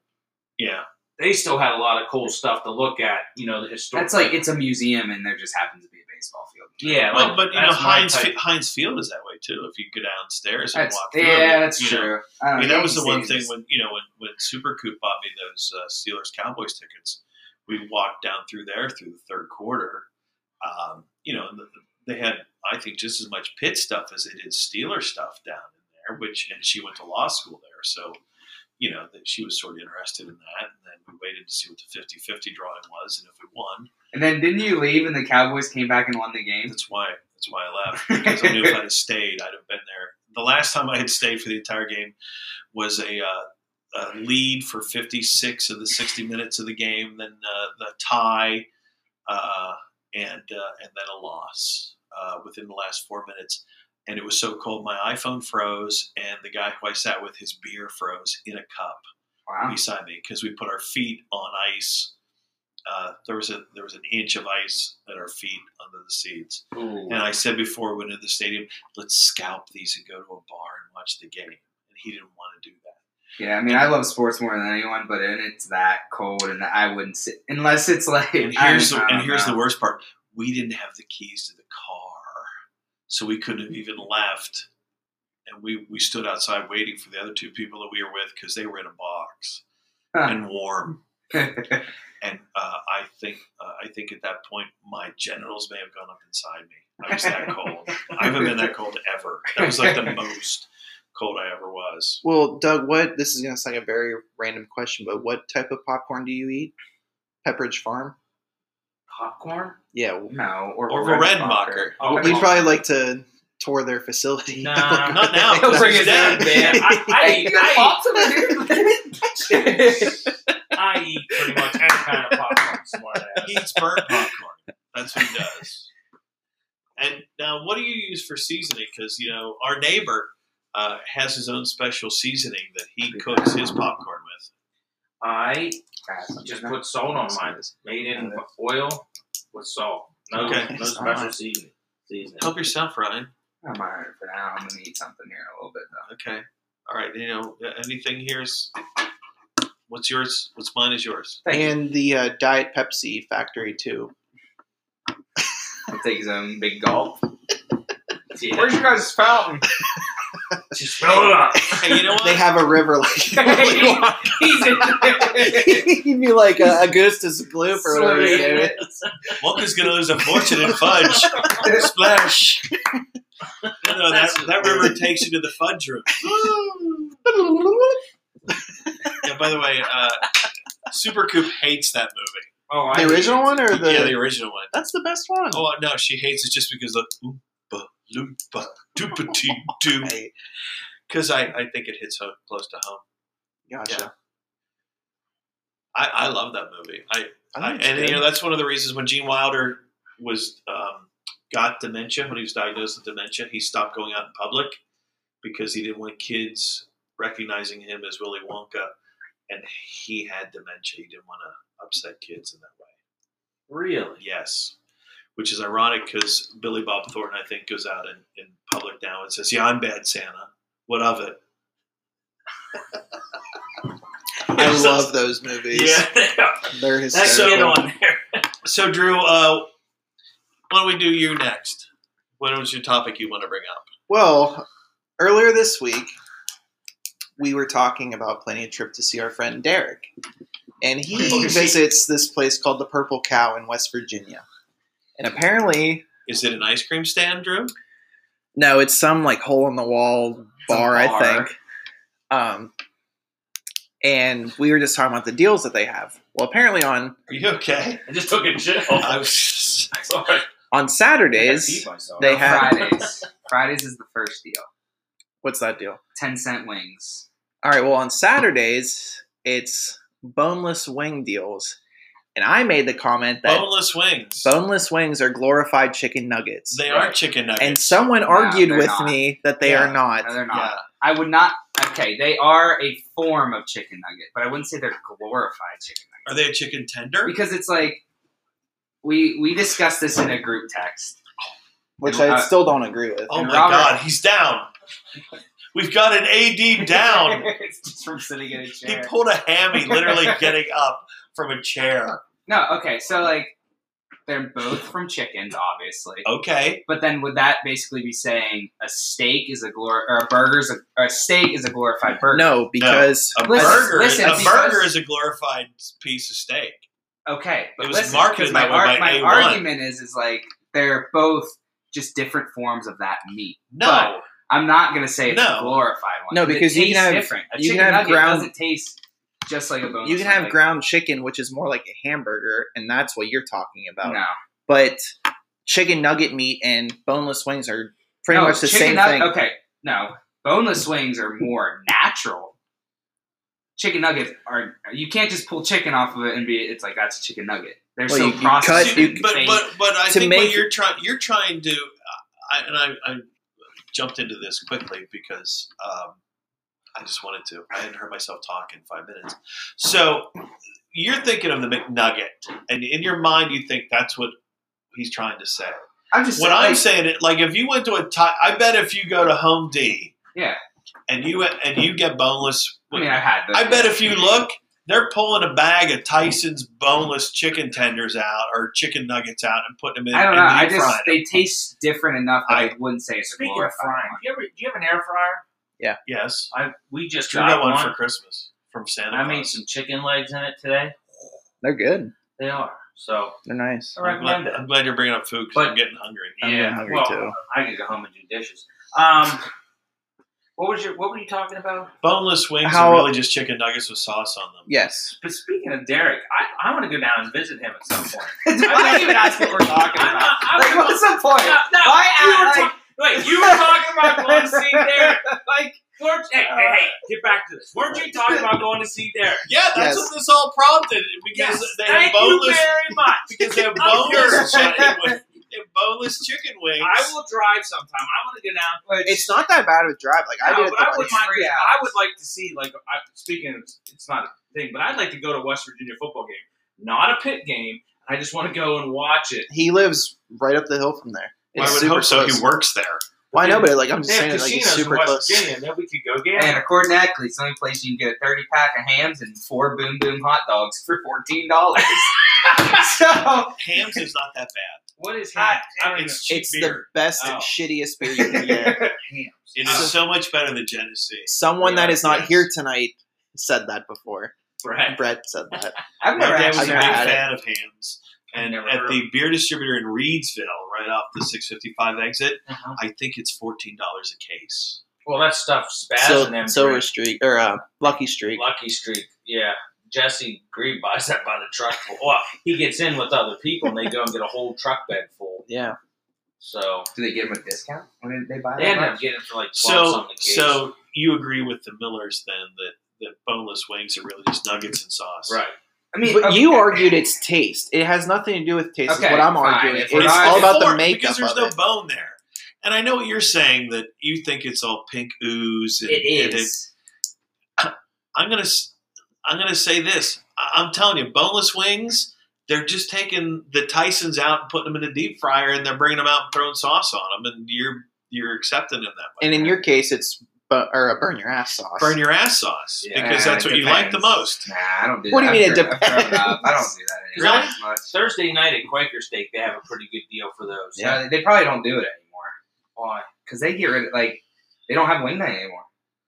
Speaker 1: Yeah,
Speaker 2: they still had a lot of cool stuff to look at. You know, the historic.
Speaker 4: That's like it's a museum, and there just happens to be a baseball field.
Speaker 2: yeah,
Speaker 1: well,
Speaker 2: like,
Speaker 1: but you know
Speaker 2: that's my
Speaker 1: Heinz
Speaker 2: type.
Speaker 1: Fi- Heinz Field is that way too. If you go downstairs and
Speaker 4: That's,
Speaker 1: walk through,
Speaker 4: yeah, that's
Speaker 1: you know.
Speaker 4: true. I
Speaker 1: I
Speaker 4: don't
Speaker 1: mean,
Speaker 4: know,
Speaker 1: that was the
Speaker 4: Yankee
Speaker 1: one thing
Speaker 4: Stadium's-
Speaker 1: when you know when when Super Coop bought me those uh, Steelers Cowboys tickets. We walked down through there through the third quarter. Um, you know, and the, they had I think just as much pit stuff as they did Steeler stuff down in there. Which and she went to law school there, so you know that she was sort of interested in that. And then we waited to see what the 50-50 drawing was, and if we won,
Speaker 4: And then didn't you leave, and the Cowboys came back and won the game?
Speaker 1: that's why that's why I left because I knew if I'd have stayed, I'd have been there. The last time I had stayed for the entire game was a, uh, a lead for 56 of the 60 minutes of the game, then uh, the tie, uh, and uh, and then a loss uh, within the last four minutes. And it was so cold, my iPhone froze, and the guy who I sat with, his beer froze in a cup
Speaker 4: Wow.
Speaker 1: beside me because we put our feet on ice. Uh, there was a there was an inch of ice at our feet under the seats.
Speaker 2: Ooh.
Speaker 1: And I said before we went to the stadium, let's scalp these and go to a bar and watch the game. And he didn't want to do that.
Speaker 4: Yeah, I mean, I love sports more than anyone, but when it's that cold, and I wouldn't sit unless it's like.
Speaker 1: And here's
Speaker 4: I
Speaker 1: the,
Speaker 4: don't
Speaker 1: and here's
Speaker 4: know.
Speaker 1: the worst part: we didn't have the keys to the car, so we couldn't have even left. And we we stood outside waiting for the other two people that we were with because they were in a box
Speaker 4: Huh.
Speaker 1: and warm. And uh, I think uh, I think at that point my genitals may have gone up inside me. I was that cold. I haven't been that cold ever. That was like the most cold I ever was.
Speaker 3: Well, Doug, what this is going to sound like a very random question, but what type of popcorn do you eat? Pepperidge Farm.
Speaker 2: popcorn.
Speaker 3: Yeah,
Speaker 4: no, or,
Speaker 1: Or Redenbacher.
Speaker 4: Redenbacher.
Speaker 2: Oh,
Speaker 3: we'd probably like to tour their facility.
Speaker 2: Nah,
Speaker 3: Like,
Speaker 1: Not now.
Speaker 4: He'll
Speaker 1: because
Speaker 4: bring
Speaker 1: he's
Speaker 4: his
Speaker 1: dead.
Speaker 4: own band.
Speaker 2: I, I,
Speaker 4: Hey,
Speaker 2: eat,
Speaker 4: your
Speaker 2: I,
Speaker 4: pops over here.
Speaker 2: eat, I eat pretty much any kind of popcorn. Smart ass.
Speaker 1: He eats burnt popcorn. That's what he does. And now, what do you use for seasoning? Because you know our neighbor uh, has his own special seasoning that he cooks his popcorn with.
Speaker 2: I just put salt on mine. Made in oil with salt. No,
Speaker 1: Okay.
Speaker 2: no special seasoning. seasoning.
Speaker 1: Help yourself, Ryan.
Speaker 4: I'm alright for now. I'm gonna eat something here in a little bit though.
Speaker 1: Okay. All right. You know uh, anything here's what's yours? What's mine is yours.
Speaker 4: Thank you.
Speaker 3: and the uh, Diet Pepsi factory too.
Speaker 4: I'll take his own big gulp.
Speaker 2: Yeah.
Speaker 4: Where's your guys' fountain?
Speaker 2: Just fill it up.
Speaker 1: Hey, you know what?
Speaker 3: They have a river like.
Speaker 4: He's in
Speaker 3: He'd be like uh, Augustus Gloop or whatever. his name is.
Speaker 1: Wonka's gonna lose a fortune in fudge. Splash. No, no, that, that river takes you to the fudge room. Yeah, by the way, uh, Super Coop hates that movie.
Speaker 2: Oh, I
Speaker 3: The original one or the?
Speaker 1: yeah, the original one.
Speaker 3: that's the best one.
Speaker 1: Oh no, she hates it just because of oompa loompa doopity doo.
Speaker 3: Hey,
Speaker 1: Because I, I think it hits home, close to home.
Speaker 3: gotcha.
Speaker 1: I, I love that movie. I, I,
Speaker 3: I think it's
Speaker 1: and you know
Speaker 3: good.
Speaker 1: that's one of the reasons when Gene Wilder was um, got dementia when he was diagnosed with dementia, he stopped going out in public because he didn't want kids recognizing him as Willy Wonka, and he had dementia. He didn't want to upset kids in that way.
Speaker 2: Really?
Speaker 1: Yes. Which is ironic because Billy Bob Thornton, I think, goes out in, in public now and says, Yeah, I'm bad Santa. What of it?
Speaker 3: I love those movies.
Speaker 1: Yeah.
Speaker 3: They're
Speaker 2: That's
Speaker 3: hysterical.
Speaker 2: it on there.
Speaker 1: So, Drew, uh, why don't we do you next? What was your topic you want to bring up?
Speaker 3: Well, earlier this week, we were talking about planning a trip to see our friend Derek. And
Speaker 1: Oh,
Speaker 3: he
Speaker 1: is he-
Speaker 3: visits this place called the Purple Cow in West Virginia. And apparently,
Speaker 1: Is it an ice cream stand, Drew?
Speaker 3: no, it's some like hole in the wall bar, I
Speaker 1: bar.
Speaker 3: think. Um, and we were just talking about the deals that they have. Well, apparently on
Speaker 1: Are you okay?
Speaker 2: I just took a chill.
Speaker 3: Oh.
Speaker 1: I was
Speaker 2: Sorry.
Speaker 3: on Saturdays,
Speaker 2: I myself.
Speaker 3: they
Speaker 4: No,
Speaker 3: have
Speaker 4: Fridays. Fridays is the first deal.
Speaker 3: what's that deal?
Speaker 4: Ten cent wings.
Speaker 3: All right. Well, on Saturdays it's boneless wing deals, and I made the comment that
Speaker 1: boneless wings.
Speaker 3: boneless wings are glorified chicken nuggets.
Speaker 1: They are chicken nuggets.
Speaker 3: and someone
Speaker 4: No,
Speaker 3: argued
Speaker 4: they're
Speaker 3: with
Speaker 4: not.
Speaker 3: me that they
Speaker 1: Yeah.
Speaker 3: are not.
Speaker 4: No, they're not.
Speaker 1: yeah.
Speaker 4: I would not. Okay, they are a form of chicken nugget, but I wouldn't say they're glorified chicken
Speaker 1: Are they a chicken tender?
Speaker 4: nugget because it's like we we discussed this in a group text.
Speaker 3: Which
Speaker 4: And,
Speaker 3: I
Speaker 4: uh,
Speaker 3: still don't agree with.
Speaker 1: oh
Speaker 4: and
Speaker 1: my
Speaker 4: Robert-
Speaker 1: god, he's down. We've got an AD down.
Speaker 4: It's just from sitting in a
Speaker 1: he
Speaker 4: chair.
Speaker 1: pulled a hammy, literally getting up from a chair.
Speaker 4: No, okay, so like they're both from chickens, obviously.
Speaker 1: Okay.
Speaker 4: But then would that basically be saying a steak is a glor or a burger's a, or a steak is a glorified burger?
Speaker 3: No, because
Speaker 1: A
Speaker 4: Listen,
Speaker 1: burger,
Speaker 4: listen,
Speaker 1: a
Speaker 4: because-
Speaker 1: burger is a glorified piece of steak.
Speaker 4: Okay, but
Speaker 1: It was
Speaker 4: listen,
Speaker 1: marketed
Speaker 4: 'cause my
Speaker 1: that way by
Speaker 4: my
Speaker 1: A1.
Speaker 4: argument is is like they're both just different forms of that meat.
Speaker 1: No,
Speaker 4: I'm not gonna say it's
Speaker 1: No.
Speaker 4: a glorified one.
Speaker 3: No,
Speaker 4: 'cause it
Speaker 3: because you can
Speaker 4: tastes
Speaker 3: have-
Speaker 4: different. A
Speaker 3: you can have
Speaker 4: chicken nugget
Speaker 3: ground-
Speaker 4: doesn't taste just like a boneless.
Speaker 3: you can have
Speaker 4: nugget.
Speaker 3: ground chicken, which is more like a hamburger, and that's what you're talking about.
Speaker 4: No,
Speaker 3: But chicken nugget meat and boneless wings are pretty
Speaker 4: No,
Speaker 3: much the
Speaker 4: chicken
Speaker 3: same
Speaker 4: nug-
Speaker 3: thing.
Speaker 4: Okay, no, boneless wings are more natural. Chicken nuggets are you can't just pull chicken off of it and be it's like that's a chicken nugget. They're
Speaker 3: Well,
Speaker 4: so
Speaker 3: you- you cut-
Speaker 4: processed.
Speaker 3: you-
Speaker 4: and
Speaker 1: but
Speaker 4: baked.
Speaker 1: but but I
Speaker 3: To
Speaker 1: think what
Speaker 3: make-
Speaker 1: you're trying you're trying to, I, and I, I jumped into this quickly because um, I just wanted to. I hadn't heard myself talk in five minutes. So you're thinking of the McNugget, and in your mind you think that's what he's trying to say.
Speaker 4: I'm just
Speaker 1: What
Speaker 4: saying,
Speaker 1: I'm
Speaker 4: like,
Speaker 1: saying it like if you went to a Thai, I bet if you go to Home D,
Speaker 4: Yeah.
Speaker 1: and you and you get boneless.
Speaker 4: I mean, I had. Those,
Speaker 1: I bet if you look, they're pulling a bag of Tyson's boneless chicken tenders out or chicken nuggets out and putting them in.
Speaker 4: I don't know.
Speaker 1: and
Speaker 4: I
Speaker 1: deep
Speaker 4: just
Speaker 1: frying them.
Speaker 4: they taste different enough that I,
Speaker 1: I-
Speaker 4: wouldn't say it's a
Speaker 2: Speaking of
Speaker 4: glorified
Speaker 2: frying,
Speaker 4: one.
Speaker 2: do you, ever, do you have an air fryer?
Speaker 1: yes.
Speaker 2: I we just
Speaker 1: Drew
Speaker 2: got
Speaker 1: got one,
Speaker 2: one.
Speaker 1: for Christmas from Santa.
Speaker 2: I made
Speaker 1: Claus.
Speaker 2: some chicken legs in it today.
Speaker 3: They're good.
Speaker 2: They are so
Speaker 3: They're nice.
Speaker 2: I
Speaker 1: I'm glad,
Speaker 2: recommend it.
Speaker 1: I'm glad you're bringing up food because
Speaker 2: But-
Speaker 1: I'm getting hungry.
Speaker 3: I'm
Speaker 2: yeah,
Speaker 3: getting hungry
Speaker 2: well,
Speaker 3: too.
Speaker 2: I can go home and do dishes. Um, what was your? What were you talking about?
Speaker 1: Boneless wings
Speaker 3: How-
Speaker 1: are really just chicken nuggets with sauce on them.
Speaker 3: Yes.
Speaker 2: But speaking of Derek, I, I want to go down and visit him at some point.
Speaker 4: I don't even ask what we're talking
Speaker 2: I'm
Speaker 4: about.
Speaker 2: not. I
Speaker 4: Like, what's the point?
Speaker 2: No, no,
Speaker 4: Why
Speaker 2: you were
Speaker 4: act
Speaker 2: talking. Wait, you were talking about going to see Derek. Like, weren't, hey, hey, hey, get back to this. Weren't you talking about going to see Derek?
Speaker 1: Yeah, that's
Speaker 3: Yes.
Speaker 1: what this all prompted because they have
Speaker 2: Thank you
Speaker 1: boneless
Speaker 2: very much.
Speaker 1: because they have
Speaker 2: I'm here.
Speaker 1: boneless chicken wings. They have boneless chicken wings.
Speaker 2: I will drive sometime. I want to go down.
Speaker 3: It's not that bad of a drive. Like I
Speaker 2: I,
Speaker 3: did
Speaker 2: would,
Speaker 3: it
Speaker 2: I, would
Speaker 3: the
Speaker 2: mind,
Speaker 4: three
Speaker 2: I would like to see, like, I, speaking of, it's not a thing, but I'd like to go to a West Virginia football game, not a pit game. I just want to go and watch it.
Speaker 3: He lives right up the hill from there.
Speaker 1: Well,
Speaker 3: It's
Speaker 1: I would
Speaker 3: super
Speaker 1: hope so.
Speaker 3: close.
Speaker 1: He works there.
Speaker 3: Well, I know, but like I'm just
Speaker 2: They
Speaker 3: saying,
Speaker 2: have
Speaker 3: it, like it's
Speaker 2: casinos in
Speaker 3: super
Speaker 2: West
Speaker 3: close.
Speaker 2: Virginia, and then we could go get
Speaker 4: And
Speaker 2: it.
Speaker 4: according to Ackley, it's the only place you can get a 30 pack of hams and four boom boom hot dogs for $14. so,
Speaker 1: Hams is not that bad.
Speaker 2: What is
Speaker 1: I-
Speaker 2: that? I don't
Speaker 1: It's cheap
Speaker 3: It's the
Speaker 1: beer.
Speaker 3: best,
Speaker 2: Oh.
Speaker 3: shittiest beer you can get.
Speaker 1: It is so much better than Genesee.
Speaker 3: Someone
Speaker 2: Yeah,
Speaker 3: that is not
Speaker 2: yes.
Speaker 3: here tonight said that before.
Speaker 2: even Brett.
Speaker 3: Brett said that.
Speaker 4: I've
Speaker 1: My
Speaker 4: never
Speaker 1: dad was a
Speaker 3: actually
Speaker 1: big
Speaker 4: actually had
Speaker 3: it.
Speaker 1: fan of hams. And
Speaker 2: Never
Speaker 1: at
Speaker 2: heard
Speaker 1: the beer distributor in Reedsville, right off the 655 exit,
Speaker 2: Uh-huh.
Speaker 1: I think it's $14 a case.
Speaker 2: Well, that stuff spaz and
Speaker 3: So,
Speaker 2: them
Speaker 3: Silver
Speaker 2: drink.
Speaker 3: Streak or uh, Lucky Streak.
Speaker 2: Lucky Streak. Yeah. Jesse Green buys that by the truck full. Well, he gets in with other people and they go and get a whole truck bed full.
Speaker 3: Yeah.
Speaker 2: So
Speaker 4: Do they give them a discount? When did they buy
Speaker 2: they end up
Speaker 4: that?
Speaker 2: getting it for like 12
Speaker 1: So,
Speaker 2: something a case.
Speaker 1: so you agree with the Millers then that, that boneless wings are really just nuggets and sauce.
Speaker 2: right.
Speaker 4: I mean,
Speaker 3: but
Speaker 4: okay.
Speaker 3: you argued it's taste. It has nothing to do with taste. is
Speaker 4: Okay,
Speaker 3: what I'm
Speaker 4: fine.
Speaker 3: arguing.
Speaker 4: If
Speaker 3: It's
Speaker 4: we're not-
Speaker 3: all about the
Speaker 1: Fork,
Speaker 3: makeup
Speaker 1: Because there's
Speaker 3: of
Speaker 1: no
Speaker 3: it.
Speaker 1: bone there. And I know what you're saying that you think it's all pink ooze. And,
Speaker 4: It
Speaker 1: and
Speaker 4: is.
Speaker 1: I'm gonna s- I'm gonna say this. I- I'm telling you, boneless wings. They're just taking the Tyson's out and putting them in a deep fryer, and they're bringing them out and throwing sauce on them, and you're you're accepting them that way.
Speaker 3: And in your case, it's bu- or a burn your ass sauce.
Speaker 1: Burn your ass sauce because
Speaker 4: Yeah,
Speaker 1: that's
Speaker 4: it
Speaker 1: what you like the
Speaker 4: depends.
Speaker 1: most.
Speaker 4: Nah, I don't do
Speaker 3: What do
Speaker 4: that.
Speaker 3: you mean it
Speaker 4: I've grown- I've grown
Speaker 3: depends?
Speaker 4: up. I don't do that anymore.
Speaker 1: Really?
Speaker 4: as much.
Speaker 2: Thursday night at Quaker Steak, they have a pretty good deal for those.
Speaker 4: Yeah, Uh, they probably don't do it anymore
Speaker 2: Why?
Speaker 4: because they get rid of like they don't have wing night anymore.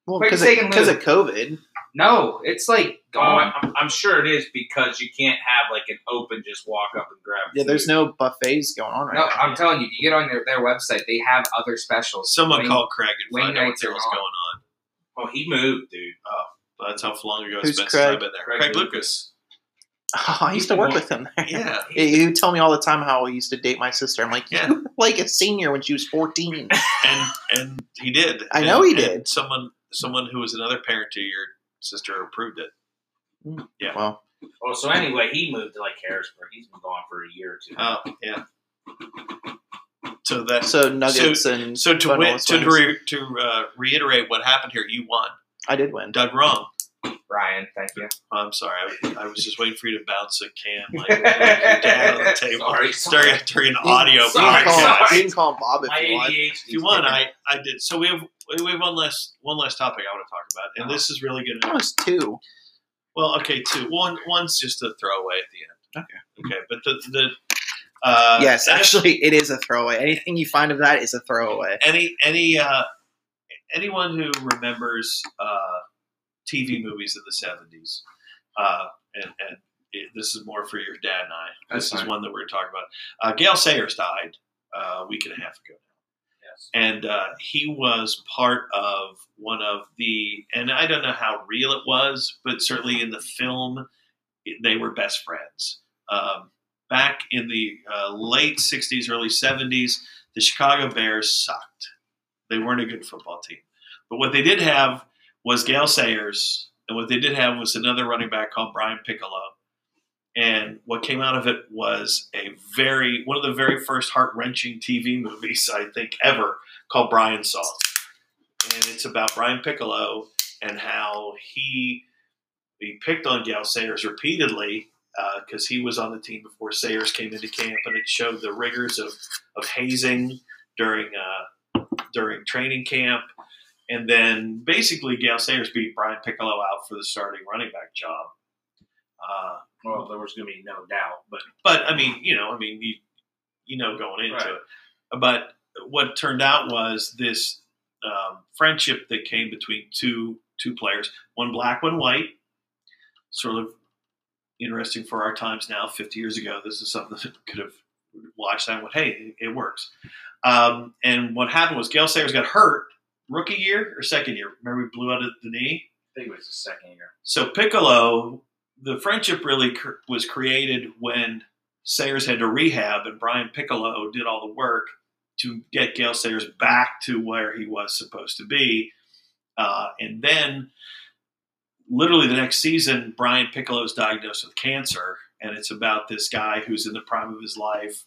Speaker 3: Well,
Speaker 4: Quick
Speaker 3: because
Speaker 4: steak and
Speaker 3: of
Speaker 4: lube.
Speaker 3: COVID.
Speaker 4: No, it's like
Speaker 2: Oh, I-
Speaker 4: gone.
Speaker 2: I'm, I'm sure it is because you can't have like an open just walk up and grab.
Speaker 3: Yeah, there's no buffets going
Speaker 1: Oh,
Speaker 3: on right
Speaker 4: No,
Speaker 3: now.
Speaker 4: I'm telling you, if you get on their, their website, they have other specials.
Speaker 1: Someone
Speaker 4: Wing-
Speaker 1: call Craig and
Speaker 4: wing
Speaker 1: find out what
Speaker 4: nights
Speaker 1: there
Speaker 4: are
Speaker 1: was
Speaker 4: on.
Speaker 1: going on.
Speaker 2: Oh, he moved, dude.
Speaker 1: Oh, that's how long ago
Speaker 3: Who's
Speaker 1: it's been since I've
Speaker 3: Craig?
Speaker 1: been there.
Speaker 2: Craig
Speaker 1: Craig, Lucas.
Speaker 3: Oh, I used to work with him there.
Speaker 1: Yeah.
Speaker 3: He he would tell me all the time how he used to date my sister. I'm like, you
Speaker 1: Yeah.
Speaker 3: were like a senior when she was 14.
Speaker 1: and and he did.
Speaker 3: I
Speaker 1: And-
Speaker 3: know he
Speaker 1: and
Speaker 3: did.
Speaker 1: Someone someone who was another parent to your sister approved it.
Speaker 3: Well,
Speaker 2: Well, Oh, so anyway, he moved to like Harrisburg. He's been gone for a year or two.
Speaker 1: Oh yeah. So that so,
Speaker 3: so nuggets and
Speaker 1: to
Speaker 3: bun
Speaker 1: win,
Speaker 3: rolls
Speaker 1: to
Speaker 3: wings.
Speaker 1: re, to uh, reiterate what happened here, you won.
Speaker 3: I did win.
Speaker 1: Doug wrong.
Speaker 4: Ryan, thank you.
Speaker 1: I'm sorry. I, I was just waiting for you to bounce a can like, like your dad on the table
Speaker 2: Sorry, sorry.
Speaker 1: during during an audio
Speaker 3: you, can
Speaker 4: Sorry,
Speaker 3: call,
Speaker 1: podcast.
Speaker 3: you can call him Bob
Speaker 2: My
Speaker 3: if you want.
Speaker 2: ADHD.
Speaker 1: If you want, I, I did. So we have we have one last one last topic I want to talk about,
Speaker 3: Oh.
Speaker 1: and this is really going
Speaker 3: That
Speaker 1: to
Speaker 3: was two.
Speaker 1: well, okay, two. One one's just a throwaway at the end. Okay, okay, but the the uh,
Speaker 3: yes,
Speaker 1: that-
Speaker 3: actually, it is a throwaway. Anything you find of that is a throwaway.
Speaker 1: any any uh, anyone who remembers uh, TV movies of the seventies, uh, and, and it, this is more for your dad and I.
Speaker 4: That's
Speaker 1: This is
Speaker 4: fine.
Speaker 1: one that we're talking about. Uh, Gail Sayers died uh, a week and a half ago,
Speaker 2: Yes.
Speaker 1: and uh, he was part of one of the. And I don't know how real it was, but certainly in the film, it- they were best friends. Um, back in the uh, late '60s, early '70s, the Chicago Bears sucked. They weren't a good football team. But what they did have was Gail Sayers, and what they did have was another running back called Brian Piccolo. And what came out of it was a very one of the very first heart wrenching TV movies I think ever called Brian Saw, and it's about Brian Piccolo and how he he picked on Gail Sayers repeatedly because he was on the team before Sayers came into camp, and it showed the rigors of of hazing during uh, during training camp, and then basically Gail Sayers beat Brian Piccolo out for the starting running back job. Uh,
Speaker 2: Well, there was going to be no doubt, but
Speaker 1: but I mean, you know, I mean, you you know going into
Speaker 2: Right.
Speaker 1: it. But what turned out was this um, friendship that came between two two players, one black, one white. Sort of interesting for our times now. Fifty years ago, this is something that could have watched that. and went, hey, it works. Um, and what happened was Gail Sayers got hurt rookie year or second year. Remember, we blew out at the knee.
Speaker 2: I think it was the second year.
Speaker 1: So Piccolo, the friendship really cr- was created when Sayers had to rehab, and Brian Piccolo did all the work to get Gail Sayers back to where he was supposed to be. Uh, and then, literally the next season, Brian Piccolo is diagnosed with cancer, and it's about this guy who's in the prime of his life.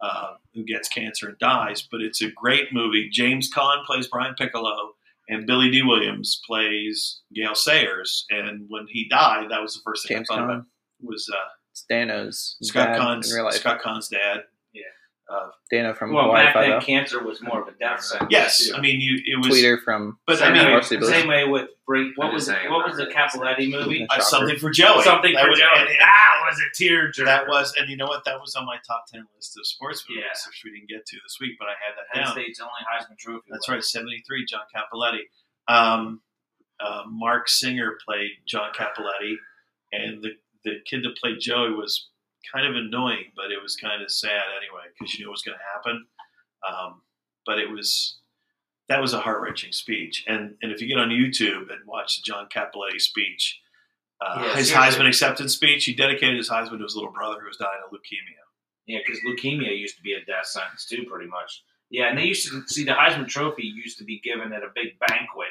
Speaker 1: Uh, who gets cancer and dies, but it's a great movie. James Caan plays Brian Piccolo and Billy D. Williams plays Gail Sayers. And when he died, that was the first thing
Speaker 3: James
Speaker 1: I thought
Speaker 3: Caan.
Speaker 1: about was uh,
Speaker 3: Dano's
Speaker 1: Scott
Speaker 3: dad
Speaker 1: Kahn's
Speaker 3: in real life.
Speaker 1: Scott Kahn's dad.
Speaker 2: Yeah.
Speaker 1: Uh,
Speaker 3: Dano from
Speaker 2: Well,
Speaker 3: Hawaii
Speaker 2: back then,
Speaker 3: Five-O.
Speaker 2: cancer was more of a death sentence.
Speaker 1: yes,
Speaker 2: too.
Speaker 1: I mean you. It was
Speaker 3: Tweeter from
Speaker 1: but I
Speaker 2: same,
Speaker 1: mean
Speaker 2: way,
Speaker 3: Varsity Blues.
Speaker 2: same way with Brink.
Speaker 4: I'm
Speaker 2: What was
Speaker 4: just
Speaker 2: it,
Speaker 4: saying,
Speaker 2: what
Speaker 4: I'm
Speaker 2: was the
Speaker 4: not
Speaker 2: Capoletti
Speaker 4: really
Speaker 2: movie?
Speaker 1: uh,
Speaker 3: Shocker.
Speaker 1: something for Joey.
Speaker 2: Something
Speaker 1: That
Speaker 2: for
Speaker 1: was-
Speaker 2: Joey.
Speaker 1: and- and
Speaker 2: that was a tearjerker.
Speaker 1: that was, and you know what? That was on my top ten list of sports movies,
Speaker 2: Yeah.
Speaker 1: which we didn't get to this week, but I had that
Speaker 2: Penn
Speaker 1: down.
Speaker 2: State's only Heisman Trophy.
Speaker 1: That's
Speaker 2: winner.
Speaker 1: right, seventy-three. John Capoletti. Um, uh, Mark Singer played John Capoletti, and the the kid that played Joey was kind of annoying, but it was kind of sad anyway because you knew it was going to happen. Um, but it was that was a heart wrenching speech, and and if you get on YouTube and watch the John Capoletti speech, uh,
Speaker 2: Yeah,
Speaker 1: his
Speaker 2: seriously.
Speaker 1: Heisman acceptance speech, he dedicated his Heisman to his little brother who was dying of leukemia.
Speaker 2: Yeah, because leukemia used to be a death sentence too, pretty much. Yeah, and they used to see the Heisman Trophy used to be given at a big banquet.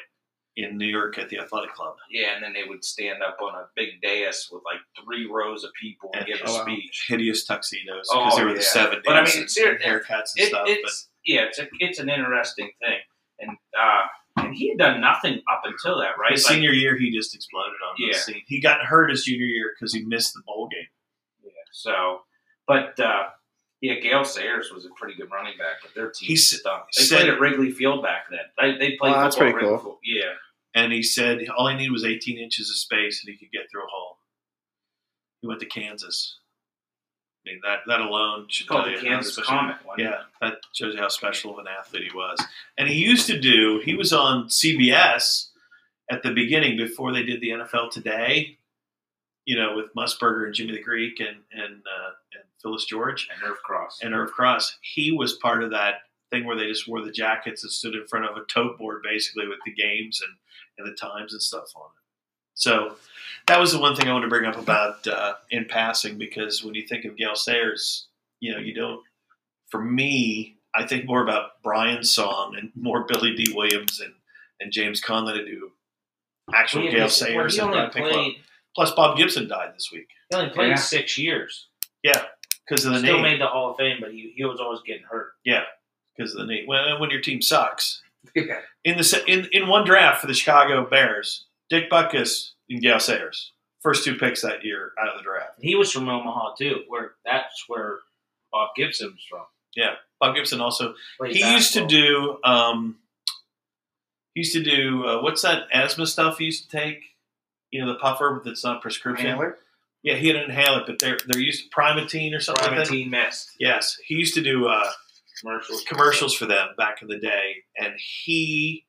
Speaker 1: In New York at the athletic club,
Speaker 2: Yeah, and then they would stand up on a big dais with like three rows of people and
Speaker 1: And-
Speaker 2: give a
Speaker 3: oh, wow.
Speaker 2: speech.
Speaker 1: hideous tuxedos because
Speaker 2: Oh,
Speaker 1: they were
Speaker 2: yeah.
Speaker 1: the seventies,
Speaker 2: But I mean,
Speaker 1: and,
Speaker 2: ser-
Speaker 1: haircuts and
Speaker 2: It,
Speaker 1: stuff. but-
Speaker 2: it's yeah, it's a, it's an interesting thing, and uh, and he had done nothing up until that, right?
Speaker 1: His
Speaker 2: Like,
Speaker 1: senior year, he just exploded on
Speaker 2: Yeah.
Speaker 1: the scene. He got hurt his junior year because he missed the bowl game.
Speaker 2: yeah, so, but uh, Yeah, Gail Sayers was a pretty good running back, but their team
Speaker 1: He s-
Speaker 2: stunk. They
Speaker 1: said-
Speaker 2: played at Wrigley Field back then. They, they played
Speaker 1: Oh, that's
Speaker 2: football at
Speaker 1: pretty
Speaker 2: Wrigley
Speaker 1: cool.
Speaker 2: Field. Yeah.
Speaker 1: And he said all he needed was 18 inches of space and he could get through a hole. He went to Kansas. I mean, that, that alone should
Speaker 2: Called
Speaker 1: tell
Speaker 2: the
Speaker 1: you how
Speaker 2: Kansas
Speaker 1: special-
Speaker 2: Comet one.
Speaker 1: Yeah, that shows you how special of an athlete he was. And he used to do, he was on CBS at the beginning before they did the NFL Today, you know, with Musburger and Jimmy the Greek and, and, uh, and Phyllis George
Speaker 2: And Nerve Cross.
Speaker 1: and Irv Cross. He was part of that thing where they just wore the jackets and stood in front of a tote board basically with the games and, and the times and stuff on it. So that was the one thing I wanted to bring up about uh, in passing because when you think of Gail Sayers, you know, you don't, for me, I think more about Brian Song and more Billy D. Williams and, and James Conlon to do actual
Speaker 2: Well, yeah,
Speaker 1: Gail
Speaker 2: because- well,
Speaker 1: Sayers
Speaker 2: he
Speaker 1: and
Speaker 2: only
Speaker 1: Brad Pinklow.
Speaker 2: played-
Speaker 1: Plus, Bob Gibson died this week.
Speaker 2: He only played
Speaker 1: Yeah.
Speaker 2: six years.
Speaker 1: Yeah, because of the
Speaker 2: Still
Speaker 1: name.
Speaker 2: made the Hall of Fame, but he, he was always getting hurt.
Speaker 1: Yeah, because of the knee. When, when your team sucks. In the se- in in one draft for the Chicago Bears, Dick Buckus and Gail Sayers, first two picks that year out of the draft.
Speaker 2: He was from Omaha too, where that's where Bob Gibson was from.
Speaker 1: Yeah, Bob Gibson also.
Speaker 2: Played
Speaker 1: he used to do. Um, he used to do uh, what's that asthma stuff he used to take? You know the puffer that's not prescription.
Speaker 2: Inhaler?
Speaker 1: Yeah, he had an inhaler, but they're they're used to Primatine or something like that.
Speaker 2: Primatine mist.
Speaker 1: Yes, he used to do uh,
Speaker 2: commercials
Speaker 1: commercials for them back in the day, and he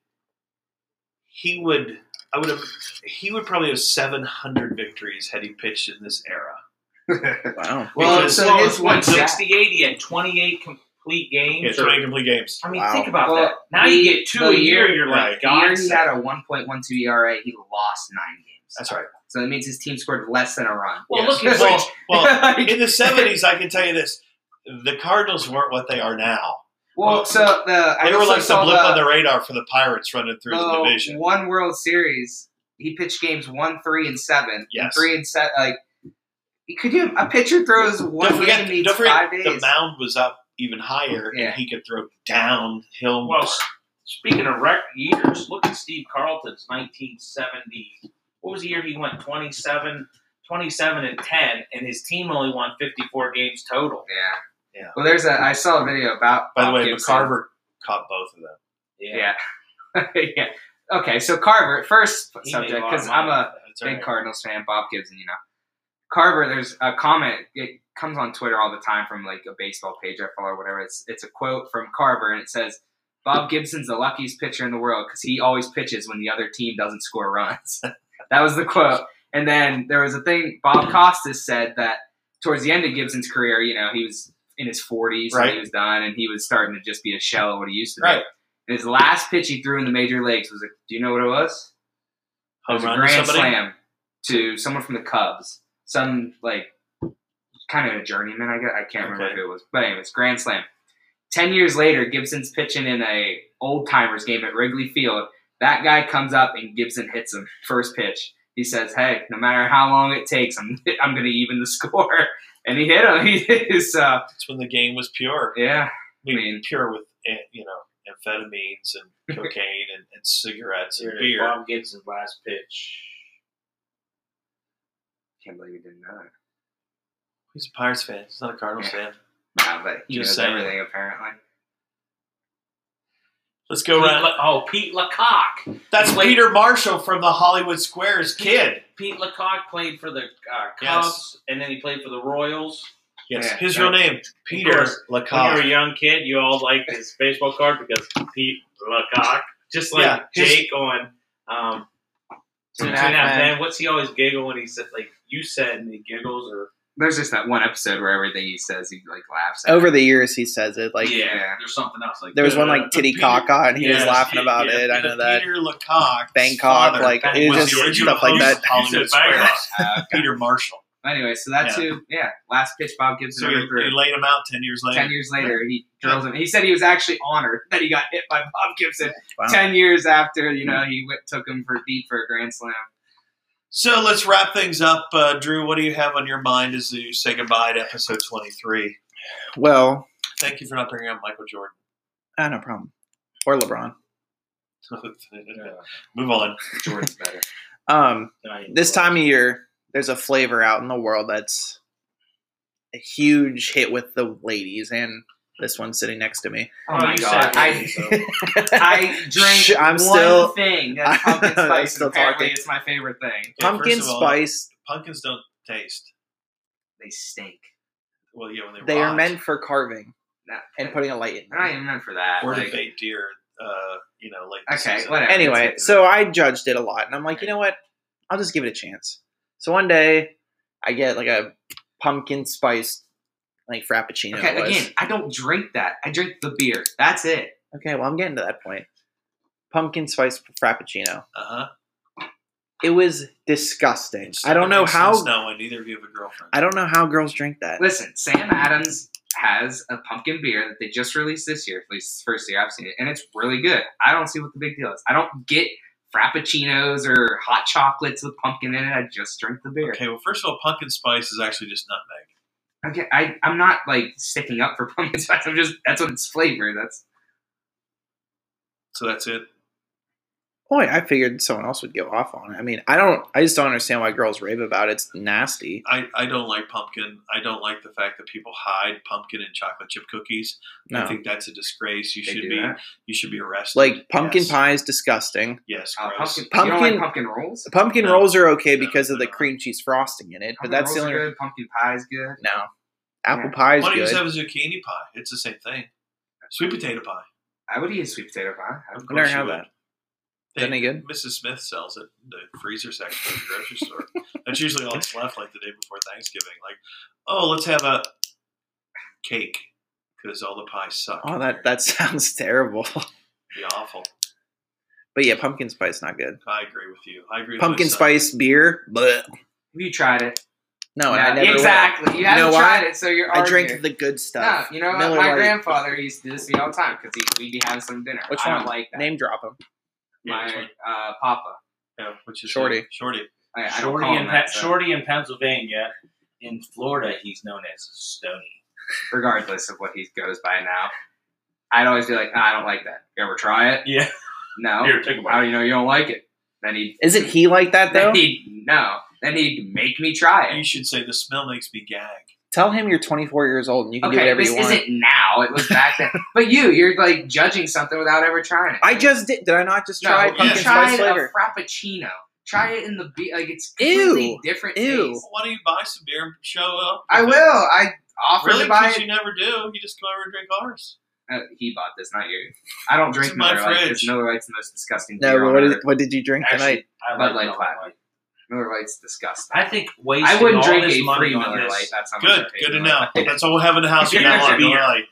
Speaker 1: he would I would have he would probably have seven hundred victories had he pitched in this era.
Speaker 3: Wow.
Speaker 2: Well,
Speaker 1: Because-
Speaker 2: so it's 168. He had 28 complete
Speaker 1: Yeah,
Speaker 2: games. or-
Speaker 1: twenty complete games.
Speaker 2: I mean,
Speaker 3: Wow.
Speaker 2: think about
Speaker 4: Well,
Speaker 2: that. Now
Speaker 4: the-
Speaker 2: you get two
Speaker 4: the
Speaker 2: a year.
Speaker 4: year-
Speaker 2: You're like,
Speaker 1: Right.
Speaker 4: The year
Speaker 2: God,
Speaker 4: he had a 1.12 ERA, E he lost nine games.
Speaker 1: That's right.
Speaker 4: So that means his team scored less than a run.
Speaker 2: Well,
Speaker 1: Yes.
Speaker 2: look at
Speaker 1: well, well,
Speaker 4: Like-
Speaker 1: in the seventies. I can tell you this: the Cardinals weren't what they are now.
Speaker 4: well, so the I
Speaker 1: They were
Speaker 4: also
Speaker 1: like the
Speaker 4: saw
Speaker 1: blip on the radar for the Pirates running through the
Speaker 4: the
Speaker 1: division.
Speaker 4: One World Series, he pitched games one, three, and seven.
Speaker 1: Yes.
Speaker 4: Three and seven. Like, could you? A pitcher throws one
Speaker 1: Don't forget,
Speaker 4: game in each
Speaker 1: don't forget
Speaker 4: five
Speaker 1: the
Speaker 4: days.
Speaker 1: mound was up even higher,
Speaker 4: Yeah.
Speaker 1: and he could throw downhill.
Speaker 2: Well, s- speaking of rec- years, look at Steve Carlton's 1970. What was the year he went 27, 27 and 10, and his team only won 54 games total.
Speaker 4: yeah.
Speaker 1: Yeah.
Speaker 4: Well, there's a. I saw a video about.
Speaker 1: By the way,
Speaker 4: Hopkins and-
Speaker 1: McCarver caught both of them.
Speaker 4: Yeah. yeah. Okay, so Carver, first
Speaker 2: He made
Speaker 4: subject,
Speaker 2: lot of
Speaker 4: because I'm
Speaker 2: money.
Speaker 4: a
Speaker 1: That's
Speaker 4: big
Speaker 1: right.
Speaker 4: Cardinals fan, Bob Gibson, you know. Carver, there's a comment, it comes on Twitter all the time from like a baseball page I follow or whatever. It's, it's a quote from Carver, and it says, Bob Gibson's the luckiest pitcher in the world because he always pitches when the other team doesn't score runs. that was the quote. And then there was a thing Bob Costas said that towards the end of Gibson's career, you know, he was in his 40s and
Speaker 1: Right.
Speaker 4: he was done, and he was starting to just be a shell of what he used to
Speaker 1: Right.
Speaker 4: be. And his last pitch he threw in the major leagues was, a, do you know what it was? It
Speaker 1: Home
Speaker 4: was a
Speaker 1: run to
Speaker 4: grand
Speaker 1: somebody?
Speaker 4: slam to someone from the Cubs, some like kind of a journeyman. I guess I can't remember
Speaker 1: Okay.
Speaker 4: who it was, but anyways, grand slam. Ten years later, Gibson's pitching in a old timers game at Wrigley Field. That guy comes up and Gibson hits him first pitch. He says, "Hey, no matter how long it takes, I'm I'm going to even the score." And he hit him. He is, uh,
Speaker 1: That's when the game was pure. I
Speaker 4: yeah,
Speaker 1: mean,
Speaker 4: mean-
Speaker 1: pure with eh, you know amphetamines and cocaine and, and cigarettes
Speaker 2: Here
Speaker 1: and
Speaker 2: it is,
Speaker 1: beer.
Speaker 2: Bob Gibson's last pitch.
Speaker 4: can't believe you didn't know that.
Speaker 1: He's a Pirates fan. He's not a Cardinals fan.
Speaker 4: Nah, but he
Speaker 1: Just
Speaker 4: knows
Speaker 1: saying.
Speaker 4: everything apparently.
Speaker 1: Let's go
Speaker 2: Pete
Speaker 1: around.
Speaker 2: Le- oh, Pete LeCocq.
Speaker 1: That's
Speaker 2: Wait.
Speaker 1: Peter Marshall from the Hollywood Squares kid.
Speaker 2: Pete LeCocq played for the uh, Cubs,
Speaker 1: Yes.
Speaker 2: and then he played for the Royals.
Speaker 1: Yes,
Speaker 4: Yeah.
Speaker 1: his real name Peter
Speaker 2: course. When you were
Speaker 1: Lecoq.
Speaker 2: a young kid, you all liked his baseball card because Pete LeCocq, just like
Speaker 1: Yeah, his-
Speaker 2: Jake on um, Two and a Half Men. What's he always giggle when he said like you said and he giggles or
Speaker 4: There's just that one episode where everything he says, he like laughs. At
Speaker 3: Over the years, he says it like
Speaker 4: Yeah.
Speaker 2: there's something else like
Speaker 3: there was one
Speaker 1: Uh,
Speaker 3: like Titty Caca, and he was
Speaker 1: Yes,
Speaker 3: laughing about
Speaker 1: yeah,
Speaker 3: it. I
Speaker 1: Peter-
Speaker 3: know that
Speaker 1: Peter Lecoq.
Speaker 3: Bangkok, like it was
Speaker 1: was the
Speaker 3: just
Speaker 1: original
Speaker 3: stuff like
Speaker 1: host
Speaker 3: that.
Speaker 1: of Hollywood
Speaker 2: He said
Speaker 1: Squares.
Speaker 4: Uh,
Speaker 1: Peter Marshall.
Speaker 4: Anyway, so that's who. Yeah, last pitch Bob Gibson
Speaker 1: So he,
Speaker 4: ever threw.
Speaker 1: he laid him out ten years later.
Speaker 4: Ten years later, he drills him. He said he was actually honored that he got hit by Bob Gibson.
Speaker 3: Wow.
Speaker 4: Ten years after, you know, he went, took him for deep for a grand slam.
Speaker 1: So let's wrap things up, uh, Drew. What do you have on your mind as you say goodbye to episode twenty-three?
Speaker 3: Well,
Speaker 1: Thank you for not bringing up Michael Jordan.
Speaker 3: ah, no problem. Or LeBron.
Speaker 1: Move on.
Speaker 4: Jordan's better.
Speaker 3: Um,
Speaker 2: that.
Speaker 3: this time of year, there's a flavor out in the world that's a huge hit with the ladies and this one sitting next to me.
Speaker 4: Oh my god! I, I drink
Speaker 3: Sh- I'm
Speaker 4: one
Speaker 3: still-
Speaker 4: thing. That's pumpkin
Speaker 3: I'm
Speaker 4: spice.
Speaker 3: still
Speaker 4: and apparently,
Speaker 3: talking.
Speaker 4: it's my favorite thing.
Speaker 1: Okay,
Speaker 3: Pumpkin
Speaker 1: first of all,
Speaker 3: spice,
Speaker 1: Pumpkins don't taste.
Speaker 4: They stink.
Speaker 1: Well, yeah, when they
Speaker 3: they are
Speaker 1: rot.
Speaker 3: meant for carving
Speaker 4: Nah,
Speaker 3: and putting a light in
Speaker 4: I'm not
Speaker 3: them.
Speaker 4: even meant for that.
Speaker 1: or
Speaker 4: like-
Speaker 1: to bait deer. Uh, you know, like
Speaker 4: okay,
Speaker 1: season.
Speaker 4: whatever.
Speaker 3: Anyway,
Speaker 4: It's-
Speaker 3: so I judged it a lot, and I'm like, you know what? I'll just give it a chance. So one day, I get like a pumpkin spice like frappuccino.
Speaker 4: okay,
Speaker 3: it was.
Speaker 4: again, I don't drink that. I drink the beer. That's it.
Speaker 3: Okay, well, I'm getting to that point. Pumpkin spice frappuccino.
Speaker 1: Uh-huh.
Speaker 3: It was disgusting.
Speaker 1: It's-
Speaker 3: I don't
Speaker 1: it
Speaker 3: know
Speaker 1: makes
Speaker 3: how.
Speaker 1: sense now when neither of you have a girlfriend.
Speaker 3: I don't know how girls drink that.
Speaker 4: Listen, Sam Adams has a pumpkin beer that they just released this year, at least it's the first year I've seen it, and it's really good. I don't see what the big deal is. I don't get frappuccinos or hot chocolates with pumpkin in it. I just drink the beer.
Speaker 1: Okay, well, first of all, pumpkin spice is actually just nutmeg.
Speaker 4: Okay, I, I'm not like sticking up for pumpkin spice. I'm just that's what it's flavored. That's
Speaker 1: So that's it.
Speaker 3: Boy, I figured someone else would go off on it. I mean, I don't. I just don't understand why girls rave about it. It's nasty.
Speaker 1: I, I don't like pumpkin. I don't like the fact that people hide pumpkin in chocolate chip cookies. I
Speaker 3: No,
Speaker 1: think that's a disgrace. You
Speaker 4: they
Speaker 1: should
Speaker 4: do
Speaker 1: be
Speaker 4: that.
Speaker 1: you should be arrested.
Speaker 3: like pumpkin
Speaker 1: yes.
Speaker 3: pie is disgusting.
Speaker 1: Yes,
Speaker 4: Oh,
Speaker 1: gross.
Speaker 4: pumpkin, you don't
Speaker 3: Pumpkin-
Speaker 4: like pumpkin rolls?
Speaker 3: Pumpkin
Speaker 1: No.
Speaker 3: rolls are okay
Speaker 1: No,
Speaker 3: because of the
Speaker 1: no.
Speaker 3: cream cheese frosting in it, but
Speaker 4: Pumpkin
Speaker 3: that's the
Speaker 4: rolls
Speaker 3: only.
Speaker 4: are good. Pumpkin pie is good.
Speaker 3: No, apple pie is
Speaker 1: Why don't you
Speaker 3: good.
Speaker 1: just have a zucchini pie? It's the same thing. Sweet potato pie.
Speaker 4: I would eat a sweet potato pie. I
Speaker 1: Of
Speaker 4: would-
Speaker 3: I never
Speaker 1: course you
Speaker 3: have
Speaker 1: would.
Speaker 3: that. Isn't it good?
Speaker 1: Mrs. Smith sells it in the freezer section of the grocery store. That's usually all that's left, like the day before Thanksgiving. Like, oh, let's have a cake because all the pies suck.
Speaker 3: Oh, that that sounds terrible.
Speaker 1: Be awful.
Speaker 3: but yeah, pumpkin spice not good.
Speaker 1: I agree with you. I agree. with
Speaker 3: Pumpkin
Speaker 1: my son.
Speaker 3: spice beer, but
Speaker 4: Have you tried it?
Speaker 3: no, and I
Speaker 4: No,
Speaker 3: never. will.
Speaker 4: exactly. You,
Speaker 3: You
Speaker 4: haven't
Speaker 3: know why?
Speaker 4: tried it, so you're.
Speaker 3: I drink
Speaker 4: arguing.
Speaker 3: the good stuff.
Speaker 4: No, you know what?
Speaker 3: Miller
Speaker 4: my
Speaker 3: Lite.
Speaker 4: grandfather used to do this to me all the time because we'd be having some dinner.
Speaker 3: Which
Speaker 4: I
Speaker 3: one?
Speaker 4: don't like that.
Speaker 3: Name drop him.
Speaker 1: Yeah,
Speaker 4: my
Speaker 1: which one?
Speaker 4: uh, papa.
Speaker 1: Yeah, which is
Speaker 3: Shorty.
Speaker 1: Shorty.
Speaker 4: I, I don't
Speaker 2: Shorty
Speaker 4: call
Speaker 2: in,
Speaker 4: him
Speaker 2: Pe-
Speaker 4: that, so-
Speaker 2: Shorty in Pennsylvania. In Florida, he's known as Stony.
Speaker 4: Regardless of what he goes by now, I'd always be like, "Nah, I don't like that. You ever try it?
Speaker 2: Yeah.
Speaker 4: No.
Speaker 2: Here, take a bite.
Speaker 4: How do you know you don't like it? Then he'd.
Speaker 3: Isn't he like that though?
Speaker 4: Then he'd no. Then he'd make me try
Speaker 1: You
Speaker 4: it.
Speaker 1: should say the smell makes me gag.
Speaker 3: Tell him you're 24 years old and you can do
Speaker 4: Okay,
Speaker 3: whatever
Speaker 4: this
Speaker 3: you want.
Speaker 4: isn't now. It was back then. but you, you're like judging something without ever trying it.
Speaker 3: I just did. Did I not just
Speaker 4: No,
Speaker 3: try
Speaker 4: you
Speaker 3: pumpkin
Speaker 1: yeah.
Speaker 3: spice
Speaker 4: tried
Speaker 3: flavor?
Speaker 4: a frappuccino. Try it in the be like it's completely
Speaker 3: Ew.
Speaker 4: different.
Speaker 3: Ew.
Speaker 4: taste.
Speaker 1: Well, why don't you buy some beer and show up?
Speaker 4: I will. I offered
Speaker 1: Really?
Speaker 4: to buy
Speaker 1: Because
Speaker 4: it.
Speaker 1: you never do. You just come over and drink ours.
Speaker 4: Uh, he bought this, not you. I don't
Speaker 1: It's
Speaker 4: drink
Speaker 1: in my
Speaker 4: Miller Lite because
Speaker 1: fridge.
Speaker 4: Miller Lite's the most disgusting
Speaker 3: no,
Speaker 4: beer
Speaker 3: but
Speaker 4: on
Speaker 3: what, is,
Speaker 4: earth.
Speaker 3: what did you drink tonight?
Speaker 2: Actually, I
Speaker 4: Bud
Speaker 2: like
Speaker 4: Light
Speaker 2: Miller
Speaker 4: Five.
Speaker 2: Lite.
Speaker 4: Miller Lite's disgusting.
Speaker 2: I think wasting
Speaker 4: I wouldn't
Speaker 2: all
Speaker 4: drink
Speaker 2: this
Speaker 4: a
Speaker 2: money
Speaker 4: free
Speaker 2: on
Speaker 4: Miller
Speaker 2: this.
Speaker 4: Lite. That's how much
Speaker 1: Good.
Speaker 4: I hate
Speaker 1: Good to
Speaker 4: Miller
Speaker 1: know.
Speaker 4: Lite.
Speaker 1: That's all we'll have in the house. We
Speaker 4: Yeah,
Speaker 1: got a lot of
Speaker 4: yeah.
Speaker 1: beer. Like,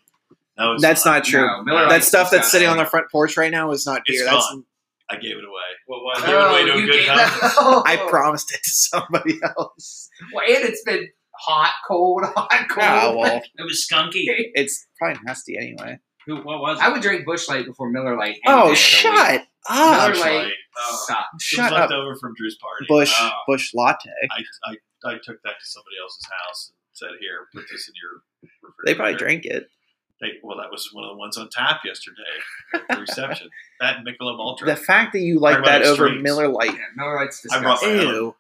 Speaker 1: No, it's
Speaker 3: That's not true.
Speaker 4: No, Miller
Speaker 3: that
Speaker 4: Lite's
Speaker 3: stuff that's sitting on the
Speaker 4: disgusting.
Speaker 3: front porch right now is not
Speaker 1: It's
Speaker 3: beer. That's,
Speaker 1: gone. I gave it away.
Speaker 2: What was
Speaker 1: I gave it away to
Speaker 4: Oh,
Speaker 1: a
Speaker 4: you
Speaker 1: good
Speaker 4: gave
Speaker 1: company.
Speaker 4: that- Oh.
Speaker 3: I promised it to somebody else.
Speaker 4: Well, and it's been hot, cold, hot, cold.
Speaker 3: Oh, well,
Speaker 2: it? It was skunky.
Speaker 3: it's probably nasty anyway.
Speaker 2: Who? What was it?
Speaker 4: I would drink Bush Light before Miller Lite. any day of
Speaker 3: Oh,
Speaker 4: the week.
Speaker 3: shut
Speaker 4: Miller
Speaker 3: up.
Speaker 1: Busch
Speaker 4: Light
Speaker 1: Light.
Speaker 2: Oh.
Speaker 4: sucks.
Speaker 1: It
Speaker 3: Shut
Speaker 1: was
Speaker 3: up.
Speaker 1: left over from Drew's party.
Speaker 3: Bush,
Speaker 2: Oh.
Speaker 3: Bush latte.
Speaker 1: I, I, I took that to somebody else's house and said, "Here, put this in your." Refrigerator.
Speaker 3: They probably drank it.
Speaker 1: They- well, that was one of the ones on tap yesterday at the reception. that and Michelob Ultra.
Speaker 3: The fact that you like
Speaker 1: Talking about
Speaker 3: that over
Speaker 1: extremes.
Speaker 3: Miller
Speaker 4: Yeah,
Speaker 3: Lite.
Speaker 4: Miller Lite's
Speaker 1: Oh. I brought
Speaker 4: disgusting.
Speaker 1: my own.
Speaker 3: Ew.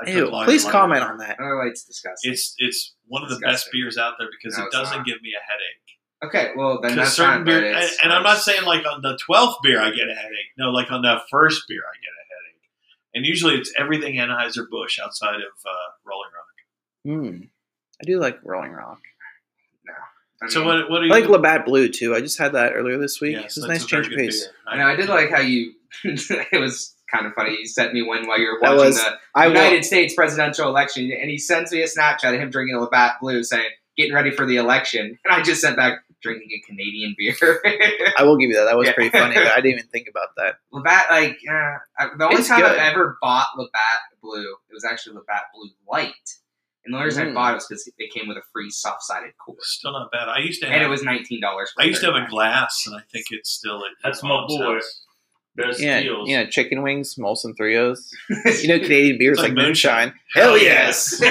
Speaker 1: I took
Speaker 3: Ew.
Speaker 1: lager
Speaker 3: Please
Speaker 1: later.
Speaker 3: comment on that.
Speaker 4: Miller Lite's disgusting.
Speaker 1: It's it's one of the best
Speaker 4: Disgusting.
Speaker 1: beers out there because
Speaker 4: No,
Speaker 1: it
Speaker 4: it's
Speaker 1: doesn't
Speaker 4: not.
Speaker 1: give me a headache.
Speaker 4: okay, well then
Speaker 1: Because
Speaker 4: that's
Speaker 1: certain
Speaker 4: fine. but
Speaker 1: beer, and,
Speaker 4: it's-
Speaker 1: and I'm not saying like on the twelfth beer I get a headache. No, like on the first beer I get a headache. And usually it's everything Anheuser Busch outside of uh, Rolling Rock.
Speaker 3: Mm. I do like Rolling Rock.
Speaker 4: I mean,
Speaker 1: So what what are
Speaker 3: I
Speaker 1: you?
Speaker 3: like Labatt Blue too. I just had that earlier this week.
Speaker 1: Yes,
Speaker 3: it was a
Speaker 1: that's
Speaker 3: nice
Speaker 1: very
Speaker 3: change of
Speaker 1: good
Speaker 3: pace.
Speaker 1: beer.
Speaker 4: I know. I did like how you. it was kind of funny. You sent me one while you were
Speaker 3: That
Speaker 4: watching
Speaker 3: was-
Speaker 4: the
Speaker 3: I
Speaker 4: United
Speaker 3: will.
Speaker 4: States presidential election, and he sends me a Snapchat of him drinking a Labatt Blue, saying "Getting ready for the election," and I just sent back drinking a Canadian beer.
Speaker 3: I will give you that. That was
Speaker 4: Yeah.
Speaker 3: pretty funny. But I didn't even think about that.
Speaker 4: Labatt, like uh, I- the only
Speaker 3: It's
Speaker 4: time
Speaker 3: good.
Speaker 4: I've ever bought Labatt Blue, it was actually Labatt Blue Light, and the only reason
Speaker 3: Mm.
Speaker 4: I bought it was because it came with a free soft-sided cooler,
Speaker 1: Still not bad. I used to have
Speaker 4: and it was nineteen dollars.
Speaker 1: I used to have a glass, and I think it's still at
Speaker 2: That's my
Speaker 1: mom's
Speaker 2: boy.
Speaker 1: house.
Speaker 2: There's
Speaker 3: Yeah,
Speaker 2: deals.
Speaker 3: you know, chicken wings, Molson O's. You know, Canadian beers
Speaker 1: It's
Speaker 3: like
Speaker 1: like
Speaker 3: moonshine.
Speaker 1: moonshine.
Speaker 3: Hell
Speaker 4: Oh,
Speaker 1: Hell
Speaker 3: yes.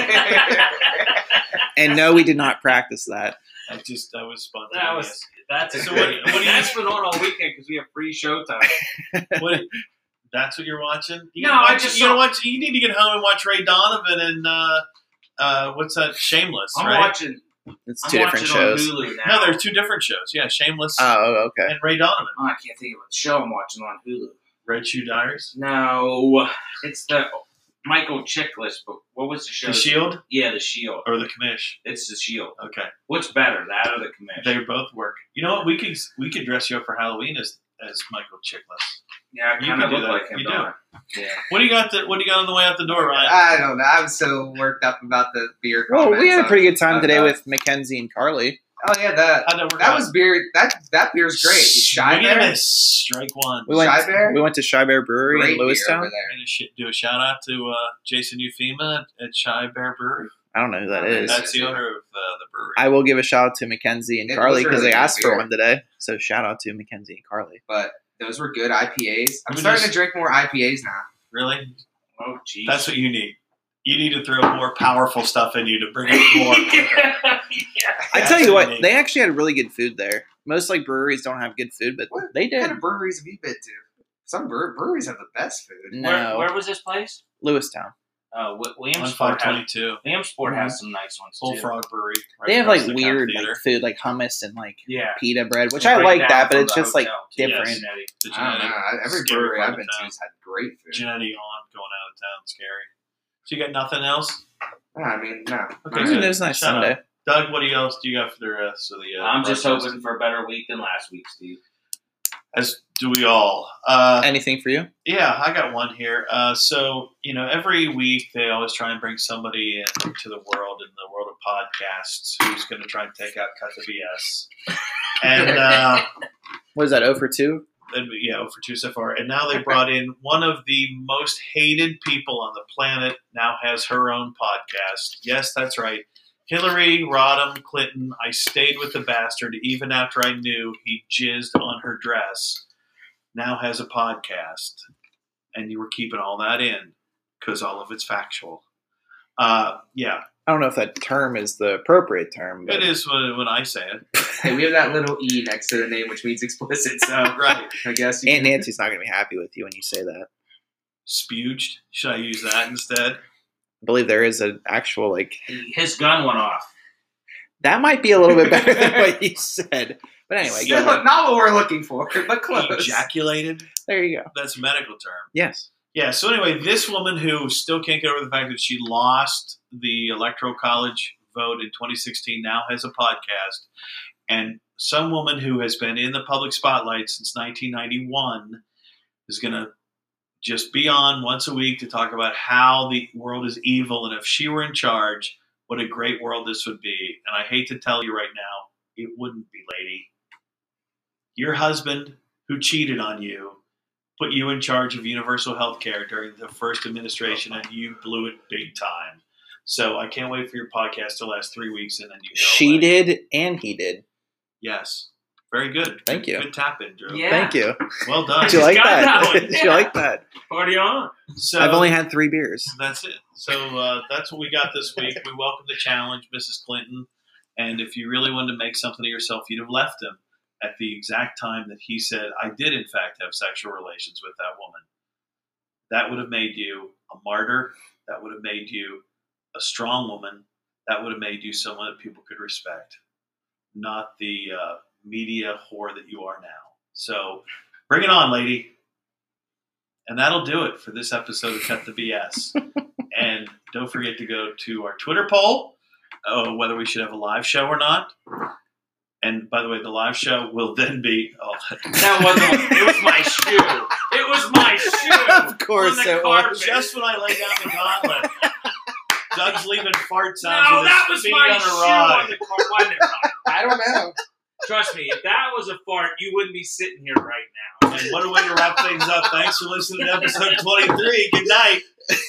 Speaker 3: and no, we did not practice that.
Speaker 1: I just that was spontaneous.
Speaker 2: That was that's
Speaker 1: So
Speaker 2: so
Speaker 1: what- what do you-
Speaker 2: that's been on all weekend because we have free showtime.
Speaker 1: What- that's what you're watching. You
Speaker 2: No,
Speaker 1: gotta
Speaker 2: I
Speaker 1: watch-
Speaker 2: just
Speaker 1: you gotta
Speaker 2: saw-
Speaker 1: watch. You need to get home and watch Ray Donovan and uh, uh, what's that? Shameless,
Speaker 2: I'm
Speaker 1: right?
Speaker 2: watching
Speaker 3: It's
Speaker 1: I'm
Speaker 3: two different
Speaker 1: watching on
Speaker 3: shows.
Speaker 1: Hulu now. No, they're two different shows. Yeah, Shameless
Speaker 3: Oh, okay.
Speaker 1: and Ray Donovan.
Speaker 2: Oh, I can't think of what show I'm watching on Hulu.
Speaker 1: Red Shoe Diaries.
Speaker 2: No, it's the Michael Chiklis. But what was the show?
Speaker 1: The Shield
Speaker 2: Yeah, The Shield.
Speaker 1: or The Commish.
Speaker 2: It's The Shield.
Speaker 1: Okay,
Speaker 2: What's better, that or The Commission?
Speaker 1: they both work. You know what? We could we could dress you up for Halloween as as Michael Chiklis.
Speaker 2: yeah, I
Speaker 1: you can
Speaker 2: kind of
Speaker 1: do
Speaker 2: look
Speaker 1: that.
Speaker 2: like him.
Speaker 1: You
Speaker 2: don't
Speaker 1: do.
Speaker 2: I? Yeah.
Speaker 1: What do you got? The, what do you got on the way out the door, Ryan?
Speaker 4: I don't know. I'm so worked up about the beer.
Speaker 3: Well, Oh, we
Speaker 4: comments.
Speaker 3: had a pretty good
Speaker 4: I'm
Speaker 3: time today
Speaker 4: not-
Speaker 3: with Mackenzie and Carly.
Speaker 4: Oh yeah, that
Speaker 1: How'd work
Speaker 4: that
Speaker 1: out?
Speaker 4: was beer. That that beer's great. Shy
Speaker 1: Swing and a
Speaker 4: Bear,
Speaker 1: miss. Strike one.
Speaker 3: We went.
Speaker 4: Shy Bear?
Speaker 3: We went to Shy Bear Brewery
Speaker 4: great
Speaker 3: in
Speaker 4: beer
Speaker 3: Lewistown.
Speaker 4: over there.
Speaker 1: I'm gonna sh- do a shout out to uh, Jason Ufema at- at Shy Bear Brewery.
Speaker 3: I don't know who that
Speaker 4: I mean,
Speaker 3: is.
Speaker 1: That's the owner of uh, the brewery.
Speaker 3: I will give a shout out to Mackenzie and
Speaker 4: It
Speaker 3: Carly
Speaker 4: was
Speaker 3: because
Speaker 4: really
Speaker 3: they
Speaker 4: good
Speaker 3: asked for
Speaker 4: beer.
Speaker 3: one today. So shout out to Mackenzie and Carly.
Speaker 4: But those were good IPAs. I'm
Speaker 1: We
Speaker 4: starting
Speaker 1: just-
Speaker 4: to drink more IPAs now.
Speaker 1: really?
Speaker 2: Oh, jeez.
Speaker 1: That's what you need. You need to throw more powerful stuff in you to bring it more. quicker.
Speaker 3: I
Speaker 1: Yeah,
Speaker 3: tell you
Speaker 1: that's
Speaker 3: what,
Speaker 1: unique.
Speaker 3: they actually had really good food there. Most like breweries don't have good food, but
Speaker 4: What
Speaker 3: they did.
Speaker 4: kind of breweries have you been to? Some bre- breweries have the best food.
Speaker 3: No,
Speaker 2: where, where was this place?
Speaker 3: Lewistown.
Speaker 2: Uh, Wi-
Speaker 1: on
Speaker 2: Williamsport. Has,
Speaker 1: 522
Speaker 2: Williamsport has some nice ones too.
Speaker 1: Bullfrog Brewery. right
Speaker 3: they have
Speaker 1: across
Speaker 3: like
Speaker 1: the
Speaker 3: weird
Speaker 1: Town
Speaker 3: like
Speaker 1: Theater.
Speaker 3: food, like hummus and like
Speaker 2: Yeah.
Speaker 3: pita bread, which
Speaker 2: They
Speaker 3: I
Speaker 2: break
Speaker 3: like
Speaker 2: down
Speaker 3: that, but
Speaker 2: from
Speaker 3: it's
Speaker 2: the
Speaker 3: just like
Speaker 2: hotel,
Speaker 1: Yes.
Speaker 2: too.
Speaker 3: different.
Speaker 1: The
Speaker 4: I don't know.
Speaker 1: Genetti,
Speaker 4: Every
Speaker 1: Scary
Speaker 4: brewery
Speaker 1: part
Speaker 4: I've
Speaker 1: of
Speaker 4: been to
Speaker 1: town.
Speaker 4: has had great food.
Speaker 1: Genetti on going out of town. Scary. So you got nothing else?
Speaker 4: No, I mean, no.
Speaker 1: Okay,
Speaker 3: It was
Speaker 4: Not
Speaker 1: good.
Speaker 3: a-
Speaker 4: really.
Speaker 3: Mm, it was a nice
Speaker 1: Shut up.
Speaker 3: Sunday.
Speaker 1: Doug, what do you else do you got for the rest of the? Uh,
Speaker 2: I'm just
Speaker 1: broadcast?
Speaker 2: hoping for a better week than last week, Steve.
Speaker 1: As do we all. Uh,
Speaker 3: Anything for you?
Speaker 1: Yeah, I got one here. Uh, so you know, every week they always try and bring somebody into the world in the world of podcasts who's going to try and take out cut the BS. And uh,
Speaker 3: What is that? Over two?
Speaker 1: and, yeah, for two so far. And now they brought in one of the most hated people on the planet. Now has her own podcast. Yes, that's right. Hillary Rodham Clinton. I stayed with the bastard even after I knew he jizzed on her dress. Now has a podcast, and you were keeping all that in because all of it's factual. Uh, yeah,
Speaker 3: I don't know if that term is the appropriate term, but
Speaker 1: it is when, when I say it.
Speaker 4: Hey, we have that little E next to the name, which means explicit. So
Speaker 1: Right,
Speaker 4: I guess you
Speaker 3: Aunt Nancy's not going to be happy with you when you say that.
Speaker 1: spuged. Should I use that instead?
Speaker 3: I believe there is an actual like
Speaker 2: His gun went off.
Speaker 3: that might be a little bit better than what you said. But anyway, go
Speaker 4: Still
Speaker 3: ahead.
Speaker 4: not what we're looking for, but
Speaker 1: E,
Speaker 4: close.
Speaker 1: Ejaculated.
Speaker 3: there you go.
Speaker 1: That's a medical term.
Speaker 3: Yes,
Speaker 1: Yeah. So anyway, this woman who still can't get over the fact that she lost the electoral college vote in 2016 now has a podcast, and some woman who has been in the public spotlight since 1991 is going to just be on once a week to talk about how the world is evil and if she were in charge, what a great world this would be. And I hate to tell you right now, it wouldn't be, lady. Your husband who cheated on you put you in charge of universal health care during the first administration and you blew it big time. So I can't wait for your podcast to last three weeks and then you go
Speaker 3: she
Speaker 1: away.
Speaker 3: did and he did.
Speaker 1: Yes. Very good.
Speaker 3: Thank you.
Speaker 1: Good tap in, Drew.
Speaker 2: Yeah.
Speaker 3: Thank you.
Speaker 1: Well
Speaker 3: Did
Speaker 1: done.
Speaker 3: you like
Speaker 2: got
Speaker 3: that?
Speaker 2: that one.
Speaker 3: Did you like that?
Speaker 2: Party on.
Speaker 1: So
Speaker 3: I've only had three beers.
Speaker 1: that's it. So uh, that's what we got this week. We welcome the challenge, Mrs. Clinton. And if you really wanted to make something of yourself, you'd have left him at the exact time that he said, I did, in fact, have sexual relations with that woman. That would have made you a martyr. That would have made you a strong woman. That would have made you someone that people could respect, not the uh, media whore that you are now. So bring it on, lady. And that'll do it for this episode of Cut the BS. And don't forget to go to our Twitter poll, uh, whether we should have a live show or not. And by the way, the live show will then be. Oh,
Speaker 2: That wasn't. it was my shoe. It was my shoe.
Speaker 3: of course
Speaker 2: On the
Speaker 3: it
Speaker 2: carpet.
Speaker 3: was.
Speaker 1: just when I lay down the gauntlet, Doug's leaving fart sounds.
Speaker 2: No,
Speaker 1: with his
Speaker 2: that was
Speaker 1: feet
Speaker 2: my
Speaker 1: on a
Speaker 2: shoe
Speaker 1: rod.
Speaker 2: on the car. Why never mind.
Speaker 4: I don't know.
Speaker 2: Trust me, if that was a fart, you wouldn't be sitting here right now.
Speaker 1: And what a way to wrap things up. Thanks for listening to episode 23. Good night.